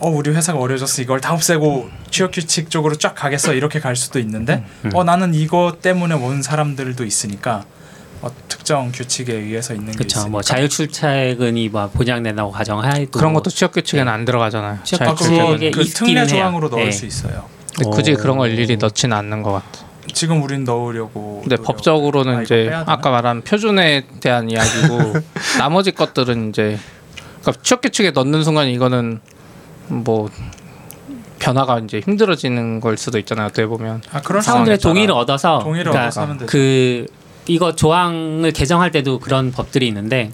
Speaker 3: 어 우리 회사가 어려워졌어 이걸 다 없애고 취업 규칙 쪽으로 쫙 가겠어 이렇게 갈 수도 있는데
Speaker 2: 음.
Speaker 3: 어 나는 이거 때문에 온 사람들도 있으니까 어, 특정 규칙에 의해서 있는 게
Speaker 2: 그렇죠.
Speaker 3: 있으니까
Speaker 2: 뭐 자율 출퇴근이 뭐 보장된다고 가정하고
Speaker 5: 그런 것도 취업 규칙은 안 들어가잖아요.
Speaker 2: 네. 취업
Speaker 5: 잘
Speaker 3: 아,
Speaker 2: 규칙은
Speaker 3: 그거
Speaker 5: 규정은.
Speaker 2: 이게
Speaker 3: 그
Speaker 2: 있기는
Speaker 3: 특례
Speaker 2: 해요.
Speaker 3: 조항으로 넣을
Speaker 2: 예.
Speaker 3: 수 있어요.
Speaker 5: 근데 굳이 그런 걸 일일이 넣지는 않는 것 같아.
Speaker 3: 지금 우린 넣으려고
Speaker 5: 근데
Speaker 3: 노력-
Speaker 5: 법적으로는
Speaker 3: 아, 이거
Speaker 5: 이제
Speaker 3: 빼야 되나?
Speaker 5: 아까 말한 표준에 대한 이야기고 나머지 것들은 이제 그러니까 취업 규칙에 넣는 순간 이거는 뭐 변화가 이제 힘들어지는 걸 수도 있잖아요. 어떻게 보면
Speaker 3: 아, 그런
Speaker 2: 사원들의
Speaker 3: 상황이잖아.
Speaker 2: 동의를 얻어서
Speaker 3: 동의를
Speaker 2: 그러니까
Speaker 3: 얻어서 하면 되죠.
Speaker 2: 그 이거 조항을 개정할 때도 그런 법들이 있는데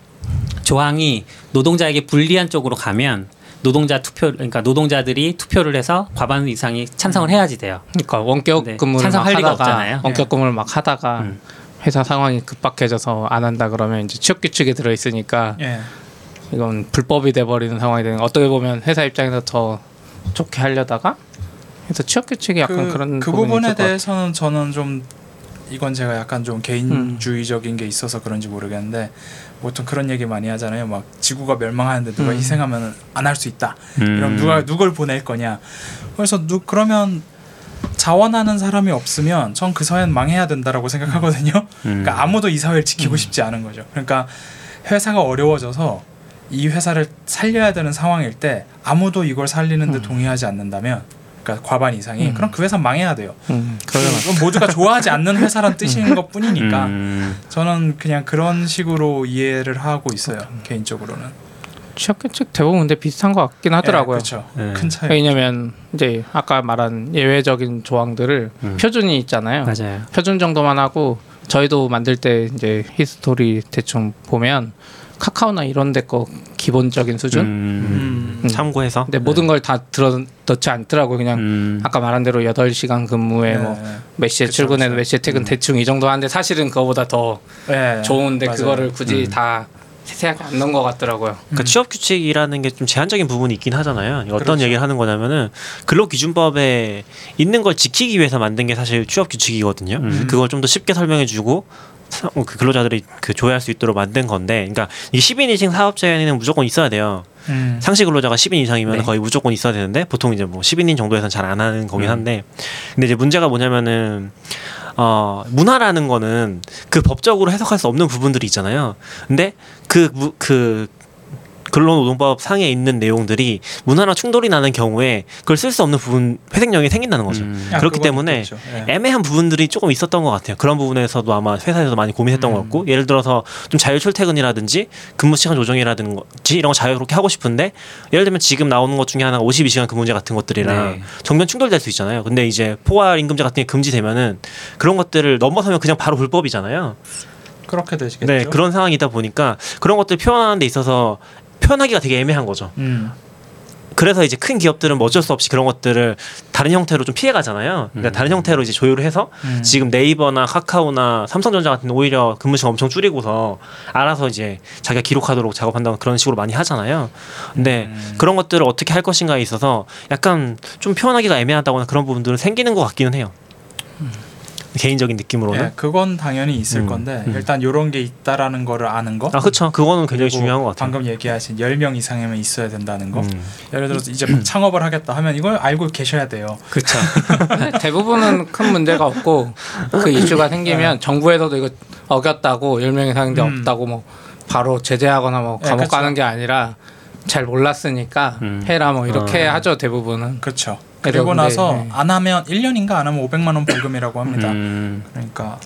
Speaker 2: 조항이 노동자에게 불리한 쪽으로 가면 노동자 투표 그러니까 노동자들이 투표를 해서 과반 이상이 찬성을 해야지 돼요.
Speaker 5: 그러니까 원격
Speaker 2: 네,
Speaker 5: 근무를 막
Speaker 2: 찬성할 리가
Speaker 5: 하다가
Speaker 2: 없잖아요.
Speaker 5: 원격 근무를 막 하다가
Speaker 2: 음.
Speaker 5: 회사 상황이 급박해져서 안 한다 그러면 이제 취업 규칙에 들어 있으니까
Speaker 3: 예.
Speaker 5: 이건 불법이 돼 버리는 상황이 되는 거. 어떻게 보면 회사 입장에서 더 좋게 하려다가 그래서 취업 규칙이 약간 그, 런
Speaker 3: 그
Speaker 5: 부분이
Speaker 3: 부분에
Speaker 5: 있을 것 같아요.
Speaker 3: 대해서는 저는 좀 이건 제가 약간 좀 개인주의적인 게 있어서 그런지 모르겠는데 보통 그런 얘기 많이 하잖아요. 막 지구가 멸망하는데 누가
Speaker 5: 음.
Speaker 3: 희생하면 안 할 수 있다.
Speaker 2: 음.
Speaker 3: 이런 누가 누굴 보낼 거냐. 그래서 누 그러면 자원하는 사람이 없으면 전 그 사회는 망해야 된다라고 생각하거든요.
Speaker 2: 음.
Speaker 3: 그러니까 아무도 이 사회를 지키고
Speaker 5: 음.
Speaker 3: 싶지 않은 거죠. 그러니까 회사가 어려워져서 이 회사를 살려야 되는 상황일 때 아무도 이걸
Speaker 5: 음.
Speaker 3: 살리는데 동의하지 않는다면 그러니까 과반 이상이 그럼 그 회사 망해야 돼요.
Speaker 5: 음, 그러면
Speaker 3: 그건 모두가 좋아하지 않는 회사란 뜻인 것 뿐이니까
Speaker 2: 음.
Speaker 3: 저는 그냥 그런 식으로 이해를 하고 있어요 개인적으로는.
Speaker 5: 취업 규칙 대부분 근데 비슷한 것 같긴 음. 하더라고요. 네.
Speaker 3: 그렇죠.
Speaker 2: 예.
Speaker 3: 큰 차이.
Speaker 5: 왜냐면 이제 아까 말한 예외적인 조항들을
Speaker 2: 음.
Speaker 5: 표준이 있잖아요.
Speaker 2: 맞아요.
Speaker 5: 표준 정도만 하고 저희도 만들 때 이제 히스토리 대충 보면 카카오나 이런 데 거 기본적인 수준.
Speaker 2: 음. 네.
Speaker 3: 음.
Speaker 5: 음.
Speaker 4: 참고해서 네.
Speaker 5: 근데 모든 걸 다 들어 넣지 않더라고 그냥
Speaker 2: 음.
Speaker 5: 아까 말한 대로 8시간
Speaker 3: 네.
Speaker 5: 근무에 뭐 몇 시에
Speaker 3: 그쵸,
Speaker 5: 출근해도
Speaker 3: 그쵸.
Speaker 5: 몇 시에
Speaker 2: 음.
Speaker 5: 퇴근 대충 이 정도 하는데 사실은 그거보다 더
Speaker 3: 네.
Speaker 5: 좋은데
Speaker 3: 맞아요.
Speaker 5: 그거를 굳이
Speaker 2: 음.
Speaker 5: 다 세세하게 안 넣은 것 같더라고요.
Speaker 4: 그러니까 취업 규칙이라는 게 좀 제한적인 부분이 있긴 하잖아요. 어떤 얘기를 하는 거냐면은 근로기준법에 있는 걸 지키기 위해서 만든 게 사실 취업 규칙이거든요. 그걸 좀 더 쉽게 설명해주고 사- 그 근로자들이 그 조회할 수 있도록 만든 건데, 그러니까 이 10인 이상 사업자에는 무조건 있어야 돼요.
Speaker 3: 음.
Speaker 4: 상시 근로자가 10인 이상이면 거의 무조건 있어야 되는데 보통 이제 뭐 10인인 정도에서는 잘 안 하는 거긴 한데 근데 이제 문제가 뭐냐면은 어 문화라는 거는 그 법적으로 해석할 수 없는 부분들이 있잖아요. 근데 그그 그 근로노동법 상에 있는 내용들이 문화랑 충돌이 나는 경우에 그걸 쓸 수 없는 부분 회색령이 생긴다는 거죠.
Speaker 2: 음.
Speaker 3: 아,
Speaker 4: 그렇기
Speaker 3: 그건
Speaker 4: 때문에
Speaker 3: 그렇죠. 예.
Speaker 4: 애매한 부분들이 조금 있었던 것 같아요. 그런 부분에서도 아마 회사에서 많이 고민했던
Speaker 3: 음.
Speaker 4: 것 같고, 예를 들어서 좀 자율 출퇴근이라든지 근무 시간 조정이라든지 이런 거 자유롭게 하고 싶은데, 예를 들면 지금 나오는 것 중에 하나가 52시간 근무제 같은 것들이랑
Speaker 2: 네.
Speaker 4: 정면 충돌될 수 있잖아요. 근데 이제 포괄 임금제 같은 게 금지되면은 그런 것들을 넘어서면 그냥 바로 불법이잖아요.
Speaker 3: 그렇게 되시겠죠.
Speaker 4: 네, 그런 상황이다 보니까 그런 것들 표현하는 데 있어서 표현하기가 되게 애매한 거죠.
Speaker 3: 음.
Speaker 4: 그래서 이제 큰 기업들은 뭐 어쩔 수 없이 그런 것들을 다른 형태로 좀 피해가잖아요. 그러니까 다른 형태로 이제 조율을 해서
Speaker 3: 음.
Speaker 4: 지금 네이버나 카카오나 삼성전자 같은 데 오히려 근무 시간 엄청 줄이고서 알아서 이제 자기가 기록하도록 작업한다는 그런 식으로 많이 하잖아요. 근데
Speaker 3: 음.
Speaker 4: 그런 것들을 어떻게 할 것인가에 있어서 약간 좀 표현하기가 애매하다거나 그런 부분들은 생기는 것 같기는 해요. 개인적인 느낌으로는.
Speaker 3: 음. 예, 그건 당연히 있을
Speaker 4: 음,
Speaker 3: 건데 일단 요런 게 있다라는 거를 아는 거.
Speaker 4: 아, 그쵸. 그거는 굉장히
Speaker 3: 그리고
Speaker 4: 중요한 것 같아요.
Speaker 3: 방금 얘기하신 10명 이상이면 있어야 된다는 거.
Speaker 4: 음.
Speaker 3: 예를 들어서 이제 막 창업을 하겠다 하면 이걸 알고 계셔야 돼요.
Speaker 2: 그렇죠.
Speaker 5: 대부분은 큰 문제가 없고 그 이슈가 생기면 정부에서도 이거 어겼다고 10명 이상인데
Speaker 3: 네. 음.
Speaker 5: 없다고 뭐 바로 제재하거나 뭐
Speaker 3: 예,
Speaker 5: 감옥
Speaker 3: 그쵸.
Speaker 5: 가는 게 아니라 잘 몰랐으니까
Speaker 2: 음.
Speaker 5: 해라 뭐 이렇게 하죠 대부분은
Speaker 3: 그렇죠.
Speaker 5: 그래요,
Speaker 3: 그리고
Speaker 5: 근데,
Speaker 3: 나서
Speaker 5: 네.
Speaker 3: 안 하면 1년인가 안 하면 500만 원 벌금이라고 합니다.
Speaker 2: 음.
Speaker 3: 그러니까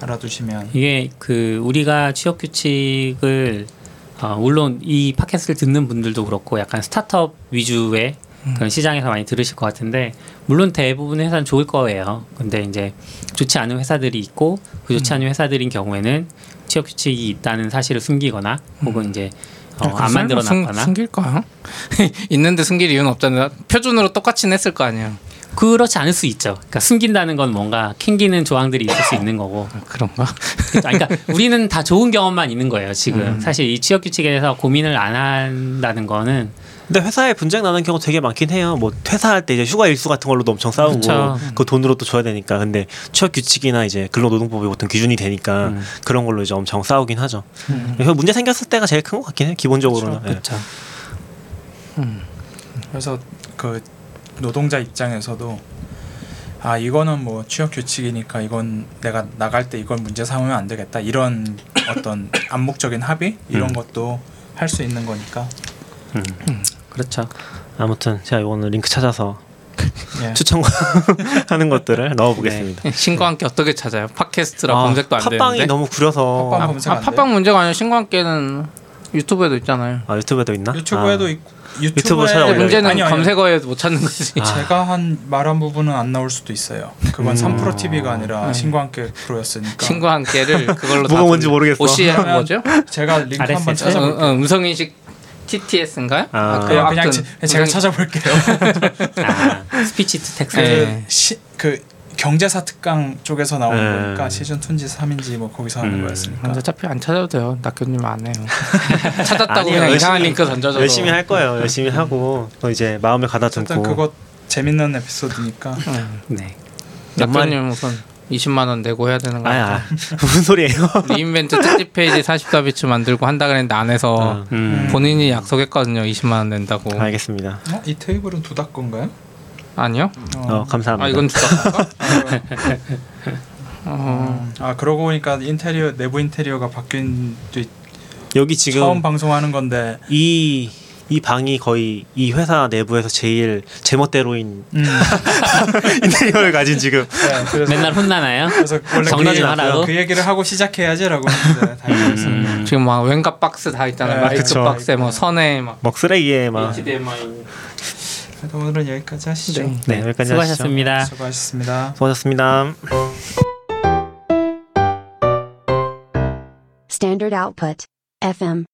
Speaker 3: 알아두시면
Speaker 2: 이게 그 우리가 취업 규칙을 어, 물론 이 팟캐스트를 듣는 분들도 그렇고 약간 스타트업 위주의
Speaker 5: 음.
Speaker 2: 그런 시장에서 많이 들으실 것 같은데 물론 대부분 회사는 좋을 거예요. 근데 이제 좋지 않은 회사들이 있고 그
Speaker 5: 음.
Speaker 2: 좋지 않은 회사들인 경우에는 취업 규칙이 있다는 사실을 숨기거나
Speaker 5: 음.
Speaker 2: 혹은 이제 어, 안 만들어 놨거나
Speaker 5: 아, 그 숨길까요? 있는데 숨길 이유는 없잖아요. 표준으로 똑같이 냈을 거 아니에요.
Speaker 2: 그렇지 않을 수 있죠. 그러니까 숨긴다는 건 뭔가 캥기는 조항들이 있을 수 있는 거고
Speaker 5: 아, 그런가?
Speaker 2: 그렇죠. 아니, 그러니까 우리는 다 좋은 경험만 있는 거예요 지금
Speaker 4: 음.
Speaker 2: 사실 이 취업 규칙에 대해서 고민을 안 한다는 거는
Speaker 4: 근데 회사에 분쟁 나는 경우 되게 많긴 해요. 뭐 퇴사할 때 이제 휴가 일수 같은 걸로도 엄청 싸우고
Speaker 2: 그쵸.
Speaker 4: 그 돈으로 또 줘야 되니까. 근데 취업 규칙이나 이제 근로노동법이 보통 기준이 되니까
Speaker 3: 음.
Speaker 4: 그런 걸로 이제 엄청 싸우긴 하죠. 그래서 문제 생겼을 때가 제일 큰 것 같긴 해요. 기본적으로는. 예.
Speaker 2: 그렇죠.
Speaker 3: 그래서 그 노동자 입장에서도 아 이거는 뭐 취업 규칙이니까 이건 내가 나갈 때 이걸 문제 삼으면 안 되겠다 이런 어떤 암묵적인 합의 이런 것도 할 수 있는 거니까
Speaker 2: 그렇죠.
Speaker 4: 아무튼 제가 이거는 링크 찾아서
Speaker 3: 예.
Speaker 4: 추천과 하는 것들을 넣어보겠습니다.
Speaker 5: 신고한 게 어떻게 네. 찾아요? 팟캐스트라 검색도 안
Speaker 4: 팟빵이
Speaker 5: 되는데.
Speaker 4: 너무 구려서
Speaker 3: 어, 팟빵
Speaker 5: 아,
Speaker 3: 검색 안
Speaker 5: 아, 팟빵 문제가 아니라 신고한 게는 유튜브에도
Speaker 2: 네,
Speaker 5: 있잖아요.
Speaker 4: 아, 유튜브에도 있나?
Speaker 3: 유튜브에도
Speaker 4: 아.
Speaker 3: 있-
Speaker 4: 유튜브로
Speaker 3: 유튜브에
Speaker 4: 찾아올려요.
Speaker 5: 근데
Speaker 4: 원래-
Speaker 5: 문제는
Speaker 3: 아니요, 아. 아니요.
Speaker 5: 검색어에 못 찾는 거지.
Speaker 3: 제가 한 말한 부분은 안 나올 수도 있어요. 그건 3프로 TV가 아니라
Speaker 5: 네.
Speaker 3: 신과 함께 프로였으니까
Speaker 5: 신고한 게를 그걸로
Speaker 4: 그러니까. 뭐가 뭔지 모르겠어.
Speaker 5: OCR 뭐죠?
Speaker 3: 제가 링크
Speaker 2: RSS?
Speaker 3: 한번
Speaker 5: 음,
Speaker 3: 찾아볼게요.
Speaker 5: 음, 성인식 TTS인가요?
Speaker 4: 아,
Speaker 3: 그냥, 그냥
Speaker 5: 아무튼
Speaker 3: 제- 제가
Speaker 5: 음성인식-
Speaker 3: 찾아볼게요.
Speaker 2: 아, 스피치 투 텍스트
Speaker 5: 네.
Speaker 3: 그, 시, 그 경제사 특강 쪽에서 나온
Speaker 4: 네.
Speaker 3: 거니까 시즌 2인지 3인지 뭐 거기서 하는
Speaker 4: 음.
Speaker 5: 아,
Speaker 3: 거였으니까.
Speaker 5: 근데 어차피 안 찾아도 돼요. 낙교님 안 해요. 찾았다고
Speaker 4: 아니에요.
Speaker 5: 그냥 이상한
Speaker 4: 열심히-
Speaker 5: 링크 던져줘서
Speaker 4: 열심히 할 거예요. 열심히 하고 또 이제 마음을
Speaker 3: 어쨌든
Speaker 4: 가다듬고
Speaker 3: 음. 그거 재밌는 에피소드니까
Speaker 2: 네.
Speaker 5: 낙교님 우선 20만 원 내고 해야 되는 거
Speaker 4: 아야
Speaker 3: 음.
Speaker 5: 같아요.
Speaker 4: 무슨 소리예요?
Speaker 5: 리인벤트 특집 페이지 40다비츠 만들고 한다 그랬는데 안
Speaker 3: 어.
Speaker 4: 어.
Speaker 5: 해서
Speaker 2: 음.
Speaker 5: 본인이 약속했거든요. 20만 원 낸다고.
Speaker 4: 아, 알겠습니다.
Speaker 3: 어? 이 테이블은 두닥 건가요?
Speaker 5: 아니요?
Speaker 3: 어.
Speaker 4: 어, 감사합니다.
Speaker 5: 아 이건 진짜
Speaker 3: 아 그러고 보니까 인테리어 내부 인테리어가 바뀐 뒤
Speaker 4: 여기 지금
Speaker 3: 처음 방송하는 건데
Speaker 4: 이, 이 방이 거의 이 회사 내부에서 제일 제멋대로인
Speaker 3: 음,
Speaker 4: 인테리어를 가진 지금
Speaker 3: 네,
Speaker 4: 음.
Speaker 3: 그래서
Speaker 2: 맨날 혼나나요?
Speaker 3: 그래서 원래
Speaker 2: 정리를
Speaker 3: 그 얘기-
Speaker 2: 하라고?
Speaker 3: 그 얘기를 하고 시작해야지라고 했는데 다행히 음.
Speaker 2: 음.
Speaker 5: 지금 막 왠가 박스 다 있잖아요.
Speaker 3: 네,
Speaker 5: 마이크
Speaker 4: 그쵸.
Speaker 5: 박스에 뭐 선에 막
Speaker 4: 막 쓰레기에 막
Speaker 5: 네. HDMI
Speaker 3: 그래서 오늘은 여기까지 하시죠.
Speaker 5: 네.
Speaker 4: 네, 여기까지
Speaker 2: 수고하셨습니다.
Speaker 3: 수고하셨습니다.
Speaker 4: 하시죠. 수고하셨습니다.
Speaker 1: Standard output. FM.